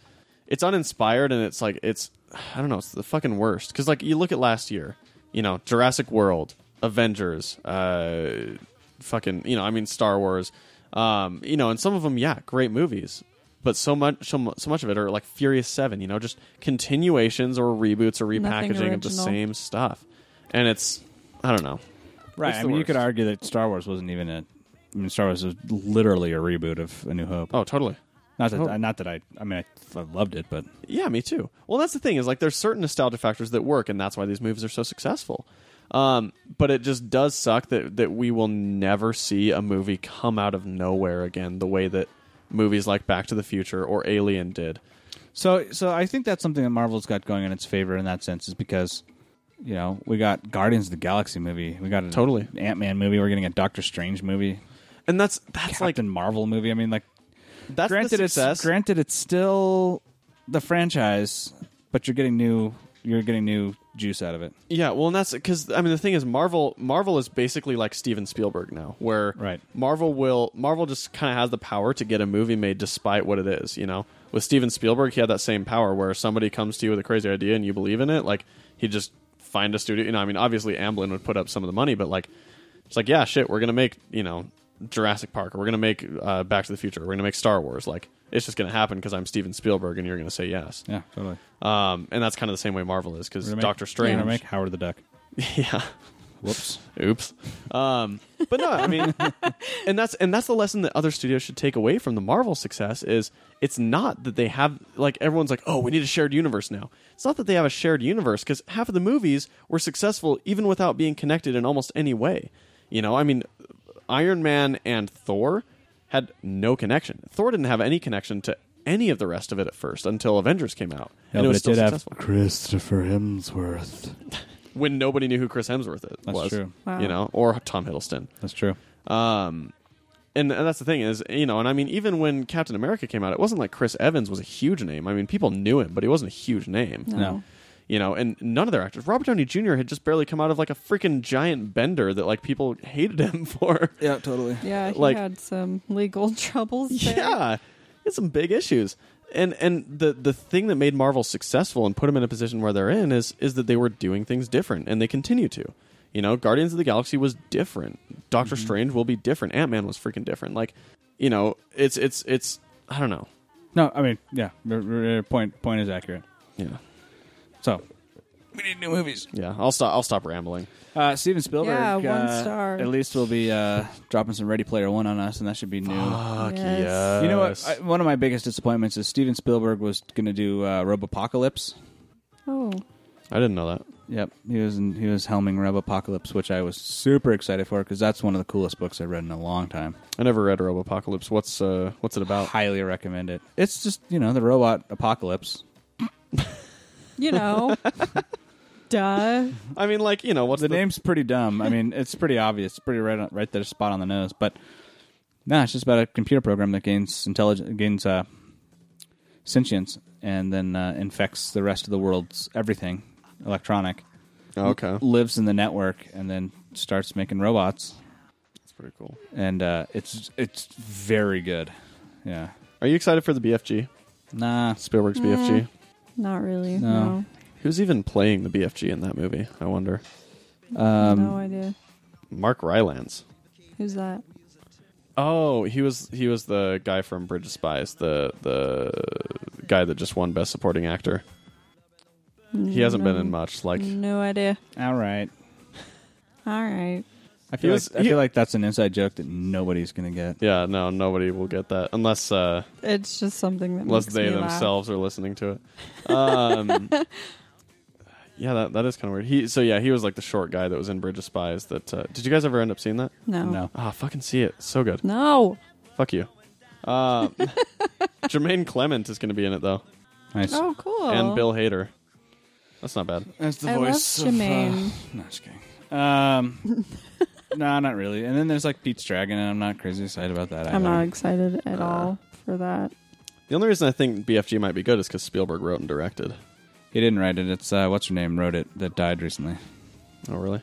Speaker 3: it's uninspired and it's like it's i don't know it's the fucking worst because like you look at last year you know jurassic world avengers uh fucking you know i mean star wars um you know and some of them yeah great movies but so much so, mu- so much of it are like furious seven you know just continuations or reboots or
Speaker 1: Nothing
Speaker 3: repackaging of the
Speaker 1: original.
Speaker 3: same stuff and it's i don't know
Speaker 2: Right.
Speaker 3: It's
Speaker 2: I
Speaker 3: the
Speaker 2: mean, you could
Speaker 3: worst.
Speaker 2: argue that Star Wars wasn't even a. I mean, Star Wars was literally a reboot of A New Hope.
Speaker 3: oh totally
Speaker 2: not that,
Speaker 3: oh.
Speaker 2: not that I. I mean, I, f- I loved it, but
Speaker 3: yeah me too well that's the thing is like there's certain nostalgia factors that work and that's why these movies are so successful um, but it just does suck that that we will never see a movie come out of nowhere again the way that movies like back to the future or alien did
Speaker 2: so so I think that's something that Marvel's got going in its favor in that sense is because, you know, we got Guardians of the Galaxy movie, we got a
Speaker 3: Totally.
Speaker 2: Ant Man movie, we're getting a Doctor Strange movie,
Speaker 3: and that's that's
Speaker 2: Captain Marvel movie. I mean, like
Speaker 3: like that's
Speaker 2: granted
Speaker 3: the
Speaker 2: it's
Speaker 3: success
Speaker 2: granted it's still the franchise, but you're getting new you're getting new juice out of it.
Speaker 3: Yeah, well, and that's because I mean the thing is Marvel. Marvel is basically like Steven Spielberg now, where
Speaker 2: Right.
Speaker 3: Marvel will Marvel just kind of has the power to get a movie made despite what it is. You know, with Steven Spielberg, he had that same power where somebody comes to you with a crazy idea and you believe in it, like he just find a studio. You know, I mean, obviously Amblin would put up some of the money, but like it's like yeah, shit, we're gonna make you know Jurassic Park, or we're gonna make uh, Back to the Future, or we're gonna make Star Wars. Like it's just gonna happen because I'm Steven Spielberg and you're gonna say yes.
Speaker 2: Yeah, totally.
Speaker 3: Um, and that's kind of the same way Marvel is because
Speaker 2: We're gonna make-
Speaker 3: Doctor Strange.
Speaker 2: We're gonna make Howard the Duck.
Speaker 3: Yeah.
Speaker 2: Whoops.
Speaker 3: Oops. Um, but no, I mean, and that's and that's the lesson that other studios should take away from the Marvel success is it's not that they have like everyone's like, oh, we need a shared universe now. It's not that they have a shared universe because half of the movies were successful even without being connected in almost any way. You know, I mean, Iron Man and Thor had no connection. Thor didn't have any connection to any of the rest of it at first until Avengers came out.
Speaker 2: No,
Speaker 3: and
Speaker 2: but
Speaker 3: it was
Speaker 2: it
Speaker 3: still
Speaker 2: did have
Speaker 3: successful
Speaker 2: Christopher Hemsworth.
Speaker 3: when nobody knew who Chris Hemsworth it
Speaker 2: That's
Speaker 3: was.
Speaker 2: true.
Speaker 1: Wow.
Speaker 3: You know, or Tom Hiddleston.
Speaker 2: That's true.
Speaker 3: Um, and, and that's the thing is, you know, and I mean, even when Captain America came out, it wasn't like Chris Evans was a huge name. I mean, people knew him, but he wasn't a huge name.
Speaker 2: No.
Speaker 3: You know, and none of their actors. Robert Downey Jr. had just barely come out of like a freaking giant bender that like people hated him for.
Speaker 2: Yeah, totally.
Speaker 1: Yeah, he
Speaker 3: Like-
Speaker 1: had some legal troubles. There.
Speaker 3: Yeah, he had some big issues. And and the the thing that made Marvel successful and put them in a position where they're in is is that they were doing things different, and they continue to. You know, Guardians of the Galaxy was different. Doctor
Speaker 2: Mm-hmm.
Speaker 3: Strange will be different. Ant Man was freaking different. Like, you know, it's it's it's I don't know.
Speaker 2: No, I mean, yeah. Your- your Point point is accurate.
Speaker 3: Yeah,
Speaker 2: So we need new movies.
Speaker 3: yeah. I'll stop. I'll stop rambling.
Speaker 2: Uh, Steven Spielberg,
Speaker 1: Yeah, one
Speaker 2: uh,
Speaker 1: star.
Speaker 2: At least will be uh, dropping some Ready Player One on us, and that should be new.
Speaker 3: Fuck
Speaker 1: Yes.
Speaker 3: Uh, yes.
Speaker 2: you know what? I, one of my biggest disappointments is Steven Spielberg was going to do uh, Robopocalypse.
Speaker 1: Oh,
Speaker 3: I didn't know that.
Speaker 2: Yep, he was in, he was helming Robopocalypse, which I was super excited for because that's one of the coolest books I've read in a long time.
Speaker 3: I never read Robopocalypse. What's uh What's it about?
Speaker 2: Highly recommend it. It's just you know the robot apocalypse.
Speaker 1: you know, duh.
Speaker 3: I mean, like you know, what's
Speaker 2: The name's pretty dumb. I mean, it's pretty obvious. It's pretty right on, right there, spot on the nose. But no, it's just about a computer program that gains intelligence, gains uh, sentience, and then uh, infects the rest of the world's everything electronic.
Speaker 3: Okay,
Speaker 2: Lives in the network and then starts making robots,
Speaker 3: that's pretty cool.
Speaker 2: and uh, it's it's very good. Yeah.
Speaker 3: Are you excited for the BFG?
Speaker 2: Nah,
Speaker 3: Spielberg's BFG.
Speaker 1: Not really.
Speaker 2: No.
Speaker 1: No.
Speaker 3: Who's even playing the BFG in that movie? I wonder. Um,
Speaker 1: no idea.
Speaker 3: Mark Rylance.
Speaker 1: Who's that?
Speaker 3: Oh, he was he was the guy from Bridge of Spies, the the guy that just won Best Supporting Actor. He hasn't been in much. Like
Speaker 1: No idea.
Speaker 2: all right.
Speaker 1: All right.
Speaker 2: I feel
Speaker 3: was-
Speaker 2: like, I
Speaker 3: he-
Speaker 2: feel like that's an inside joke that nobody's gonna get.
Speaker 3: yeah, no, nobody will get that unless uh,
Speaker 1: It's just something that
Speaker 3: unless
Speaker 1: makes
Speaker 3: they
Speaker 1: me laugh.
Speaker 3: themselves are listening to it. Um, yeah, that that is kind of weird. He so yeah, he was like the short guy that was in Bridge of Spies. That uh, did you guys ever end up seeing that?
Speaker 1: No.
Speaker 2: No.
Speaker 3: Ah, fucking see it. So good.
Speaker 1: No.
Speaker 3: Fuck you. Uh, Jermaine Clement is going to be in it though.
Speaker 2: Nice.
Speaker 1: Oh, cool.
Speaker 3: and Bill Hader. That's not bad.
Speaker 2: That's the
Speaker 1: I love
Speaker 2: voice of. Uh,
Speaker 1: Shemaine.
Speaker 2: no, just kidding. Um, no, not really. And then there's like Pete's Dragon, and I'm not crazy excited about that.
Speaker 1: I'm
Speaker 2: either.
Speaker 1: not excited
Speaker 2: Uh,
Speaker 1: at all for that.
Speaker 3: The only reason I think BFG might be good is because Spielberg wrote and directed.
Speaker 2: He didn't write it. It's uh, what's her name wrote it that died recently.
Speaker 3: Oh, really?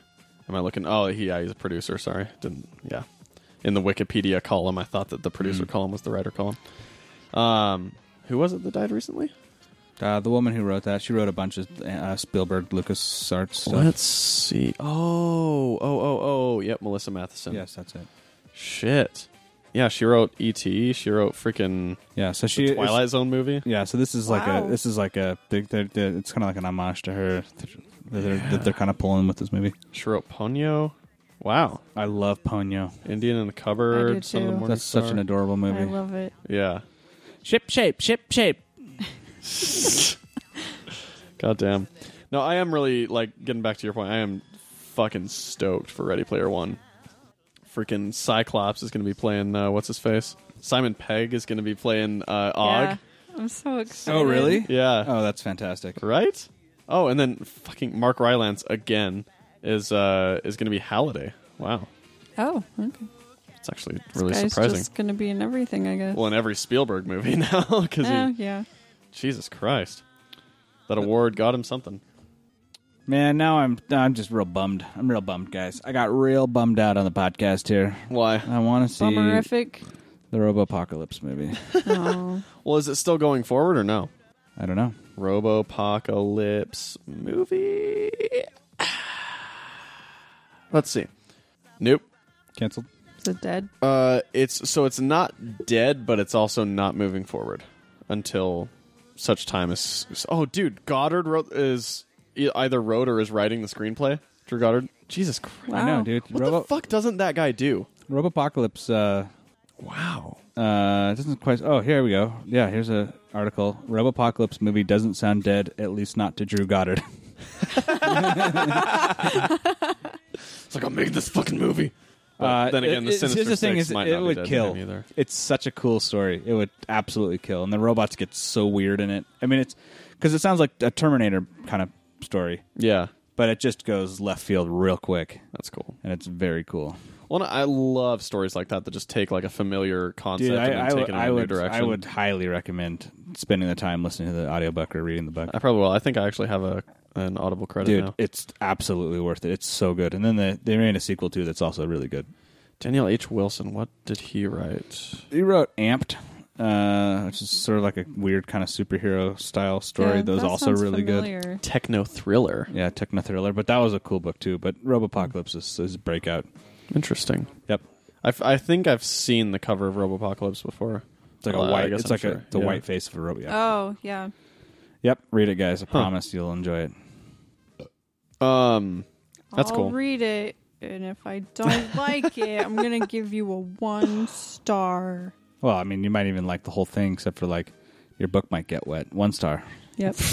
Speaker 3: Am I looking? Oh, he, yeah, he's a producer. Sorry, didn't. Yeah, in the Wikipedia column, I thought that the producer column was the writer column. Um, who was it that died recently?
Speaker 2: Uh, the woman who wrote that, she wrote a bunch of uh, Spielberg, Lucas Arts stuff.
Speaker 3: Let's see. Oh, oh, oh, oh. Yep, Melissa Matheson.
Speaker 2: Yes, that's it.
Speaker 3: Shit. Yeah, she wrote E.T. She wrote freaking
Speaker 2: Yeah, so she
Speaker 3: the Twilight Zone movie.
Speaker 2: Yeah, so this is like
Speaker 1: Wow.
Speaker 2: a this is like a they they're, they're, it's kind of like an homage to her that they're, that they're kind of pulling with this movie.
Speaker 3: She wrote Ponyo. Wow,
Speaker 2: I love Ponyo.
Speaker 3: Indian in the cupboard.
Speaker 1: I do
Speaker 3: Son of the
Speaker 1: too.
Speaker 3: Morning
Speaker 2: That's such
Speaker 3: Star.
Speaker 2: an adorable
Speaker 1: I
Speaker 2: movie.
Speaker 1: love it.
Speaker 3: Yeah.
Speaker 2: Ship shape, ship shape.
Speaker 3: God damn. No, I am really like getting back to your point. I am fucking stoked for Ready Player One. Freaking Cyclops is going to be playing uh, what's his face. Simon Pegg is going to be playing uh, Og.
Speaker 1: Yeah. I'm so excited.
Speaker 2: Oh, really?
Speaker 3: Yeah.
Speaker 2: Oh, that's fantastic.
Speaker 3: Right. Oh, and then fucking Mark Rylance again is uh, is going to be Halliday. Wow,
Speaker 1: Oh, okay.
Speaker 3: it's actually really
Speaker 1: Guy's
Speaker 3: surprising.
Speaker 1: just gonna be in everything, I guess.
Speaker 3: Well, in every Spielberg movie now, because
Speaker 1: oh, yeah.
Speaker 3: Jesus Christ, that award got him something.
Speaker 2: Man, now I'm now I'm just real bummed. I'm real bummed, guys. I got real bummed out on the podcast here.
Speaker 3: Why?
Speaker 2: I want to see
Speaker 1: Bummerific.
Speaker 2: the Robopocalypse movie.
Speaker 1: oh.
Speaker 3: Well, is it still going forward or no?
Speaker 2: I don't know.
Speaker 3: Robopocalypse movie. Let's see. Nope.
Speaker 2: Canceled.
Speaker 1: Is it dead?
Speaker 3: Uh, it's so it's not dead, but it's also not moving forward until such time as. Oh, dude, Goddard wrote is e- either wrote or is writing the screenplay. Drew Goddard. Jesus Christ.
Speaker 1: Wow.
Speaker 2: I know, dude.
Speaker 3: What
Speaker 2: Robo-
Speaker 3: the fuck doesn't that guy do?
Speaker 2: Robopocalypse uh,
Speaker 3: Wow.
Speaker 2: Uh, it doesn't quite. Oh, here we go. Yeah, here's a article. Robopocalypse movie doesn't sound dead, at least not to Drew Goddard.
Speaker 3: It's like I'll make this fucking movie.
Speaker 2: Uh,
Speaker 3: But then again,
Speaker 2: it-
Speaker 3: the
Speaker 2: it's-
Speaker 3: Sinister
Speaker 2: here's the thing
Speaker 3: Six
Speaker 2: is,
Speaker 3: might
Speaker 2: it
Speaker 3: not be
Speaker 2: would
Speaker 3: dead
Speaker 2: kill.
Speaker 3: then either.
Speaker 2: It's such a cool story. It would absolutely kill, and the robots get so weird in it. I mean, it's because it sounds like a Terminator kind of story,
Speaker 3: Yeah,
Speaker 2: but it just goes left field real quick,
Speaker 3: that's cool.
Speaker 2: and it's very cool.
Speaker 3: Well, I love stories like that that just take like a familiar concept
Speaker 2: Dude, I,
Speaker 3: and then
Speaker 2: I,
Speaker 3: take
Speaker 2: would,
Speaker 3: it in a
Speaker 2: I,
Speaker 3: new
Speaker 2: would,
Speaker 3: direction.
Speaker 2: I would highly recommend spending the time listening to the audiobook or reading the book.
Speaker 3: I probably will. I think I actually have a an audible credit
Speaker 2: Dude,
Speaker 3: now.
Speaker 2: it's absolutely worth it. It's so good. And then the, they made a sequel too that's also really good.
Speaker 3: Daniel H. Wilson. What did he write?
Speaker 2: He wrote Amped, uh, which is sort of like a weird kind of superhero style story.
Speaker 1: Yeah,
Speaker 2: that was
Speaker 1: that
Speaker 2: also
Speaker 1: sounds
Speaker 2: really
Speaker 1: familiar. good.
Speaker 3: Techno thriller.
Speaker 2: good. Yeah, techno thriller, but that was a cool book too. But Robopocalypse is, is breakout.
Speaker 3: Interesting.
Speaker 2: Yep,
Speaker 3: I've, I think I've seen the cover of Robopocalypse before.
Speaker 2: it's like
Speaker 3: Well, I
Speaker 2: a white.
Speaker 3: guess
Speaker 2: It's
Speaker 3: I'm
Speaker 2: like
Speaker 3: sure.
Speaker 2: a the
Speaker 3: Yeah.
Speaker 2: white face of a robot. Yeah.
Speaker 1: Oh yeah.
Speaker 2: yep, read it, guys. I promise you'll enjoy it.
Speaker 3: Um, that's
Speaker 1: I'll
Speaker 3: cool.
Speaker 1: read it, and if I don't like it, I'm gonna give you a one star.
Speaker 2: Well, I mean, you might even like the whole thing, except for like your book might get wet. One star.
Speaker 1: Yep.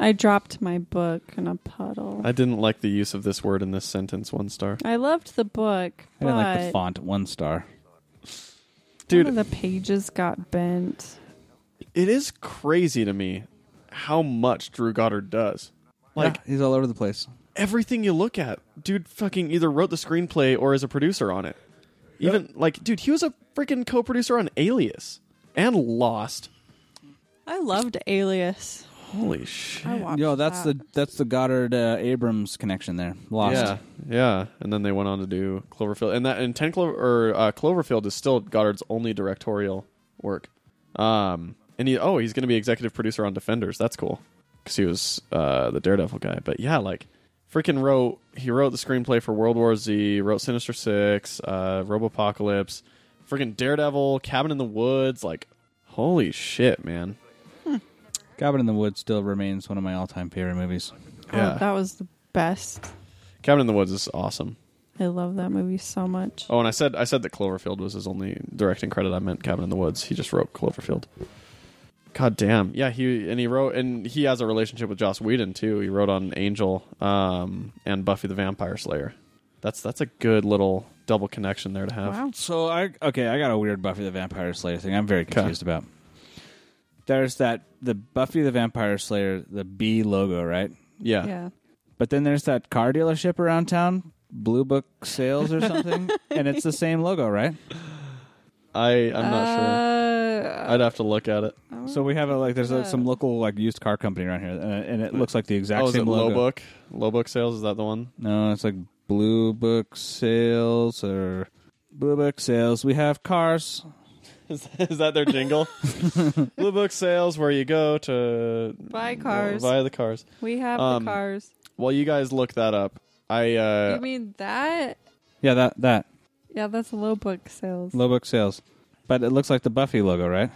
Speaker 1: I dropped my book in a puddle.
Speaker 3: I didn't like the use of this word in this sentence. One star,
Speaker 1: I loved the book,
Speaker 2: I didn't like the
Speaker 1: but
Speaker 2: font. One star.
Speaker 1: one
Speaker 3: dude.
Speaker 1: of the pages got bent.
Speaker 3: it is crazy to me how much Drew Goddard does. Like
Speaker 2: Yeah, he's all over the place.
Speaker 3: everything you look at, dude, fucking either wrote the screenplay or is a producer on it. Even like, dude, he was a freaking co-producer on Alias and Lost.
Speaker 1: I loved Alias.
Speaker 3: Holy shit!
Speaker 1: I watched.
Speaker 2: Yo, that's the that's the Goddard uh, Abrams connection there. Lost.
Speaker 3: Yeah, yeah. And then they went on to do Cloverfield, and that and Ten Clover or uh, Cloverfield is still Goddard's only directorial work. Um, and he oh he's going to be executive producer on Defenders. That's cool because he was uh the Daredevil guy. But yeah, like freaking wrote he wrote the screenplay for World War Z, wrote Sinister Six, uh, Robopocalypse, freaking Daredevil, Cabin in the Woods. Like holy shit, man.
Speaker 2: Cabin in the Woods still remains one of my all-time favorite movies.
Speaker 1: Oh,
Speaker 3: Yeah.
Speaker 1: that was the best.
Speaker 3: Cabin in the Woods is awesome.
Speaker 1: I love that movie so much.
Speaker 3: Oh, and I said I said that Cloverfield was his only directing credit. I meant Cabin in the Woods. He just wrote Cloverfield. God damn. Yeah, he and he wrote and he has a relationship with Joss Whedon too. He wrote on Angel um, and Buffy the Vampire Slayer. That's that's a good little double connection there to have.
Speaker 1: Wow.
Speaker 2: So I okay, I got a weird Buffy the Vampire Slayer thing. I'm very confused about. There's that the Buffy the Vampire Slayer the B logo, right?
Speaker 3: Yeah.
Speaker 1: Yeah.
Speaker 2: But then there's that car dealership around town, Blue Book Sales or something, and it's the same logo, right?
Speaker 3: I I'm not sure.
Speaker 1: Uh,
Speaker 3: I'd have to look at it.
Speaker 2: So we have a, like there's a, some local like used car company around here, and, and it looks like the exact
Speaker 3: Oh, is
Speaker 2: same
Speaker 3: it
Speaker 2: logo.
Speaker 3: Low Book? Low Book Sales is that the one?
Speaker 2: No, it's like Blue Book Sales or Blue Book Sales. We have cars.
Speaker 3: Is, is that their jingle? Blue Book Sales where you go to
Speaker 1: buy cars.
Speaker 3: buy the cars.
Speaker 1: we have
Speaker 3: um,
Speaker 1: the cars.
Speaker 3: While you guys look that up, I uh
Speaker 1: You mean that?
Speaker 2: Yeah, that that
Speaker 1: Yeah, that's low book sales.
Speaker 2: Low Book Sales. But it looks like the Buffy logo, right?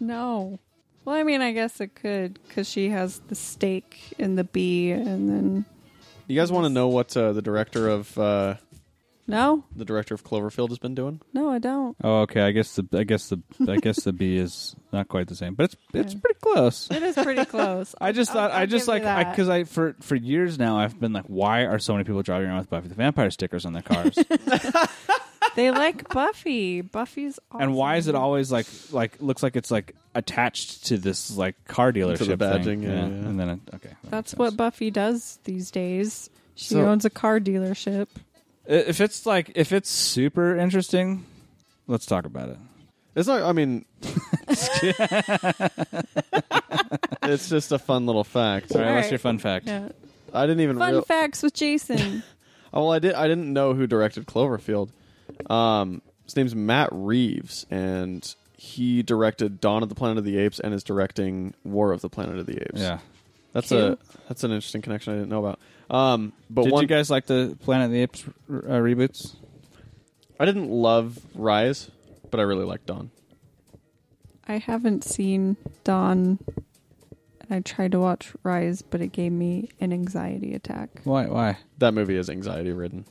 Speaker 1: No. Well, I mean, I guess it could because she has the steak and the bee, and then
Speaker 3: You guys want to know what uh, the director of uh,
Speaker 1: no,
Speaker 3: the director of Cloverfield has been doing?
Speaker 1: no, I don't.
Speaker 2: Oh, okay. I guess the I guess the I guess the B is not quite the same, but it's it's pretty close.
Speaker 1: It is pretty close.
Speaker 2: I just thought
Speaker 1: I'll-
Speaker 2: i
Speaker 1: I'll
Speaker 2: just
Speaker 1: give
Speaker 2: like
Speaker 1: you that.
Speaker 2: because I, for for years now I've been like, why are so many people driving around with Buffy the Vampire stickers on their cars,
Speaker 1: they like Buffy. Buffy's awesome.
Speaker 2: and why is it always like like looks like it's like attached to this like car dealership thing?
Speaker 3: badging, yeah, yeah.
Speaker 2: and then it, okay, that
Speaker 1: That's
Speaker 2: makes
Speaker 1: what
Speaker 2: sense.
Speaker 1: Buffy does these days. She
Speaker 3: So-
Speaker 1: owns a car dealership.
Speaker 2: I- if it's like if it's super interesting, let's talk about it.
Speaker 3: It's not. I mean, it's just a fun little fact.
Speaker 2: All right, what's
Speaker 1: right.
Speaker 2: your fun fact?
Speaker 1: Yeah.
Speaker 3: I didn't even.
Speaker 1: Fun
Speaker 3: real-
Speaker 1: facts with Jason.
Speaker 3: oh, well, I did. I didn't know who directed Cloverfield. Um, his name's Matt Reeves, and he directed Dawn of the Planet of the Apes, and is directing War of the Planet of the Apes.
Speaker 2: Yeah.
Speaker 3: that's
Speaker 1: Cute.
Speaker 3: a that's an interesting connection I didn't know about. Um, but
Speaker 2: Did
Speaker 3: one
Speaker 2: you guys like the Planet of the Apes uh, reboots?
Speaker 3: I didn't love Rise, but I really liked Dawn.
Speaker 1: I haven't seen Dawn I tried to watch Rise, but it gave me an anxiety attack
Speaker 2: Why? Why?
Speaker 3: That movie is anxiety ridden.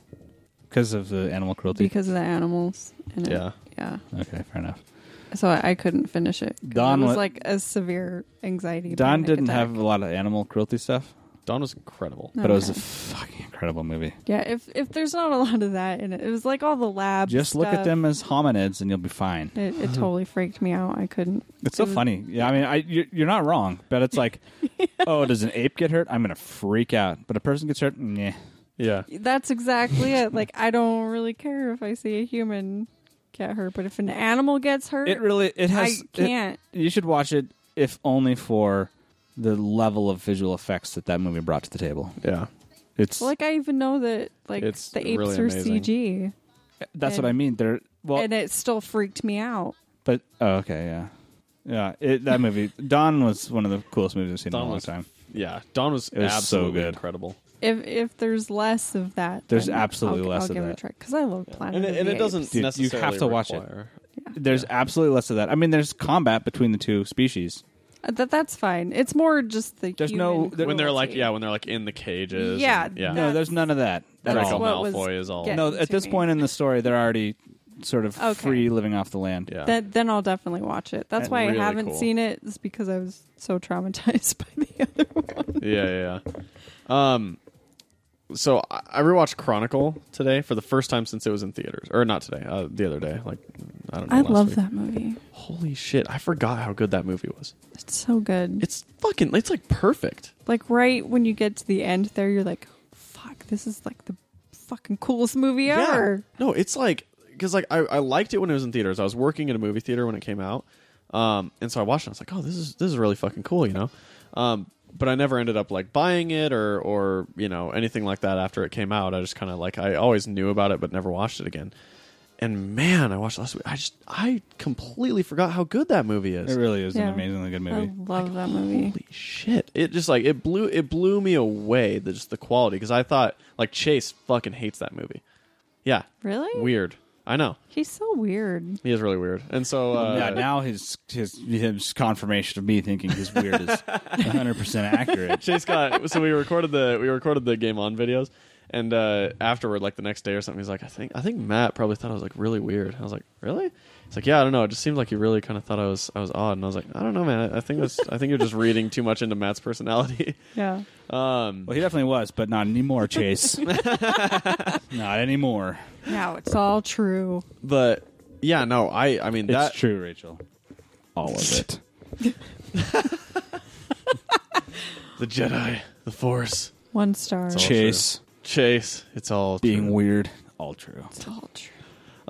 Speaker 2: Because of the animal cruelty.
Speaker 1: because of the animals. And it-
Speaker 3: Yeah.
Speaker 1: yeah.
Speaker 2: okay, fair enough.
Speaker 1: So I, I couldn't finish it. 'cause
Speaker 2: Don
Speaker 1: it was
Speaker 2: wa-
Speaker 1: like a severe anxiety.
Speaker 2: Don
Speaker 1: panic
Speaker 2: didn't
Speaker 1: attack.
Speaker 2: have a lot of animal cruelty stuff,
Speaker 3: Don was incredible.
Speaker 1: No,
Speaker 2: but it was
Speaker 1: no.
Speaker 2: a fucking incredible movie.
Speaker 1: yeah. If if there's not a lot of that in it, it was like all the lab.
Speaker 2: Just look at
Speaker 1: stuff.
Speaker 2: them as hominids, and you'll be fine.
Speaker 1: It, it totally freaked me out. I couldn't.
Speaker 2: It's so
Speaker 1: it was-
Speaker 2: funny. Yeah, I mean, I you're, you're not wrong, but it's like, oh, does an ape get hurt? I'm gonna freak out. But a person gets hurt? Yeah.
Speaker 3: Yeah.
Speaker 1: That's exactly it. Like I don't really care if I see a human get hurt, but if an animal gets hurt,
Speaker 2: It really it has.
Speaker 1: I
Speaker 2: it-
Speaker 1: can't.
Speaker 2: you should watch it if only for the level of visual effects that that movie brought to the table.
Speaker 3: Yeah.
Speaker 2: It's
Speaker 1: like I even know that like
Speaker 3: It's
Speaker 1: the apes
Speaker 3: really
Speaker 1: are
Speaker 3: amazing.
Speaker 1: CG,
Speaker 2: that's what I mean. They're well,
Speaker 1: and it still freaked me out.
Speaker 2: but oh, okay, yeah, yeah. It, that movie, Don was one of the coolest movies I've seen in
Speaker 3: Don
Speaker 2: a long
Speaker 3: was-
Speaker 2: time.
Speaker 3: Yeah. Don was,
Speaker 2: was so
Speaker 3: absolutely
Speaker 2: good.
Speaker 3: incredible.
Speaker 1: If if there's less of that,
Speaker 2: There's
Speaker 1: then
Speaker 2: absolutely
Speaker 1: I'll,
Speaker 2: less
Speaker 1: I'll
Speaker 2: of
Speaker 1: give It a
Speaker 2: that.
Speaker 1: try because I love Planet
Speaker 3: And
Speaker 1: of
Speaker 3: it,
Speaker 1: the
Speaker 3: and it
Speaker 1: Apes.
Speaker 3: doesn't
Speaker 2: Dude, you
Speaker 3: necessarily
Speaker 2: have to watch it.
Speaker 3: require-
Speaker 2: There's absolutely less of that. I mean, there's combat between the two species.
Speaker 1: Uh, That that's fine. It's more just the
Speaker 2: There's
Speaker 1: human
Speaker 2: no- there-
Speaker 3: When they're like,
Speaker 1: cruelty.
Speaker 3: yeah, when they're like in the cages.
Speaker 1: Yeah,
Speaker 3: and- yeah.
Speaker 2: No, there's none of that at
Speaker 1: That's
Speaker 2: all.
Speaker 3: Draco
Speaker 1: what was
Speaker 3: Malfoy is all.
Speaker 1: getting-
Speaker 2: No, at
Speaker 1: to
Speaker 2: this
Speaker 1: me.
Speaker 2: point in the story, they're already sort of
Speaker 1: Okay.
Speaker 2: free, living off the land.
Speaker 3: Yeah.
Speaker 1: Then then I'll definitely watch it. That's
Speaker 3: And
Speaker 1: why
Speaker 3: really
Speaker 1: I haven't
Speaker 3: cool.
Speaker 1: seen it. Is because I was so traumatized by the other one.
Speaker 3: yeah, yeah, yeah. Um, so I I rewatched Chronicle today for the first time since it was in theaters, or not today, uh, the other day. Like I don't know.
Speaker 1: I
Speaker 3: last
Speaker 1: love
Speaker 3: week.
Speaker 1: that movie.
Speaker 3: Holy shit! I forgot how good that movie was.
Speaker 1: It's so good.
Speaker 3: It's fucking. It's like perfect.
Speaker 1: like right when you get to the end there you're like fuck this is like the fucking coolest movie ever
Speaker 3: No, it's like because like I, I liked it when it was in theaters. I was working at a movie theater when it came out, um, and so I watched it. I was like, oh, this is this is really fucking cool, you know. Um, but I never ended up like buying it or or you know anything like that after it came out. I just kind of like I always knew about it, but never watched it again. And man, I watched it last week. I just I completely forgot how good that movie is.
Speaker 2: It really is an
Speaker 1: Yeah.
Speaker 2: amazingly good
Speaker 1: i
Speaker 2: movie.
Speaker 1: love that movie
Speaker 3: Holy shit! It just like it blew it blew me away. The, just the quality because I thought like Chase fucking hates that movie. Yeah,
Speaker 1: really
Speaker 3: weird. I know.
Speaker 1: he's so weird
Speaker 3: He is really weird. And so uh,
Speaker 2: yeah, now his his his confirmation of me thinking he's weird is 100 percent accurate.
Speaker 3: Chase got so we recorded the we recorded the game on videos and uh afterward like the next day or something he's like I think I think Matt probably thought I was like really weird. I was like, "Really?" He's like, "Yeah, I don't know. It just seemed like you really kind of thought I was I was odd." And I was like, "I don't know, man. I, I think that's I think you're just reading too much into Matt's personality."
Speaker 1: yeah
Speaker 3: Um
Speaker 2: Well, he definitely was, but not anymore, Chase. not anymore.
Speaker 1: now it's all true
Speaker 3: but yeah, no. I I mean
Speaker 2: It's
Speaker 3: that
Speaker 2: true, Rachel. All of it.
Speaker 3: the Jedi, the Force,
Speaker 1: one star
Speaker 3: all-
Speaker 2: Chase
Speaker 3: Chase, it's all
Speaker 2: being
Speaker 3: true.
Speaker 2: weird, all true.
Speaker 1: it's all true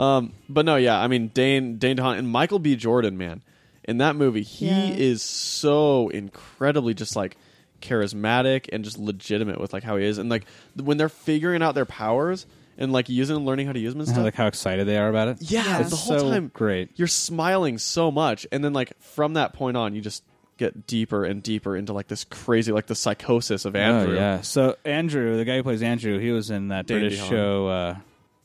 Speaker 3: Um, but no, yeah, I mean Dane Dane DeHaan and Michael B. Jordan, man, in that movie, he
Speaker 1: Yeah.
Speaker 3: is so incredibly just like charismatic and just legitimate with like how he is, and like th- when they're figuring out their powers and like using and learning how to use them and stuff.
Speaker 2: Like how excited they are about it.
Speaker 3: yeah,
Speaker 1: Yeah.
Speaker 3: the whole
Speaker 2: So
Speaker 3: time
Speaker 2: great.
Speaker 3: You're smiling so much, and then like from that point on, you just get deeper and deeper into like this crazy like the psychosis of Andrew.
Speaker 2: Oh, yeah. So Andrew, the guy who plays Andrew, he was in that
Speaker 3: Dandy
Speaker 2: British
Speaker 3: Hon.
Speaker 2: show, uh,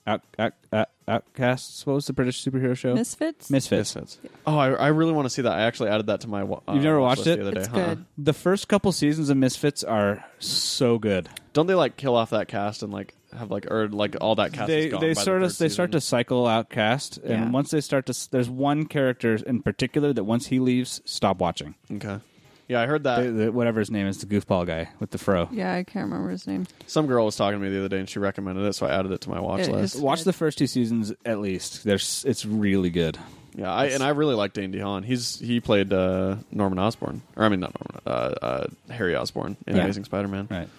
Speaker 2: out, out, out, Outcasts. What was the British superhero show?
Speaker 1: misfits
Speaker 2: Misfits.
Speaker 3: Oh, I, I really want to see that. I actually added that to my. wa- Uh,
Speaker 2: You've never
Speaker 3: watch
Speaker 2: watched
Speaker 3: list
Speaker 2: it?
Speaker 3: The other day,
Speaker 1: it's
Speaker 3: huh?
Speaker 1: good
Speaker 2: The first couple seasons of Misfits are so good.
Speaker 3: Don't they like kill off that cast and like have like or like all that cast?
Speaker 2: they
Speaker 3: is gone
Speaker 2: they
Speaker 3: by
Speaker 2: sort
Speaker 3: the
Speaker 2: of they start to cycle out cast, and
Speaker 1: Yeah.
Speaker 2: once they start to, s- there's one character in particular that once he leaves, stop watching.
Speaker 3: to okay. Yeah, I heard that.
Speaker 2: The- the- whatever his name is, the goofball guy with the fro.
Speaker 1: yeah i can't remember his name
Speaker 3: Some girl was talking to me the other day and she recommended it, so I added it to my watch
Speaker 1: It
Speaker 3: list.
Speaker 1: is-
Speaker 2: Watch
Speaker 1: good.
Speaker 2: the first two seasons at least. There's it's really good.
Speaker 3: yeah, I, and I really like Dane DeHaan. He's he played uh, Norman Osborn, or I mean not Norman, uh, uh, Harry Osborn in
Speaker 2: Yeah.
Speaker 3: Amazing Spider-Man.
Speaker 2: Right.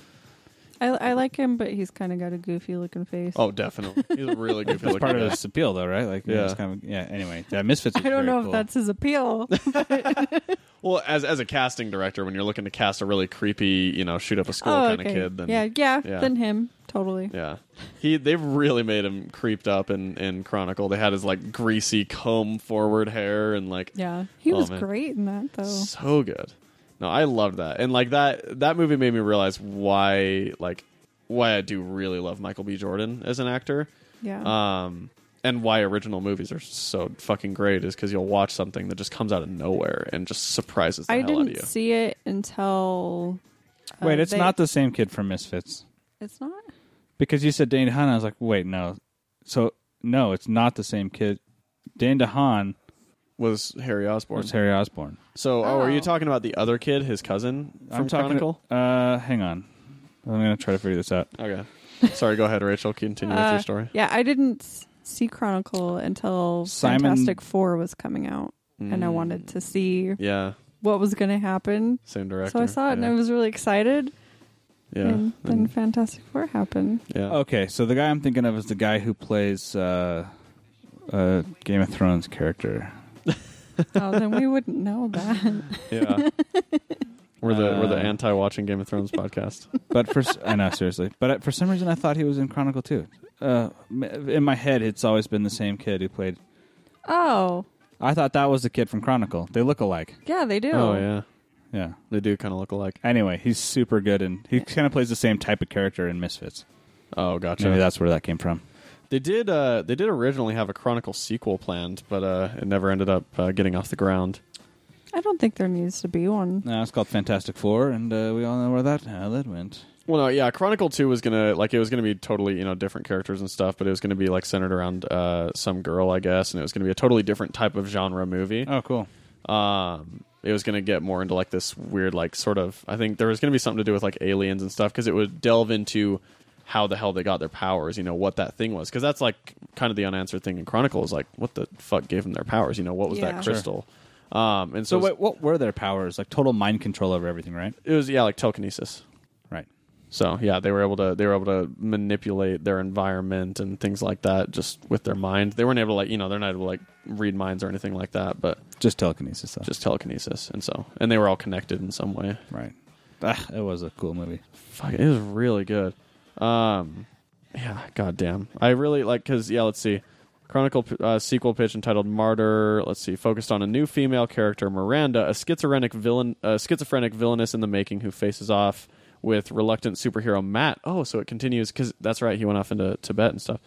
Speaker 1: I, I like him but he's kind of got a goofy looking face
Speaker 3: Oh, definitely. He's a really good
Speaker 2: That's
Speaker 3: looking
Speaker 2: part of
Speaker 3: guy.
Speaker 2: this appeal, though, right? Like, yeah.
Speaker 3: Yeah.
Speaker 2: It's kind of, yeah. Anyway, yeah, Misfits.
Speaker 1: i
Speaker 2: was
Speaker 1: don't
Speaker 2: very
Speaker 1: know
Speaker 2: cool.
Speaker 1: if that's his appeal
Speaker 3: Well, as as a casting director, when you're looking to cast a really creepy, you know, shoot up a school
Speaker 1: oh
Speaker 3: kind
Speaker 1: okay
Speaker 3: of kid, then
Speaker 1: yeah, yeah
Speaker 3: yeah.
Speaker 1: then him totally
Speaker 3: Yeah, he they've really made him creeped up in in Chronicle. They had his like greasy comb forward hair and like
Speaker 1: yeah he
Speaker 3: Oh,
Speaker 1: was
Speaker 3: man.
Speaker 1: great in that though
Speaker 3: so good. No, I loved that, and like that that movie made me realize why like why I do really love Michael B. Jordan as an actor.
Speaker 1: yeah
Speaker 3: Um, and why original movies are so fucking great is because you'll watch something that just comes out of nowhere and just surprises the
Speaker 1: I
Speaker 3: hell out of you.
Speaker 1: didn't see it until. uh,
Speaker 2: Wait, it's
Speaker 1: they-
Speaker 2: not the same kid from Misfits
Speaker 1: It's not.
Speaker 2: because you said Dane DeHaan. I was like, wait, no. So no, it's not the same kid. Dane DeHaan
Speaker 3: Was Harry Osborn?
Speaker 2: was Harry Osborn.
Speaker 3: So, oh, are
Speaker 1: Oh.
Speaker 3: you talking about the other kid, his cousin from
Speaker 2: I'm talking.
Speaker 3: Chronicle?
Speaker 2: Uh, hang on. I'm gonna try to figure this out.
Speaker 3: Okay. Sorry, go ahead, Rachel. Continue with
Speaker 1: Uh,
Speaker 3: your story.
Speaker 1: Yeah, I didn't s- see Chronicle until
Speaker 2: Simon-
Speaker 1: Fantastic Four was coming out, and I wanted to see
Speaker 3: Mm. Yeah,
Speaker 1: what was going to happen.
Speaker 3: same director.
Speaker 1: So I saw it, and
Speaker 3: yeah.
Speaker 1: I was really excited.
Speaker 3: yeah.
Speaker 1: And then
Speaker 3: and-
Speaker 1: Fantastic Four happened.
Speaker 3: yeah.
Speaker 2: Okay, so the guy I'm thinking of is the guy who plays uh, uh, Game of Thrones character.
Speaker 1: oh, then we wouldn't know that.
Speaker 3: Yeah. we're the we're the
Speaker 2: Uh,
Speaker 3: anti-watching Game of Thrones podcast.
Speaker 2: But for s- I know seriously, but for some reason I thought he was in Chronicle too. Uh, m- in my head, it's always been the same kid who played.
Speaker 1: Oh,
Speaker 2: I thought that was the kid from Chronicle. They look alike.
Speaker 1: yeah, they do.
Speaker 3: Oh yeah,
Speaker 2: Yeah.
Speaker 3: they do kind of look alike.
Speaker 2: Anyway, he's super good, and he kind of plays the same type of character in Misfits.
Speaker 3: Oh, gotcha.
Speaker 2: Maybe that's where that came from.
Speaker 3: They did. Uh, they did originally have a Chronicle sequel planned, but uh, it never ended up uh, getting off the ground.
Speaker 1: I don't think there needs to be one.
Speaker 2: No, it's called Fantastic Four, and uh, we all know where that how that went.
Speaker 3: Well, no, yeah, Chronicle Two was gonna like it was gonna be totally you know different characters and stuff, but it was gonna be like centered around uh, some girl, I guess, and it was gonna be a totally different type of genre movie.
Speaker 2: Oh, cool.
Speaker 3: Um, it was gonna get more into like this weird like sort of I think there was gonna be something to do with like aliens and stuff because it would delve into how the hell they got their powers, you know, what that thing was because that's like kind of the unanswered thing in Chronicle is like what the fuck gave them their powers, you know, what was
Speaker 1: Yeah.
Speaker 3: that
Speaker 1: Sure.
Speaker 3: crystal? Um, and so,
Speaker 2: So,
Speaker 3: it
Speaker 2: what,
Speaker 3: was-
Speaker 2: what were their powers? Like total mind control over everything, right?
Speaker 3: it was yeah like telekinesis.
Speaker 2: Right.
Speaker 3: So yeah, they were able to they were able to manipulate their environment and things like that just with their mind. They weren't able to like you know they're not able to like read minds or anything like that, but
Speaker 2: Just telekinesis, though.
Speaker 3: just telekinesis. And so and they were all connected in some way.
Speaker 2: right. Ah, it was a cool movie.
Speaker 3: Fuck, it was really good. Um, yeah, goddamn, I really like because yeah, let's see, Chronicle uh, sequel pitch entitled Martyr. Let's see, focused on a new female character, Miranda, a schizophrenic villain, a schizophrenic villainess in the making who faces off with reluctant superhero Matt. Oh, so it continues because that's right, he went off into Tibet and stuff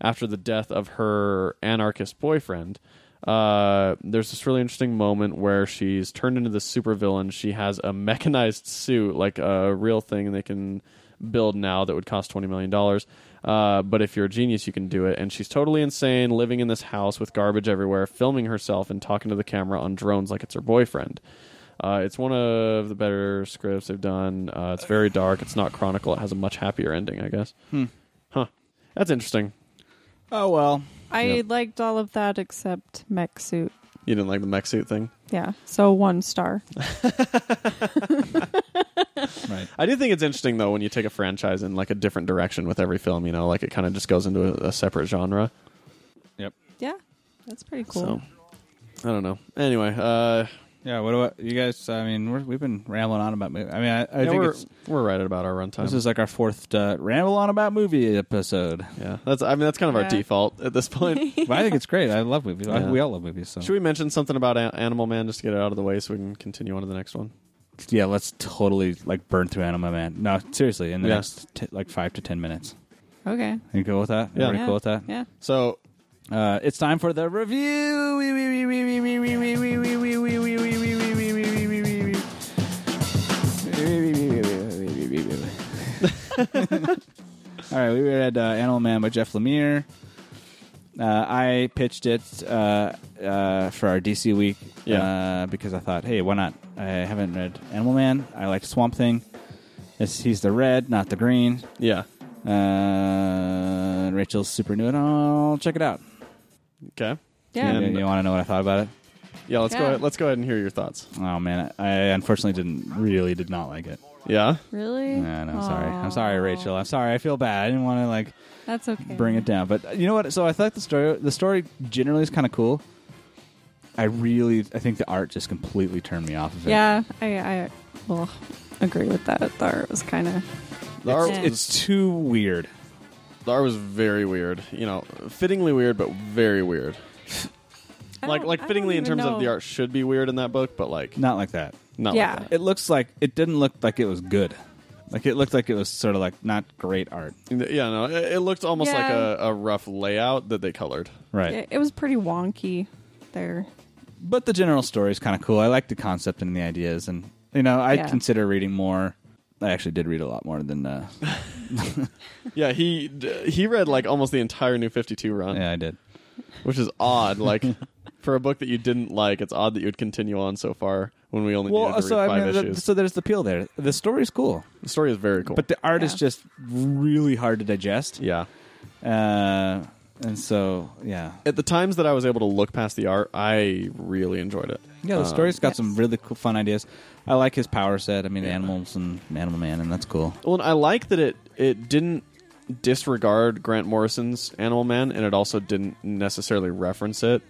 Speaker 3: after the death of her anarchist boyfriend. Uh, there's this really interesting moment where she's turned into the supervillain. She has a mechanized suit, like a real thing they can build now that would cost $20 million. Uh, but if you're a genius, you can do it. And she's totally insane, living in this house with garbage everywhere, filming herself and talking to the camera on drones like it's her boyfriend. Uh, it's one of the better scripts they've done. Uh, it's very dark. It's not Chronicle. It has a much happier ending, I guess. Huh. That's interesting.
Speaker 2: Oh well.
Speaker 1: I
Speaker 3: Yep.
Speaker 1: liked all of that except mech suit.
Speaker 3: You didn't like the mech suit thing?
Speaker 1: Yeah, so one star.
Speaker 2: Right.
Speaker 3: I do think it's interesting though when you take a franchise in like a different direction with every film, you know, like it kind of just goes into a, a separate genre.
Speaker 2: Yep.
Speaker 1: Yeah, that's pretty cool.
Speaker 3: So I don't know. Anyway, uh
Speaker 2: Yeah. What do I, you guys? I mean, we're, we've been rambling on about movie. I mean, I, I
Speaker 3: yeah,
Speaker 2: think
Speaker 3: we're,
Speaker 2: it's
Speaker 3: we're right at about our runtime.
Speaker 2: this is like our fourth uh, ramble on about movie episode.
Speaker 3: yeah. That's I mean that's kind of
Speaker 1: Yeah.
Speaker 3: our default at this point.
Speaker 2: but I think it's great. I love movies. I,
Speaker 3: Yeah.
Speaker 2: we all love movies. So
Speaker 3: Should we mention something about a- Animal Man just to get it out of the way so we can continue on to the next one?
Speaker 2: yeah, let's totally like burn through Animal Man. No, seriously, in the
Speaker 3: Yeah.
Speaker 2: next t- like five to ten minutes.
Speaker 1: Okay.
Speaker 2: You cool with that?
Speaker 3: Yeah.
Speaker 2: Everybody
Speaker 1: yeah.
Speaker 2: cool with that?
Speaker 1: Yeah.
Speaker 3: So
Speaker 2: Uh, it's time for the review. Wee, wee, wee, wee, wee, wee, wee, wee, wee, wee, wee, wee, wee, wee, wee, wee, wee, wee, wee, wee, wee. All right, we read uh, Animal Man by Jeff Lemire. Uh, I pitched it uh, uh, for our DC week
Speaker 3: Yeah.
Speaker 2: uh, because I thought, hey, why not? I haven't read Animal Man. I like Swamp Thing. It's, he's the red, not the green.
Speaker 3: yeah.
Speaker 2: Uh, Rachel's super new, and I'll check it out.
Speaker 3: Okay.
Speaker 1: Yeah.
Speaker 2: You, want to know what I thought about it?
Speaker 3: Yeah, let's go
Speaker 1: Yeah.
Speaker 3: ahead, let's go ahead and hear your thoughts.
Speaker 2: Oh man, I unfortunately didn't really did not like it.
Speaker 3: Yeah.
Speaker 1: Really?
Speaker 2: And I'm sorry. I'm
Speaker 1: Aw.
Speaker 2: sorry, Rachel. I'm sorry. I feel bad. I didn't want to like
Speaker 1: That's okay.
Speaker 2: bring it down, but you know what? So I thought the story the story generally is kind of cool. I really I think the art just completely turned me off of it.
Speaker 1: Yeah, I, I will agree with that. The art was kind of.
Speaker 3: The art,
Speaker 1: Yeah.
Speaker 3: was,
Speaker 2: It's too weird.
Speaker 3: the art was very weird. You know, fittingly weird, but very weird. Like like fittingly in terms of the art should be weird in that book, but like
Speaker 2: Not like that.
Speaker 3: not
Speaker 1: Yeah.
Speaker 3: like that.
Speaker 2: It looks like it didn't look like it was good. Like it looked like it was sort of like not great art,
Speaker 3: Yeah, no, it, it looked almost like
Speaker 1: Yeah.
Speaker 3: a, a rough layout that they colored.
Speaker 2: right?
Speaker 1: It, it was pretty wonky there.
Speaker 2: But the general story is kind of cool. I like the concept and the ideas, and you know, I
Speaker 1: Yeah.
Speaker 2: consider reading more. I actually did read a lot more than uh,
Speaker 3: Yeah, he d- he read like almost the entire New Fifty Two run,
Speaker 2: yeah I did.
Speaker 3: which is odd. Like for a book that you didn't like, it's odd that you would continue on so far when we only needed to
Speaker 2: so
Speaker 3: read
Speaker 2: I
Speaker 3: five
Speaker 2: mean,
Speaker 3: issues.
Speaker 2: th- so there's the appeal there. The story's cool,
Speaker 3: the story is very cool,
Speaker 2: but the art is
Speaker 1: Yeah.
Speaker 2: just really hard to digest.
Speaker 3: yeah.
Speaker 2: Uh, and so yeah,
Speaker 3: At the times that I was able to look past the art, I really enjoyed it.
Speaker 2: Yeah, the story's got
Speaker 1: yes.
Speaker 2: some really cool, fun ideas. I like his power set. I mean,
Speaker 3: Yeah.
Speaker 2: animals and Animal Man, and that's cool.
Speaker 3: Well, and I like that it it didn't disregard Grant Morrison's Animal Man, and it also didn't necessarily reference it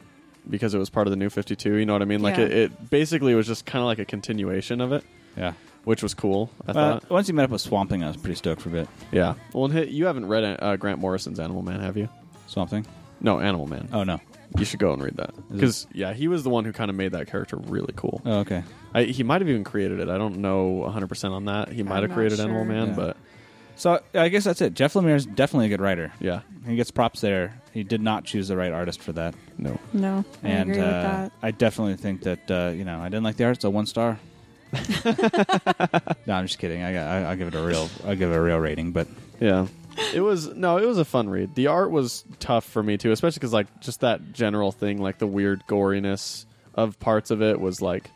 Speaker 3: because it was part of the New Fifty Two. You know what I mean? Like
Speaker 1: Yeah.
Speaker 3: it, it basically was just kind of like a continuation of it,
Speaker 2: Yeah.
Speaker 3: which was cool. I
Speaker 2: Uh,
Speaker 3: thought.
Speaker 2: once you met up with Swamp Thing, I was pretty stoked for a bit.
Speaker 3: Yeah. Well, and hey, you haven't read uh, Grant Morrison's Animal Man, have you?
Speaker 2: Swamp Thing?
Speaker 3: No, Animal Man.
Speaker 2: Oh, no.
Speaker 3: You should go and read that
Speaker 2: Is it-
Speaker 3: because yeah, he was the one who kind of made that character really cool.
Speaker 2: Oh, okay.
Speaker 3: I, he might have even created it. I don't know 100 percent on that. He might have
Speaker 1: not
Speaker 3: created Animal
Speaker 1: sure.
Speaker 3: Man,
Speaker 2: Yeah.
Speaker 3: but
Speaker 2: So I guess that's it. Jeff Lemire's definitely a good writer.
Speaker 3: yeah,
Speaker 2: He gets props there. He did not choose the right artist for that.
Speaker 3: no.
Speaker 1: No, I
Speaker 2: and
Speaker 1: agree
Speaker 2: uh,
Speaker 1: with that.
Speaker 2: I definitely think that, uh, you know, I didn't like the art, so one star. no, I'm just kidding. I, I, I'll give it a real, I'll give it a real rating. But
Speaker 3: Yeah. It was no, it was a fun read. The art was tough for me too, especially because like just that general thing, like the weird goriness of parts of it was like,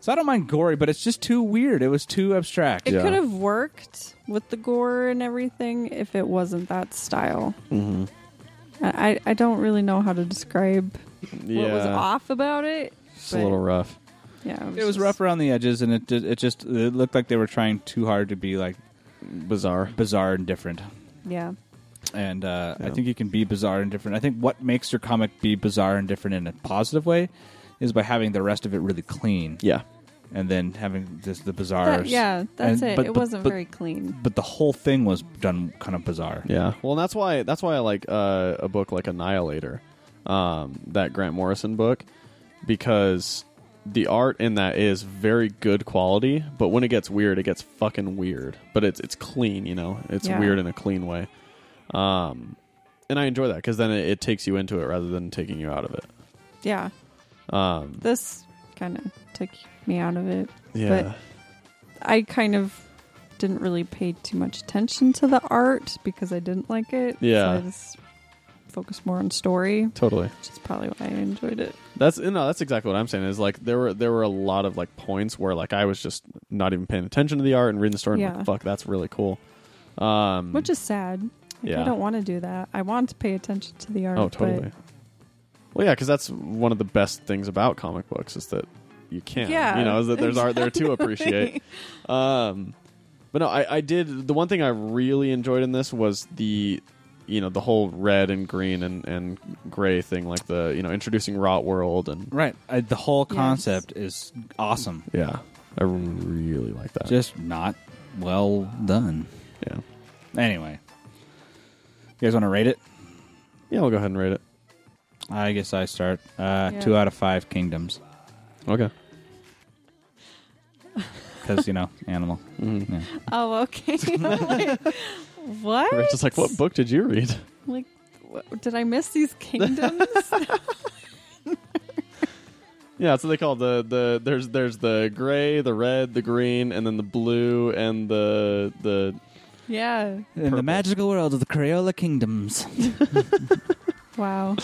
Speaker 2: so I don't mind gory, but it's just too weird. It was too abstract.
Speaker 1: It
Speaker 3: Yeah.
Speaker 1: could have worked with the gore and everything if it wasn't that style.
Speaker 2: Mm-hmm.
Speaker 1: I I don't really know how to describe
Speaker 3: yeah,
Speaker 1: what was off about it.
Speaker 3: it's a little rough.
Speaker 1: Yeah,
Speaker 2: It was
Speaker 1: just-
Speaker 2: rough around the edges, and it did, it just it looked like they were trying too hard to be like
Speaker 3: Bizarre.
Speaker 2: bizarre and different.
Speaker 1: Yeah,
Speaker 2: And uh, I
Speaker 3: Yeah.
Speaker 2: think you can be bizarre and different. I think what makes your comic be bizarre and different in a positive way is by having the rest of it really clean,
Speaker 3: Yeah.
Speaker 2: and then having this, the bizarre.
Speaker 1: That- yeah, that's it.
Speaker 2: But,
Speaker 1: it
Speaker 2: but-
Speaker 1: wasn't
Speaker 2: but-
Speaker 1: very clean.
Speaker 2: But the whole thing was done kind of bizarre.
Speaker 3: Yeah. Well that's why that's why I like uh, a book like Annihilator, um, that Grant Morrison book, because the art in that is very good quality, but when it gets weird, it gets fucking weird. But it's it's clean, you know. It's
Speaker 1: Yeah.
Speaker 3: weird in a clean way. Um and I enjoy that because then it, it takes you into it rather than taking you out of it.
Speaker 1: Yeah,
Speaker 3: Um,
Speaker 1: this kind of took me out of it.
Speaker 3: yeah,
Speaker 1: But I kind of didn't really pay too much attention to the art because I didn't like it.
Speaker 3: Yeah.
Speaker 1: so I just focused more on story,
Speaker 3: totally.
Speaker 1: which is probably why I enjoyed it.
Speaker 3: That's no, that's exactly what I'm saying. Is like there were there were a lot of like points where like I was just not even paying attention to the art and reading the story. And I'm
Speaker 1: Yeah.
Speaker 3: like, fuck, that's really cool. Um,
Speaker 1: which is sad. Like,
Speaker 3: Yeah.
Speaker 1: I don't want to do that. I want to pay attention to the art.
Speaker 3: Oh, totally. Well, yeah, because that's one of the best things about comic books is that you can.
Speaker 1: Yeah,
Speaker 3: You know, is that there's art there to appreciate. Um, but no, I, I did. The one thing I really enjoyed in this was the, you know, the whole red and green and, and gray thing, like the, you know, introducing Rot World and.
Speaker 2: Right. I, the whole
Speaker 1: Yes.
Speaker 2: concept is awesome.
Speaker 3: Yeah. I really like that.
Speaker 2: Just not well done.
Speaker 3: yeah.
Speaker 2: Anyway, you guys want to rate it?
Speaker 3: Yeah, we'll go ahead and rate it.
Speaker 2: I guess I start. Uh,
Speaker 1: Yeah.
Speaker 2: Two out of five kingdoms.
Speaker 3: Okay.
Speaker 2: because you know animal. Yeah.
Speaker 1: but- oh, okay. I'm like, what?
Speaker 3: Rachel's like, what book did you read?
Speaker 1: Like, what, did I miss these kingdoms?
Speaker 3: Yeah, that's what they call the the there's there's the gray, the red, the green, and then the blue and the the
Speaker 1: yeah.
Speaker 2: In
Speaker 3: Purple.
Speaker 2: the magical world of the Crayola kingdoms.
Speaker 1: Wow.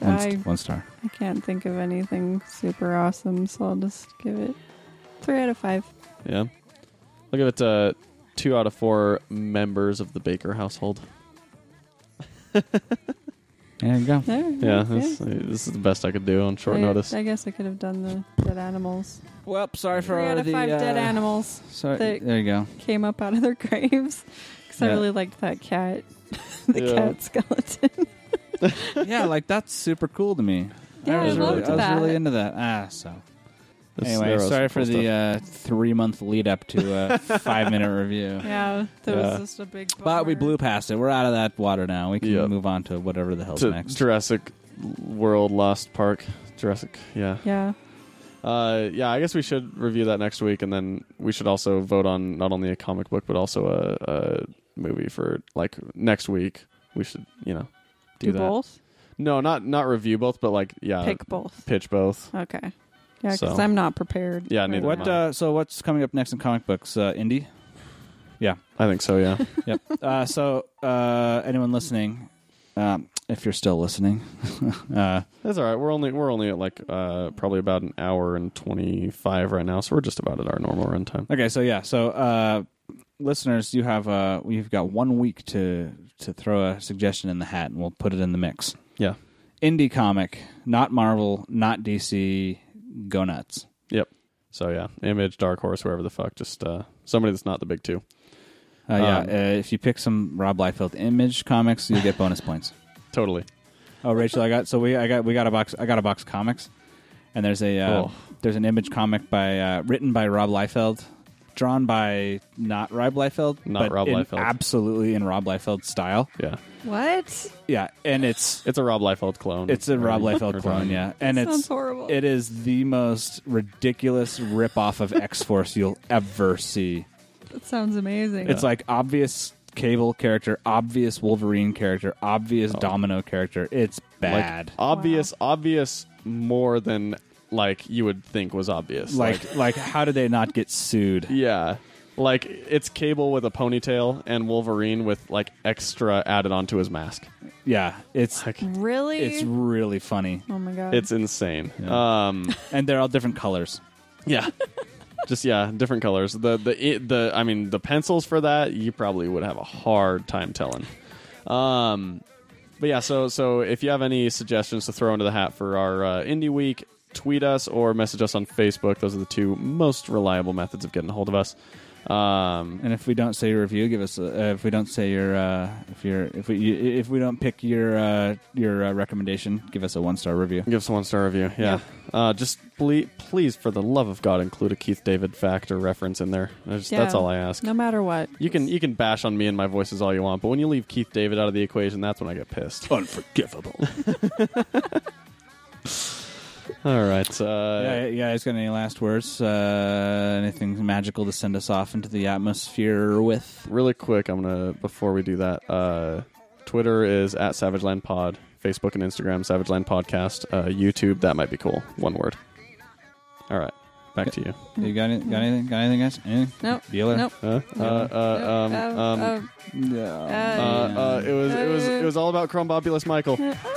Speaker 2: One,
Speaker 1: I,
Speaker 2: st- one star.
Speaker 1: I can't think of anything super awesome, so I'll just give it three out of five.
Speaker 3: yeah. I'll give it uh, two out of four members of the Baker household.
Speaker 2: There you go.
Speaker 1: There,
Speaker 3: Yeah,
Speaker 1: okay.
Speaker 3: this, uh, this is the best I could do on short
Speaker 1: I-
Speaker 3: notice.
Speaker 1: I guess I could have done the dead animals.
Speaker 2: Well, sorry for
Speaker 1: Three out of
Speaker 2: the uh,
Speaker 1: five dead animals
Speaker 2: Sorry,
Speaker 1: The-
Speaker 2: there you go.
Speaker 1: came up out of their graves. Because I
Speaker 2: Yeah.
Speaker 1: really liked that cat, the
Speaker 3: Yeah.
Speaker 1: cat skeleton.
Speaker 2: yeah, like that's super cool to me.
Speaker 1: Yeah,
Speaker 2: I
Speaker 1: I
Speaker 2: was really,
Speaker 1: loved
Speaker 2: I was
Speaker 1: that.
Speaker 2: really into that. Ah, so
Speaker 3: This- there
Speaker 2: anyway,
Speaker 3: was some
Speaker 2: sorry for
Speaker 3: cool
Speaker 2: the
Speaker 3: stuff.
Speaker 2: uh, three month lead up to a five minute review.
Speaker 1: Yeah, that
Speaker 3: Yeah.
Speaker 1: was just a big. Bummer.
Speaker 2: But we blew past it. We're out of that water now. We can
Speaker 3: Yep.
Speaker 2: move on to whatever the hell's
Speaker 3: to
Speaker 2: next.
Speaker 3: Jurassic World Lost Park. Jurassic, yeah.
Speaker 1: Yeah,
Speaker 3: Uh, yeah, I guess we should review that next week, and then we should also vote on not only a comic book but also a, a movie for like next week. We should, you know, do,
Speaker 1: Do
Speaker 3: that.
Speaker 1: both?
Speaker 3: No, not not review both, but like yeah,
Speaker 1: Pick Oh. both.
Speaker 3: pitch both.
Speaker 1: Okay. Yeah, because
Speaker 3: So-
Speaker 1: I'm not prepared.
Speaker 3: Yeah, neither
Speaker 2: What? Uh, so what's coming up next in comic books? Uh, indie.
Speaker 3: I think so. Yeah.
Speaker 2: Yep. uh, so uh, anyone listening, um, if you're still listening, uh,
Speaker 3: That's all right. We're only we're only at like uh, probably about an hour and twenty five right now, so we're just about at our normal run time.
Speaker 2: Okay, so yeah, so uh, listeners, you have uh, you've got one week to to throw a suggestion in the hat, and we'll put it in the mix.
Speaker 3: Yeah.
Speaker 2: Indie comic, not Marvel, not DC. Go nuts.
Speaker 3: Yep. So yeah, Image, Dark Horse, whoever the fuck, just uh, somebody that's not the big two.
Speaker 2: Uh, yeah,
Speaker 3: Um,
Speaker 2: uh, if you pick some Rob Liefeld image comics, you get bonus points.
Speaker 3: Totally.
Speaker 2: Oh, Rachel, I got so we I got we got a box I got a box of comics, and there's a uh,
Speaker 3: Cool.
Speaker 2: there's an image comic by uh, written by Rob Liefeld, drawn by not Rob Liefeld,
Speaker 3: Not
Speaker 2: but
Speaker 3: Rob
Speaker 2: in-
Speaker 3: Liefeld.
Speaker 2: absolutely in Rob Liefeld style.
Speaker 3: Yeah.
Speaker 1: What?
Speaker 2: Yeah, and it's
Speaker 3: It's a Rob Liefeld clone.
Speaker 2: It's a Rob
Speaker 3: Or-
Speaker 2: Liefeld
Speaker 3: or
Speaker 2: clone,
Speaker 3: something.
Speaker 2: yeah, and
Speaker 1: Sounds
Speaker 2: it's
Speaker 1: horrible.
Speaker 2: It is the most ridiculous ripoff of X Force you'll ever see.
Speaker 1: That sounds amazing.
Speaker 2: It's like obvious Cable character, obvious Wolverine character, obvious Domino character. It's
Speaker 3: Like, uh,
Speaker 2: bad.
Speaker 3: obvious, obvious more than like you would think was obvious.
Speaker 2: Like, like, how did they not get sued?
Speaker 3: yeah. Like it's Cable with a ponytail and Wolverine with like extra added onto his mask.
Speaker 2: Yeah, it's
Speaker 3: Like
Speaker 1: really?
Speaker 2: it's really funny,
Speaker 1: oh my god.
Speaker 3: it's insane. Um
Speaker 2: and they're all different colors.
Speaker 3: Yeah. Just yeah, different colors. The the it, the I mean the pencils for that you probably would have a hard time telling. Um, but yeah, so so if you have any suggestions to throw into the hat for our uh, indie week, tweet us or message us on Facebook. Those are the two most reliable methods of getting a hold of us. Um,
Speaker 2: And if we don't say your review, give us. A, uh, if we don't say your, uh, if you're, if we, you, if we don't pick your uh, your uh, recommendation, give us a one star review.
Speaker 3: Give us a one star review. Yeah. Uh, just ple- please, for the love of God, include a Keith David fact or reference in there. I just-
Speaker 1: Yeah.
Speaker 3: That's all I ask.
Speaker 1: no matter what.
Speaker 3: You can you can bash on me and my voices all you want, but when you leave Keith David out of the equation, that's when I get pissed.
Speaker 2: Unforgivable.
Speaker 3: All right. Uh,
Speaker 2: yeah, yeah. Guys, got any last words? Uh, anything magical to send us off into the atmosphere with?
Speaker 3: Really quick, I'm gonna before we do that. Uh, Twitter is at Savageland Pod. Facebook and Instagram Savageland Podcast. Uh, YouTube that might be cool. One word. All right. Back to you.
Speaker 2: You got any, got anything? Got anything, guys? Anything?
Speaker 1: Nope.
Speaker 2: Bueller?
Speaker 1: Nope.
Speaker 3: Uh, uh,
Speaker 1: Nope.
Speaker 3: uh, um,
Speaker 1: Oh,
Speaker 3: um,
Speaker 1: oh.
Speaker 2: No. oh,
Speaker 3: uh, uh, it was it was it was all about Crumbobulus Michael.
Speaker 1: Uh,